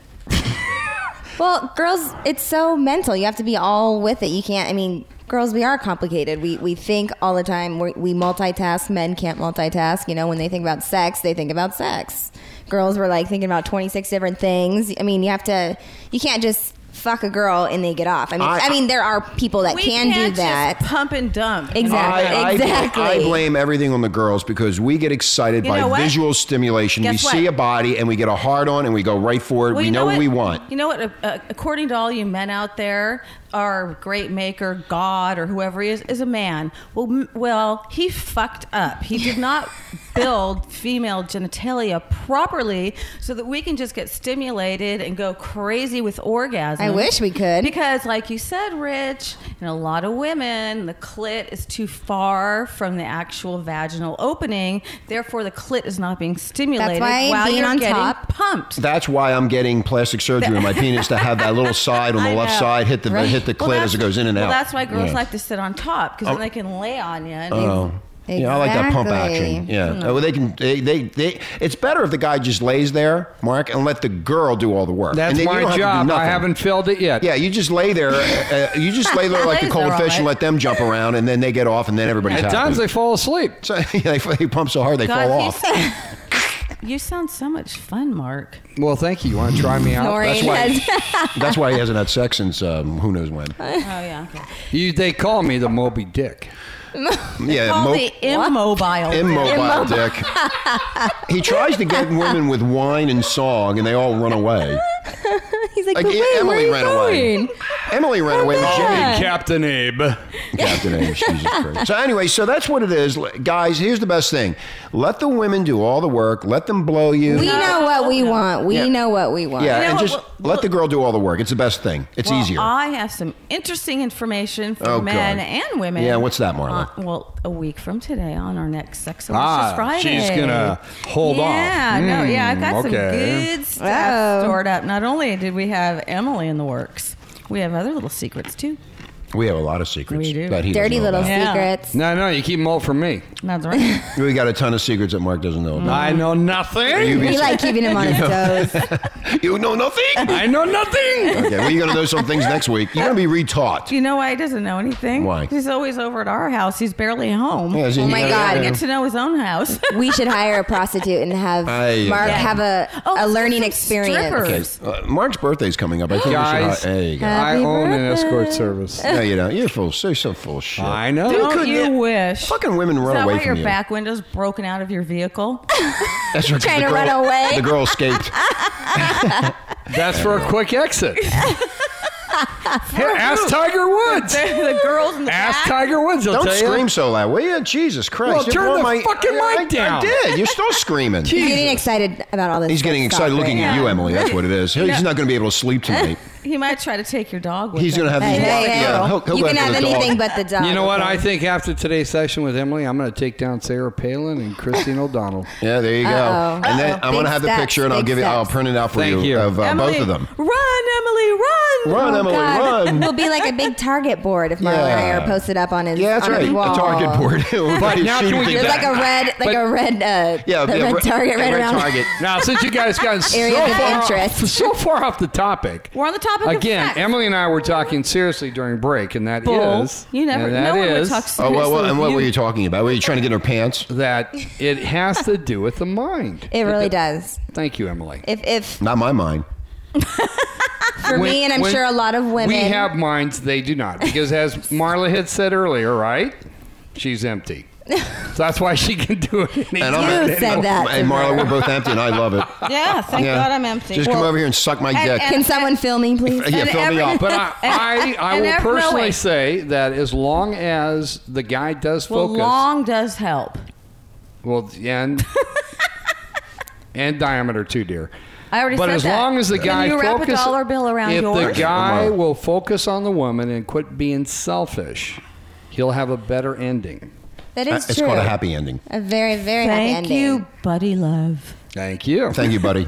Speaker 6: Well, girls, it's so mental. You have to be all with it. You can't. I mean, girls, we are complicated. We we think all the time. We, we multitask. Men can't multitask. You know, when they think about sex, they think about sex. Girls were like thinking about twenty six different things. I mean, you have to. You can't just fuck a girl and they get off. I mean,
Speaker 2: I-
Speaker 6: I, mean, there are people that
Speaker 5: we
Speaker 6: can
Speaker 5: can't
Speaker 6: do that.
Speaker 5: Just pump and dump.
Speaker 6: Exactly.
Speaker 2: I, I-
Speaker 6: exactly.
Speaker 2: I, blame everything on the girls because we get excited
Speaker 5: You
Speaker 2: by
Speaker 5: know what?
Speaker 2: visual stimulation.
Speaker 5: Guess
Speaker 2: we
Speaker 5: what?
Speaker 2: see a body and we get a hard on and we go right for it.
Speaker 5: Well,
Speaker 2: we
Speaker 5: you
Speaker 2: know,
Speaker 5: what?
Speaker 2: what we want.
Speaker 5: You know what? Uh, uh, according to all you men out there, our great maker, God, or whoever he is, is a man. Well, m- well, he fucked up. He did not build female genitalia properly so that we can just get stimulated and go crazy with orgasm.
Speaker 6: I wish we could.
Speaker 5: Because, like you said, Rich, and a lot of women, the clit is too far from the actual vaginal opening. Therefore, the clit is not being stimulated
Speaker 6: why
Speaker 5: while
Speaker 6: being
Speaker 5: you're
Speaker 6: on
Speaker 5: getting
Speaker 6: top-
Speaker 5: pumped.
Speaker 2: That's why I'm getting plastic surgery on my penis to have that little side on the
Speaker 5: I
Speaker 2: left
Speaker 5: know.
Speaker 2: side hit the
Speaker 6: Right.
Speaker 2: hit the clit
Speaker 5: Well,
Speaker 2: as it
Speaker 5: that's-
Speaker 2: goes in and
Speaker 5: well,
Speaker 2: out.
Speaker 5: That's why girls
Speaker 2: Yeah.
Speaker 5: like to sit on top because then they can lay on you. And
Speaker 2: Oh. Yeah, I like that pump
Speaker 6: Exactly.
Speaker 2: action. Yeah. Oh, well, they can. They, they, they. It's better if the guy just lays there, Mark, and let the girl do all the work.
Speaker 8: That's
Speaker 2: And then you
Speaker 8: my
Speaker 2: don't have to do
Speaker 8: job. I
Speaker 2: nothing.
Speaker 8: haven't filled it yet.
Speaker 2: Yeah, you just lay there. Uh, you just lay there like a
Speaker 5: Lays
Speaker 2: cold
Speaker 5: are
Speaker 2: fish
Speaker 5: all
Speaker 2: and
Speaker 5: right.
Speaker 2: let them jump around, and then they get off, and then everybody's
Speaker 8: At
Speaker 2: happy.
Speaker 8: times they fall asleep.
Speaker 2: so, yeah, they, they pump so hard they
Speaker 5: God,
Speaker 2: fall
Speaker 5: you
Speaker 2: off.
Speaker 5: sound- you sound so much fun, Mark.
Speaker 8: Well, thank you. You want to try me out?
Speaker 2: That's
Speaker 6: Noreen
Speaker 2: why.
Speaker 6: has-
Speaker 2: that's why he hasn't had sex since um, who knows when.
Speaker 5: Oh yeah.
Speaker 8: You, they call me the Moby Dick.
Speaker 2: Yeah,
Speaker 5: Call
Speaker 2: mo-
Speaker 5: the immobile.
Speaker 2: Immobile, dick. he tries to get women with wine and song, and they all run away.
Speaker 6: He's like,
Speaker 2: Like E-
Speaker 6: but wait, where
Speaker 2: Emily
Speaker 6: are you
Speaker 2: ran
Speaker 6: going?
Speaker 2: away. Emily ran away with Jimmy.
Speaker 5: Yeah.
Speaker 9: Captain Abe.
Speaker 2: Captain Abe. Jesus Christ. So anyway, so that's what it is, L- guys. Here's the best thing: let the women do all the work. Let them blow you.
Speaker 6: We know what we want. We
Speaker 2: Yeah.
Speaker 6: know what we want.
Speaker 2: yeah,
Speaker 5: You know
Speaker 2: and
Speaker 5: what,
Speaker 2: just
Speaker 5: well,
Speaker 2: let the girl do all the work. It's the best thing. It's
Speaker 5: Well,
Speaker 2: easier.
Speaker 5: I have some interesting information for
Speaker 2: Oh,
Speaker 5: men
Speaker 2: God.
Speaker 5: and women.
Speaker 2: Yeah, what's that, Marla?
Speaker 5: Uh, well, a week from today on our next Sexalicious
Speaker 9: Ah,
Speaker 5: Friday.
Speaker 9: she's gonna hold
Speaker 5: yeah,
Speaker 9: off.
Speaker 5: Yeah, no, yeah, I've
Speaker 2: Hmm,
Speaker 5: got some
Speaker 9: okay.
Speaker 5: good stuff
Speaker 6: Wow.
Speaker 5: stored up. Not only did we have Emily in the works, we have other little secrets too.
Speaker 2: we have a lot of secrets
Speaker 5: We do.
Speaker 2: that he doesn't
Speaker 6: Dirty
Speaker 2: know
Speaker 6: little
Speaker 2: about.
Speaker 5: Yeah.
Speaker 6: secrets.
Speaker 4: No, no, you keep them all from me.
Speaker 5: That's right.
Speaker 2: We got a ton of secrets that Mark doesn't know about.
Speaker 9: I know nothing.
Speaker 6: We like keeping him on his toes.
Speaker 2: You know nothing.
Speaker 9: I know nothing.
Speaker 2: okay, well, you're gonna know some things next week. You're gonna be retaught.
Speaker 5: Do you know why he doesn't know anything?
Speaker 2: Why?
Speaker 5: He's always over at our house. He's barely home.
Speaker 2: Yeah, so
Speaker 6: Oh
Speaker 2: you
Speaker 6: my
Speaker 2: gotta-
Speaker 6: God.
Speaker 5: Get to know his own house.
Speaker 6: We should hire a prostitute and have
Speaker 2: Aye.
Speaker 6: Mark
Speaker 2: Yeah.
Speaker 6: have a,
Speaker 5: Oh,
Speaker 6: a learning
Speaker 5: some
Speaker 6: experience.
Speaker 5: strippers.
Speaker 2: Okay, uh, Mark's birthday's coming up. I think we
Speaker 4: Guys,
Speaker 2: should. uh, There you go.
Speaker 4: I
Speaker 6: Happy
Speaker 4: own an escort
Speaker 6: birthday.
Speaker 4: service.
Speaker 2: No, you don't. You're full. So, so full of shit.
Speaker 9: I know.
Speaker 2: You
Speaker 5: Don't
Speaker 2: couldn't-
Speaker 5: you wish?
Speaker 2: Fucking women run
Speaker 5: Is that
Speaker 2: away
Speaker 5: why
Speaker 2: from
Speaker 5: your
Speaker 2: you.
Speaker 5: back window's broken out of your vehicle?
Speaker 2: That's right, 'cause
Speaker 6: Trying
Speaker 2: the
Speaker 6: to
Speaker 2: girl-
Speaker 6: run away.
Speaker 2: The girl escaped.
Speaker 4: That's for a quick exit. Here, ask Tiger Woods.
Speaker 5: the girls in the
Speaker 4: Ask
Speaker 5: back.
Speaker 4: Tiger Woods. He'll
Speaker 2: Don't
Speaker 4: tell
Speaker 2: scream
Speaker 4: you.
Speaker 2: so loud, will you? Jesus Christ!
Speaker 4: Well,
Speaker 2: You
Speaker 4: turn
Speaker 2: blow
Speaker 4: the
Speaker 2: my-
Speaker 4: fucking
Speaker 2: I-
Speaker 4: mic down.
Speaker 2: I did. You're still screaming.
Speaker 6: He's getting excited about all this.
Speaker 2: He's getting
Speaker 6: sex
Speaker 2: excited
Speaker 6: talk
Speaker 2: looking
Speaker 6: right
Speaker 2: at
Speaker 6: now.
Speaker 2: you, Emily. That's what it is. He's not going to be able to sleep tonight.
Speaker 5: He might try to take your dog with
Speaker 2: He's
Speaker 5: him.
Speaker 2: going to have uh,
Speaker 6: Hey,
Speaker 2: these.
Speaker 6: hey, hey.
Speaker 2: yeah, he'll, he'll
Speaker 6: you
Speaker 2: go
Speaker 6: can
Speaker 2: after
Speaker 6: have
Speaker 2: the
Speaker 6: anything
Speaker 2: dog.
Speaker 6: but the dog.
Speaker 4: You know what?
Speaker 6: okay?
Speaker 4: I think after today's session with Emily, I'm going to take down Sarah Palin and Christine O'Donnell.
Speaker 2: Yeah, there you go.
Speaker 6: Uh-oh.
Speaker 2: And then
Speaker 6: Uh-oh.
Speaker 2: I'm going to
Speaker 6: Big
Speaker 2: have the
Speaker 6: steps,
Speaker 2: picture, and I'll
Speaker 6: big
Speaker 2: give it. I'll
Speaker 6: steps.
Speaker 2: print it out for
Speaker 4: Thank you.
Speaker 2: of uh,
Speaker 5: Emily,
Speaker 2: both of them.
Speaker 5: Run, Emily, run! Oh,
Speaker 2: Run, Emily,
Speaker 6: God.
Speaker 2: run!
Speaker 6: It'll be like a big target board if Marla and I
Speaker 2: Yeah.
Speaker 6: are posted up on his.
Speaker 2: Yeah, that's
Speaker 6: on
Speaker 2: right.
Speaker 6: His wall.
Speaker 2: A target board.
Speaker 4: But now
Speaker 2: Shooting
Speaker 4: can we
Speaker 2: things
Speaker 4: get
Speaker 2: at-
Speaker 6: There's like a red, like
Speaker 4: But-
Speaker 6: a red, uh,
Speaker 2: yeah,
Speaker 6: the
Speaker 2: yeah,
Speaker 6: red
Speaker 2: red-
Speaker 6: target
Speaker 2: a
Speaker 6: right
Speaker 2: red
Speaker 6: around.
Speaker 2: target.
Speaker 4: Now, since you guys got
Speaker 6: Areas
Speaker 4: so
Speaker 6: of
Speaker 4: far,
Speaker 6: interest.
Speaker 4: so far off the topic,
Speaker 5: We're on the topic of
Speaker 4: again.
Speaker 5: sex.
Speaker 4: Emily and I were talking seriously during break, and that is
Speaker 5: Bull. You never.
Speaker 4: and that
Speaker 5: no one would
Speaker 4: is
Speaker 5: talk seriously.
Speaker 2: Oh well, well, and what
Speaker 5: with
Speaker 2: were you
Speaker 5: you
Speaker 2: talking about? Were you trying to get in her pants?
Speaker 4: that it has to do with the mind.
Speaker 6: It really does.
Speaker 4: Thank you, Emily.
Speaker 6: If, if
Speaker 2: Not my mind.
Speaker 6: for me, and I'm
Speaker 4: when
Speaker 6: sure a lot of women.
Speaker 4: We have minds, they do not. Because as Marla had said earlier, right? She's empty. So that's why she can do it. anytime.
Speaker 2: And I'm-
Speaker 6: You said that to
Speaker 2: And Marla, we're both empty, and I love it.
Speaker 5: Yeah, thank
Speaker 2: Yeah.
Speaker 5: God I'm empty.
Speaker 2: Just come over here and suck my dick. Uh,
Speaker 6: Can someone fill me, please?
Speaker 2: yeah,
Speaker 5: and
Speaker 2: fill me
Speaker 5: every-
Speaker 2: up.
Speaker 4: But I, I, I
Speaker 5: And
Speaker 4: will
Speaker 5: there- no,
Speaker 4: personally
Speaker 5: wait.
Speaker 4: say that as long as the guy does
Speaker 5: Well,
Speaker 4: focus,
Speaker 5: long does help.
Speaker 4: well, and and diameter too, dear.
Speaker 5: I already
Speaker 4: But
Speaker 5: said
Speaker 4: as
Speaker 5: that.
Speaker 4: long as the
Speaker 5: Can
Speaker 4: guy
Speaker 5: you wrap a
Speaker 4: focus-
Speaker 5: dollar bill around
Speaker 4: if
Speaker 5: yours?
Speaker 4: the guy
Speaker 2: Come on.
Speaker 4: will focus on the woman and quit being selfish, he'll have a better ending.
Speaker 6: That
Speaker 2: Uh,
Speaker 6: is
Speaker 2: It's
Speaker 6: true.
Speaker 2: called a happy ending.
Speaker 6: A very, very happy
Speaker 5: Thank
Speaker 6: ending.
Speaker 5: you, buddy love.
Speaker 4: Thank you.
Speaker 2: Thank you, buddy.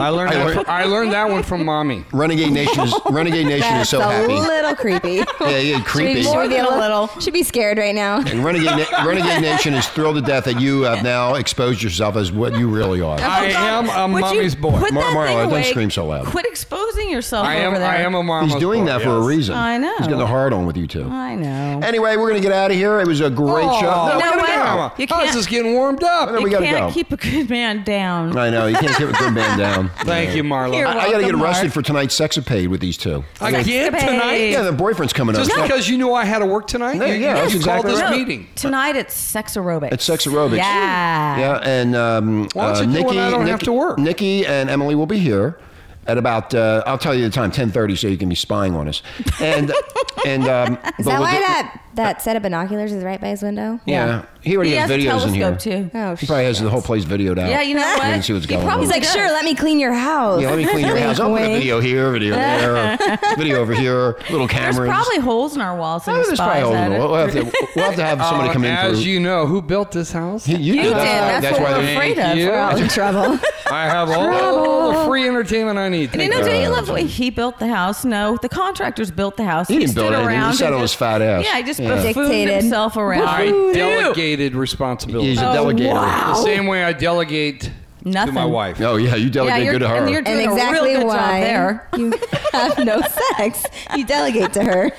Speaker 4: I learned,
Speaker 2: I
Speaker 4: that
Speaker 2: learned-
Speaker 4: from, I learned that one from mommy.
Speaker 2: Renegade Nation is Renegade Nation is
Speaker 6: That's
Speaker 2: so
Speaker 6: a
Speaker 2: happy.
Speaker 6: little creepy.
Speaker 2: Yeah, yeah, creepy.
Speaker 6: Should
Speaker 5: More
Speaker 6: be
Speaker 5: than a
Speaker 6: a
Speaker 5: little.
Speaker 6: little. Should be scared right now.
Speaker 2: And Renegade Na- Renegade Nation is thrilled to death that you have now exposed yourself as what you really are.
Speaker 4: I am a
Speaker 5: Oh, Would you
Speaker 4: mommy's boy.
Speaker 5: Put
Speaker 2: Mar-
Speaker 5: that
Speaker 2: Marla,
Speaker 5: thing
Speaker 2: don't
Speaker 5: away.
Speaker 2: scream so loud.
Speaker 5: Quit exposing yourself
Speaker 4: I am.
Speaker 5: over there.
Speaker 4: I am a mama's
Speaker 2: He's doing
Speaker 4: boy.
Speaker 2: that for a reason.
Speaker 5: I know.
Speaker 2: He's got the hard on with you two.
Speaker 5: I know.
Speaker 2: Anyway, we're gonna get out of here. It was a great
Speaker 4: Oh,
Speaker 2: show.
Speaker 4: no,
Speaker 5: You know
Speaker 4: we
Speaker 5: what?
Speaker 4: gotta go.
Speaker 5: You
Speaker 4: Oh,
Speaker 5: can't-
Speaker 4: this is getting warmed up.
Speaker 2: No, we
Speaker 5: you
Speaker 2: gotta
Speaker 5: can't
Speaker 2: go.
Speaker 5: keep a good man down.
Speaker 2: I know you can't keep a good man down.
Speaker 4: Thank you, Marla.
Speaker 5: Here.
Speaker 2: I, I gotta get
Speaker 5: Welcome,
Speaker 2: arrested
Speaker 5: Mark.
Speaker 2: for tonight's sexapade with these two.
Speaker 4: Again
Speaker 5: Escapade.
Speaker 4: tonight?
Speaker 2: Yeah, the boyfriend's coming
Speaker 4: Just
Speaker 2: up.
Speaker 4: because you knew I had to work tonight?
Speaker 2: No,
Speaker 4: you,
Speaker 2: yeah, that's
Speaker 4: you
Speaker 2: exactly
Speaker 4: called this
Speaker 2: right.
Speaker 4: meeting.
Speaker 5: Tonight it's sex aerobics.
Speaker 2: It's sex aerobics.
Speaker 5: Yeah.
Speaker 2: Yeah, and um,
Speaker 4: Why don't
Speaker 2: uh,
Speaker 4: you do
Speaker 2: Nikki,
Speaker 4: when I don't
Speaker 2: Nikki,
Speaker 4: have to work?
Speaker 2: Nikki and Emily will be here at about uh, I'll tell you the time ten thirty, so you can be spying on us. And and um,
Speaker 6: Is that why that that set of binoculars is right by his window?
Speaker 2: Yeah, he already
Speaker 5: He
Speaker 2: has,
Speaker 5: has a
Speaker 2: videos in here.
Speaker 5: telescope, too.
Speaker 6: Oh,
Speaker 2: he probably has the whole place videoed out.
Speaker 5: Yeah, you know
Speaker 2: You
Speaker 5: what?
Speaker 2: can see what's
Speaker 5: You
Speaker 2: going on.
Speaker 5: probably
Speaker 6: He's like,
Speaker 5: does.
Speaker 6: sure, let me clean your house.
Speaker 2: Yeah, let me clean your house. I'll put a
Speaker 6: Wink, wink.
Speaker 2: video here, video there, video over here, little
Speaker 5: There's
Speaker 2: cameras.
Speaker 5: probably holes in our walls. And
Speaker 2: Oh, there's probably
Speaker 5: at
Speaker 2: we'll,
Speaker 5: it.
Speaker 2: have to, we'll have to have somebody
Speaker 4: Uh,
Speaker 2: come in.
Speaker 4: As
Speaker 2: for,
Speaker 4: you know, who built this house?
Speaker 2: you,
Speaker 5: You
Speaker 2: did.
Speaker 5: did. That's,
Speaker 2: That's
Speaker 5: what
Speaker 2: why
Speaker 5: we're
Speaker 2: they're
Speaker 5: afraid of.
Speaker 4: you.
Speaker 5: We're all in trouble.
Speaker 4: I have all the free entertainment I need.
Speaker 5: And you
Speaker 4: Thank
Speaker 5: know,
Speaker 4: you.
Speaker 5: don't you love the way he built the house? No, the contractors built the house.
Speaker 2: He didn't build
Speaker 5: stood
Speaker 2: anything. He
Speaker 5: around
Speaker 2: sat
Speaker 5: and
Speaker 2: on his
Speaker 5: just-
Speaker 2: fat ass.
Speaker 5: Yeah, he just
Speaker 2: Yeah.
Speaker 5: buffooned
Speaker 6: Dictated.
Speaker 5: himself around.
Speaker 4: I delegated responsibility.
Speaker 2: He's a
Speaker 5: Oh,
Speaker 2: delegator.
Speaker 5: wow.
Speaker 4: the same way I delegate to
Speaker 5: Nothing.
Speaker 4: my wife.
Speaker 2: Oh yeah, you
Speaker 5: Yeah,
Speaker 2: delegate
Speaker 5: you're,
Speaker 2: good to her.
Speaker 5: and you're doing
Speaker 6: and
Speaker 5: a
Speaker 6: exactly
Speaker 5: real good
Speaker 6: why
Speaker 5: job there.
Speaker 6: you have no sex. You delegate to her.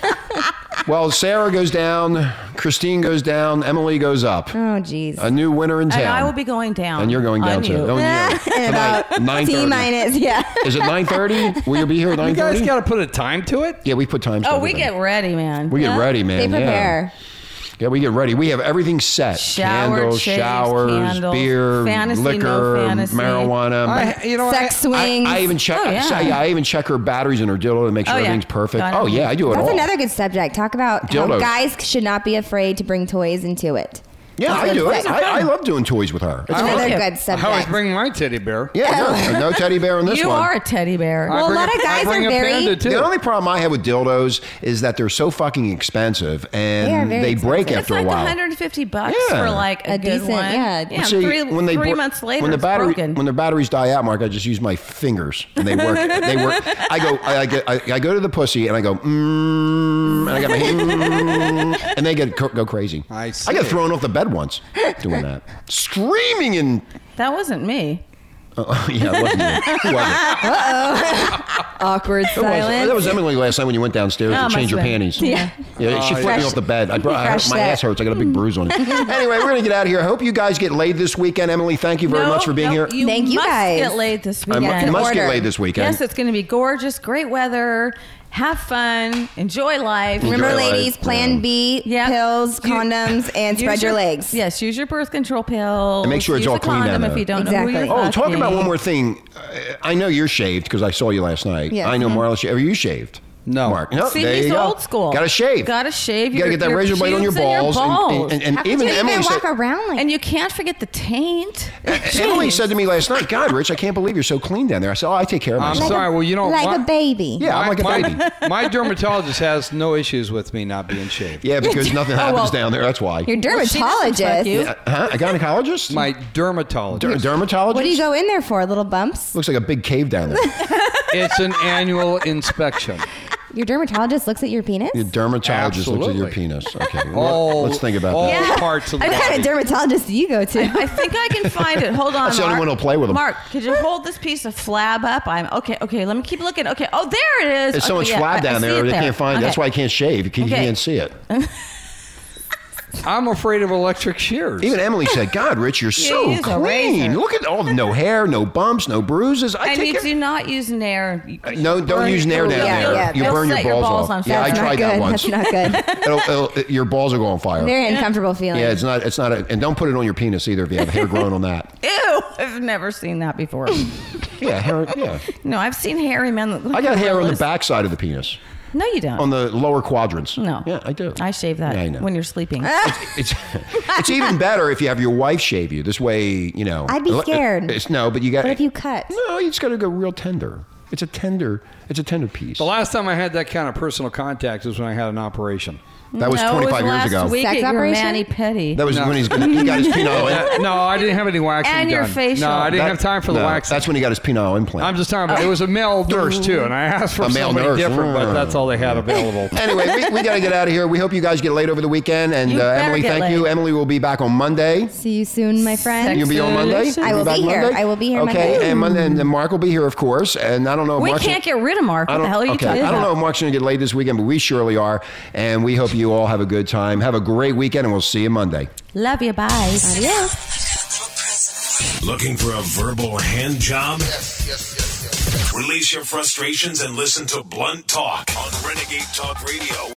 Speaker 2: Well, Sarah goes down, Christine goes down, Emily goes up.
Speaker 6: Oh, jeez.
Speaker 2: A new winner in town.
Speaker 5: And I will be going down.
Speaker 2: And you're going down
Speaker 5: on
Speaker 2: too.
Speaker 5: you.
Speaker 2: Oh, yeah.
Speaker 6: In about
Speaker 2: Tonight,
Speaker 6: T
Speaker 2: 9:30.
Speaker 6: minus, yeah.
Speaker 2: Is it 9:30? Will you be here at
Speaker 4: You guys
Speaker 2: 9:30?
Speaker 4: got to put a time to it.
Speaker 2: yeah, we put times. to
Speaker 5: Oh, we
Speaker 2: everything.
Speaker 5: get ready, man.
Speaker 2: we get ready,
Speaker 6: They
Speaker 2: man. yeah.
Speaker 6: prepare.
Speaker 2: Yeah, we get ready. We have everything set.
Speaker 5: Shower
Speaker 2: Candles,
Speaker 5: chairs,
Speaker 2: showers,
Speaker 5: candles,
Speaker 2: beer,
Speaker 5: fantasy, no
Speaker 2: liquor,
Speaker 5: fantasy.
Speaker 2: marijuana.
Speaker 8: I, you know,
Speaker 6: Sex
Speaker 8: I,
Speaker 2: I,
Speaker 6: swings.
Speaker 2: I even check.
Speaker 5: Oh, yeah.
Speaker 2: so, yeah, I even check her batteries in her dildo to make sure
Speaker 5: Oh, yeah.
Speaker 2: everything's perfect.
Speaker 5: Got it.
Speaker 2: Oh yeah, I do it
Speaker 6: That's
Speaker 2: all.
Speaker 6: another good subject. Talk about how
Speaker 2: Dildos.
Speaker 6: guys should not be afraid to bring toys into it.
Speaker 2: yeah, I do
Speaker 6: Those
Speaker 2: it.
Speaker 6: are
Speaker 2: I, I love doing toys with her. It's
Speaker 6: Another
Speaker 2: fun.
Speaker 5: it.
Speaker 6: good
Speaker 8: I always
Speaker 6: subject.
Speaker 8: bring my teddy bear.
Speaker 2: Yeah, no, no teddy bear in this
Speaker 5: you
Speaker 2: one.
Speaker 5: are a teddy bear.
Speaker 8: I
Speaker 6: Well, a
Speaker 8: bring
Speaker 6: lot of
Speaker 8: I
Speaker 6: guys
Speaker 8: bring
Speaker 6: are
Speaker 8: a
Speaker 6: very-
Speaker 8: panda too.
Speaker 2: The only problem I have with dildos is that they're so fucking expensive and
Speaker 6: They are
Speaker 2: they,
Speaker 6: very
Speaker 2: break
Speaker 6: expensive.
Speaker 5: it's
Speaker 2: after
Speaker 5: like
Speaker 2: a while.
Speaker 5: 150 bucks
Speaker 2: Yeah.
Speaker 5: for like a,
Speaker 6: A
Speaker 5: good
Speaker 6: decent-
Speaker 5: one.
Speaker 6: yeah.
Speaker 5: yeah.
Speaker 2: See,
Speaker 5: three three
Speaker 2: bro-
Speaker 5: months later,
Speaker 2: when the
Speaker 5: it's
Speaker 2: battery
Speaker 5: broken.
Speaker 2: when the batteries die out, Mark, I just use my fingers and they work. they work. I go, I, I get, I, I go to the pussy and I go, mmm, and I got my, mm, and they get co- go crazy.
Speaker 8: I
Speaker 2: I
Speaker 8: see.
Speaker 2: got thrown off the bed once doing that, screaming and
Speaker 5: that wasn't me.
Speaker 2: oh, yeah, it wasn't you. It wasn't.
Speaker 6: Awkward
Speaker 2: It was,
Speaker 6: silence.
Speaker 2: that was Emily last time when you went downstairs
Speaker 5: Oh,
Speaker 2: to change
Speaker 5: must
Speaker 2: your
Speaker 5: have been.
Speaker 2: panties.
Speaker 6: Yeah.
Speaker 2: Yeah, she
Speaker 8: Oh,
Speaker 2: flipped
Speaker 8: yeah.
Speaker 2: me off the bed. I, brought, I,
Speaker 6: Fresh
Speaker 2: my
Speaker 6: set.
Speaker 2: ass hurts. I got a big bruise on it. anyway, we're gonna get out of here. I hope you guys get laid this weekend. Emily, thank you very
Speaker 5: No,
Speaker 2: much for being
Speaker 5: no,
Speaker 2: here.
Speaker 5: You
Speaker 6: Thank you,
Speaker 5: must
Speaker 6: guys.
Speaker 5: Get laid this
Speaker 2: I mu-
Speaker 5: weekend.
Speaker 2: you must get
Speaker 6: Order.
Speaker 2: laid this weekend.
Speaker 5: Yes, it's going to be gorgeous. Great weather. Have fun. Enjoy life.
Speaker 6: Remember,
Speaker 2: Enjoy life.
Speaker 6: ladies, plan
Speaker 2: Yeah.
Speaker 6: B,
Speaker 5: Yeah.
Speaker 6: pills,
Speaker 5: You-
Speaker 6: condoms, and
Speaker 5: Use
Speaker 6: spread your,
Speaker 5: your
Speaker 6: legs.
Speaker 5: Yes, use your birth control pill.
Speaker 2: And make sure it's
Speaker 5: use
Speaker 2: all
Speaker 5: a
Speaker 2: clean down
Speaker 5: condom
Speaker 2: there.
Speaker 5: if you don't know who
Speaker 6: Exactly.
Speaker 5: you're
Speaker 2: Oh, talk
Speaker 5: fucking.
Speaker 2: about one more thing. Uh, I know you're shaved because I saw you last night.
Speaker 6: Yeah.
Speaker 2: I know Marla. sha- Are you shaved?
Speaker 8: No.
Speaker 2: Mark. No,
Speaker 5: Mm-hmm. See,
Speaker 2: there
Speaker 5: he's
Speaker 2: you go.
Speaker 5: old school.
Speaker 2: Gotta shave.
Speaker 5: Gotta shave
Speaker 2: You gotta
Speaker 5: your-
Speaker 2: get that
Speaker 5: your
Speaker 2: razor blade on your
Speaker 5: pubes and your
Speaker 2: balls.
Speaker 5: balls.
Speaker 2: And, and,
Speaker 5: How
Speaker 2: and
Speaker 5: could
Speaker 2: even
Speaker 5: you
Speaker 6: You
Speaker 2: Emily
Speaker 6: can
Speaker 2: said.
Speaker 6: walk around like
Speaker 5: And you can't forget the taint.
Speaker 2: Eh, Emily said to me last night, "God, Rich, I can't believe you're so clean down there." I said, "Oh, I take care of
Speaker 8: I'm
Speaker 2: myself."
Speaker 8: sorry. Well, you don't
Speaker 6: like
Speaker 8: want-
Speaker 6: a baby.
Speaker 2: Yeah, I'm
Speaker 8: my,
Speaker 2: like a baby.
Speaker 8: my, my dermatologist has no issues with me not being shaved.
Speaker 2: Yeah, because nothing
Speaker 5: Oh,
Speaker 2: happens down there. That's why.
Speaker 5: she
Speaker 6: Your
Speaker 5: doesn't
Speaker 6: dermatologist.
Speaker 5: fuck you.
Speaker 2: Uh, huh? A gynecologist?
Speaker 8: My
Speaker 2: Der-
Speaker 8: dermatologist.
Speaker 2: dermatologist?
Speaker 6: What do you go in there for? Little bumps?
Speaker 2: Looks like a big cave down there.
Speaker 8: it's an annual inspection.
Speaker 6: Your dermatologist looks at your penis?
Speaker 2: Your dermatologist looks at your
Speaker 8: Absolutely.
Speaker 2: penis. Okay, well,
Speaker 8: All,
Speaker 2: let's think about
Speaker 8: all
Speaker 2: that.
Speaker 8: parts of the
Speaker 6: What kind
Speaker 8: body.
Speaker 6: of dermatologist do you go to?
Speaker 5: I think I can find it. Hold on.
Speaker 2: That's the only
Speaker 5: Mark.
Speaker 2: one who'll play with 'em.
Speaker 5: Mark, could you hold this piece of flab up? I'm okay. Okay, let me keep looking. Okay. Oh, there it is.
Speaker 2: There's so
Speaker 5: Okay,
Speaker 2: much
Speaker 5: yeah, I- I
Speaker 2: flab down
Speaker 5: see
Speaker 2: there,
Speaker 5: it
Speaker 2: they can't find it. That's
Speaker 5: Okay.
Speaker 2: why I can't shave. You can't, you
Speaker 5: Okay.
Speaker 2: can't see it.
Speaker 8: I'm afraid of electric shears.
Speaker 2: Even Emily said, "God, Rich, you're so
Speaker 5: use a
Speaker 2: clean.
Speaker 5: razor."
Speaker 2: Look at all no hair, no bumps, no bruises. I
Speaker 5: And
Speaker 2: take
Speaker 5: you
Speaker 2: care-
Speaker 5: do not use Nair.
Speaker 2: No, don't use Nair down
Speaker 6: yeah,
Speaker 2: there.
Speaker 6: yeah,
Speaker 2: you
Speaker 6: they'll
Speaker 2: burn your
Speaker 5: set
Speaker 2: balls,
Speaker 5: your balls
Speaker 2: off.
Speaker 5: on
Speaker 2: yeah,
Speaker 5: fire.
Speaker 2: I
Speaker 6: That's
Speaker 2: tried
Speaker 6: not good.
Speaker 2: that once.
Speaker 6: That's not good.
Speaker 2: It'll- it'll- it- your balls will go on fire.
Speaker 6: Very uncomfortable feeling.
Speaker 2: yeah, it's not. It's not. A, and don't put it on your penis either if you have hair growing on that.
Speaker 5: Ew! I've never seen that before.
Speaker 2: Yeah, hair. Yeah,
Speaker 5: no, I've seen hairy men. That look
Speaker 2: I got hair on the
Speaker 5: gorillas.
Speaker 2: backside of the penis,
Speaker 5: No, you don't.
Speaker 2: on the lower quadrants.
Speaker 5: no.
Speaker 2: Yeah, I do.
Speaker 5: I shave that
Speaker 2: Yeah, I know.
Speaker 5: when you're sleeping.
Speaker 2: It's it's even better if you have your wife shave you. This way, you know.
Speaker 6: I'd be scared.
Speaker 2: It's no, but you got.
Speaker 6: What if you cut?
Speaker 2: No, you just got to go real tender. It's a tender. It's a tender piece.
Speaker 8: the last time I had that kind of personal contact was when I had an operation.
Speaker 2: That was
Speaker 5: No, it
Speaker 2: 25 years
Speaker 5: last
Speaker 2: ago.
Speaker 5: Week
Speaker 6: Sex
Speaker 5: at your
Speaker 6: operation?
Speaker 5: mani pedi.
Speaker 2: That was
Speaker 8: No.
Speaker 2: when he's gonna, he got his penile.
Speaker 8: Uh,
Speaker 2: implant.
Speaker 8: no, I didn't have any waxing
Speaker 5: And your
Speaker 8: done.
Speaker 5: facial.
Speaker 8: No, I didn't
Speaker 2: That-
Speaker 8: have time for the
Speaker 2: no,
Speaker 8: waxing.
Speaker 2: That's when he got his penile
Speaker 8: I'm
Speaker 2: implant.
Speaker 8: just talking about it was a male nurse too, and I asked for
Speaker 2: A male
Speaker 8: somebody
Speaker 2: nurse.
Speaker 8: different, but
Speaker 2: Mm.
Speaker 8: that's all they had available.
Speaker 2: anyway, we, we got to get out of here. We hope you guys get laid over the weekend. And
Speaker 5: You
Speaker 2: uh,
Speaker 5: better
Speaker 2: Emily,
Speaker 5: get
Speaker 2: thank you.
Speaker 5: laid.
Speaker 2: Emily will be back on Monday.
Speaker 6: See you soon, my friend.
Speaker 2: You'll be on Monday.
Speaker 6: I
Speaker 2: You'll
Speaker 6: will
Speaker 2: back
Speaker 6: be here.
Speaker 2: Monday?
Speaker 6: I will be here
Speaker 2: Okay,
Speaker 6: Monday.
Speaker 2: and Monday, and then Mark will be here, of course. And I don't know. if
Speaker 5: we
Speaker 2: Mark's
Speaker 5: can't
Speaker 2: gonna-
Speaker 5: get rid of Mark.
Speaker 2: I
Speaker 5: What the
Speaker 2: don't,
Speaker 5: hell are you
Speaker 2: okay.
Speaker 5: talking
Speaker 2: I don't
Speaker 5: about?
Speaker 2: know if Mark's going to get laid this weekend, but we surely are. And we hope you all have a good time. Have a great weekend, and we'll see you Monday.
Speaker 5: Love you. Bye.
Speaker 6: Adios.
Speaker 1: Looking for a verbal hand job? Release your frustrations and listen to Blunt Talk on Renegade Talk Radio.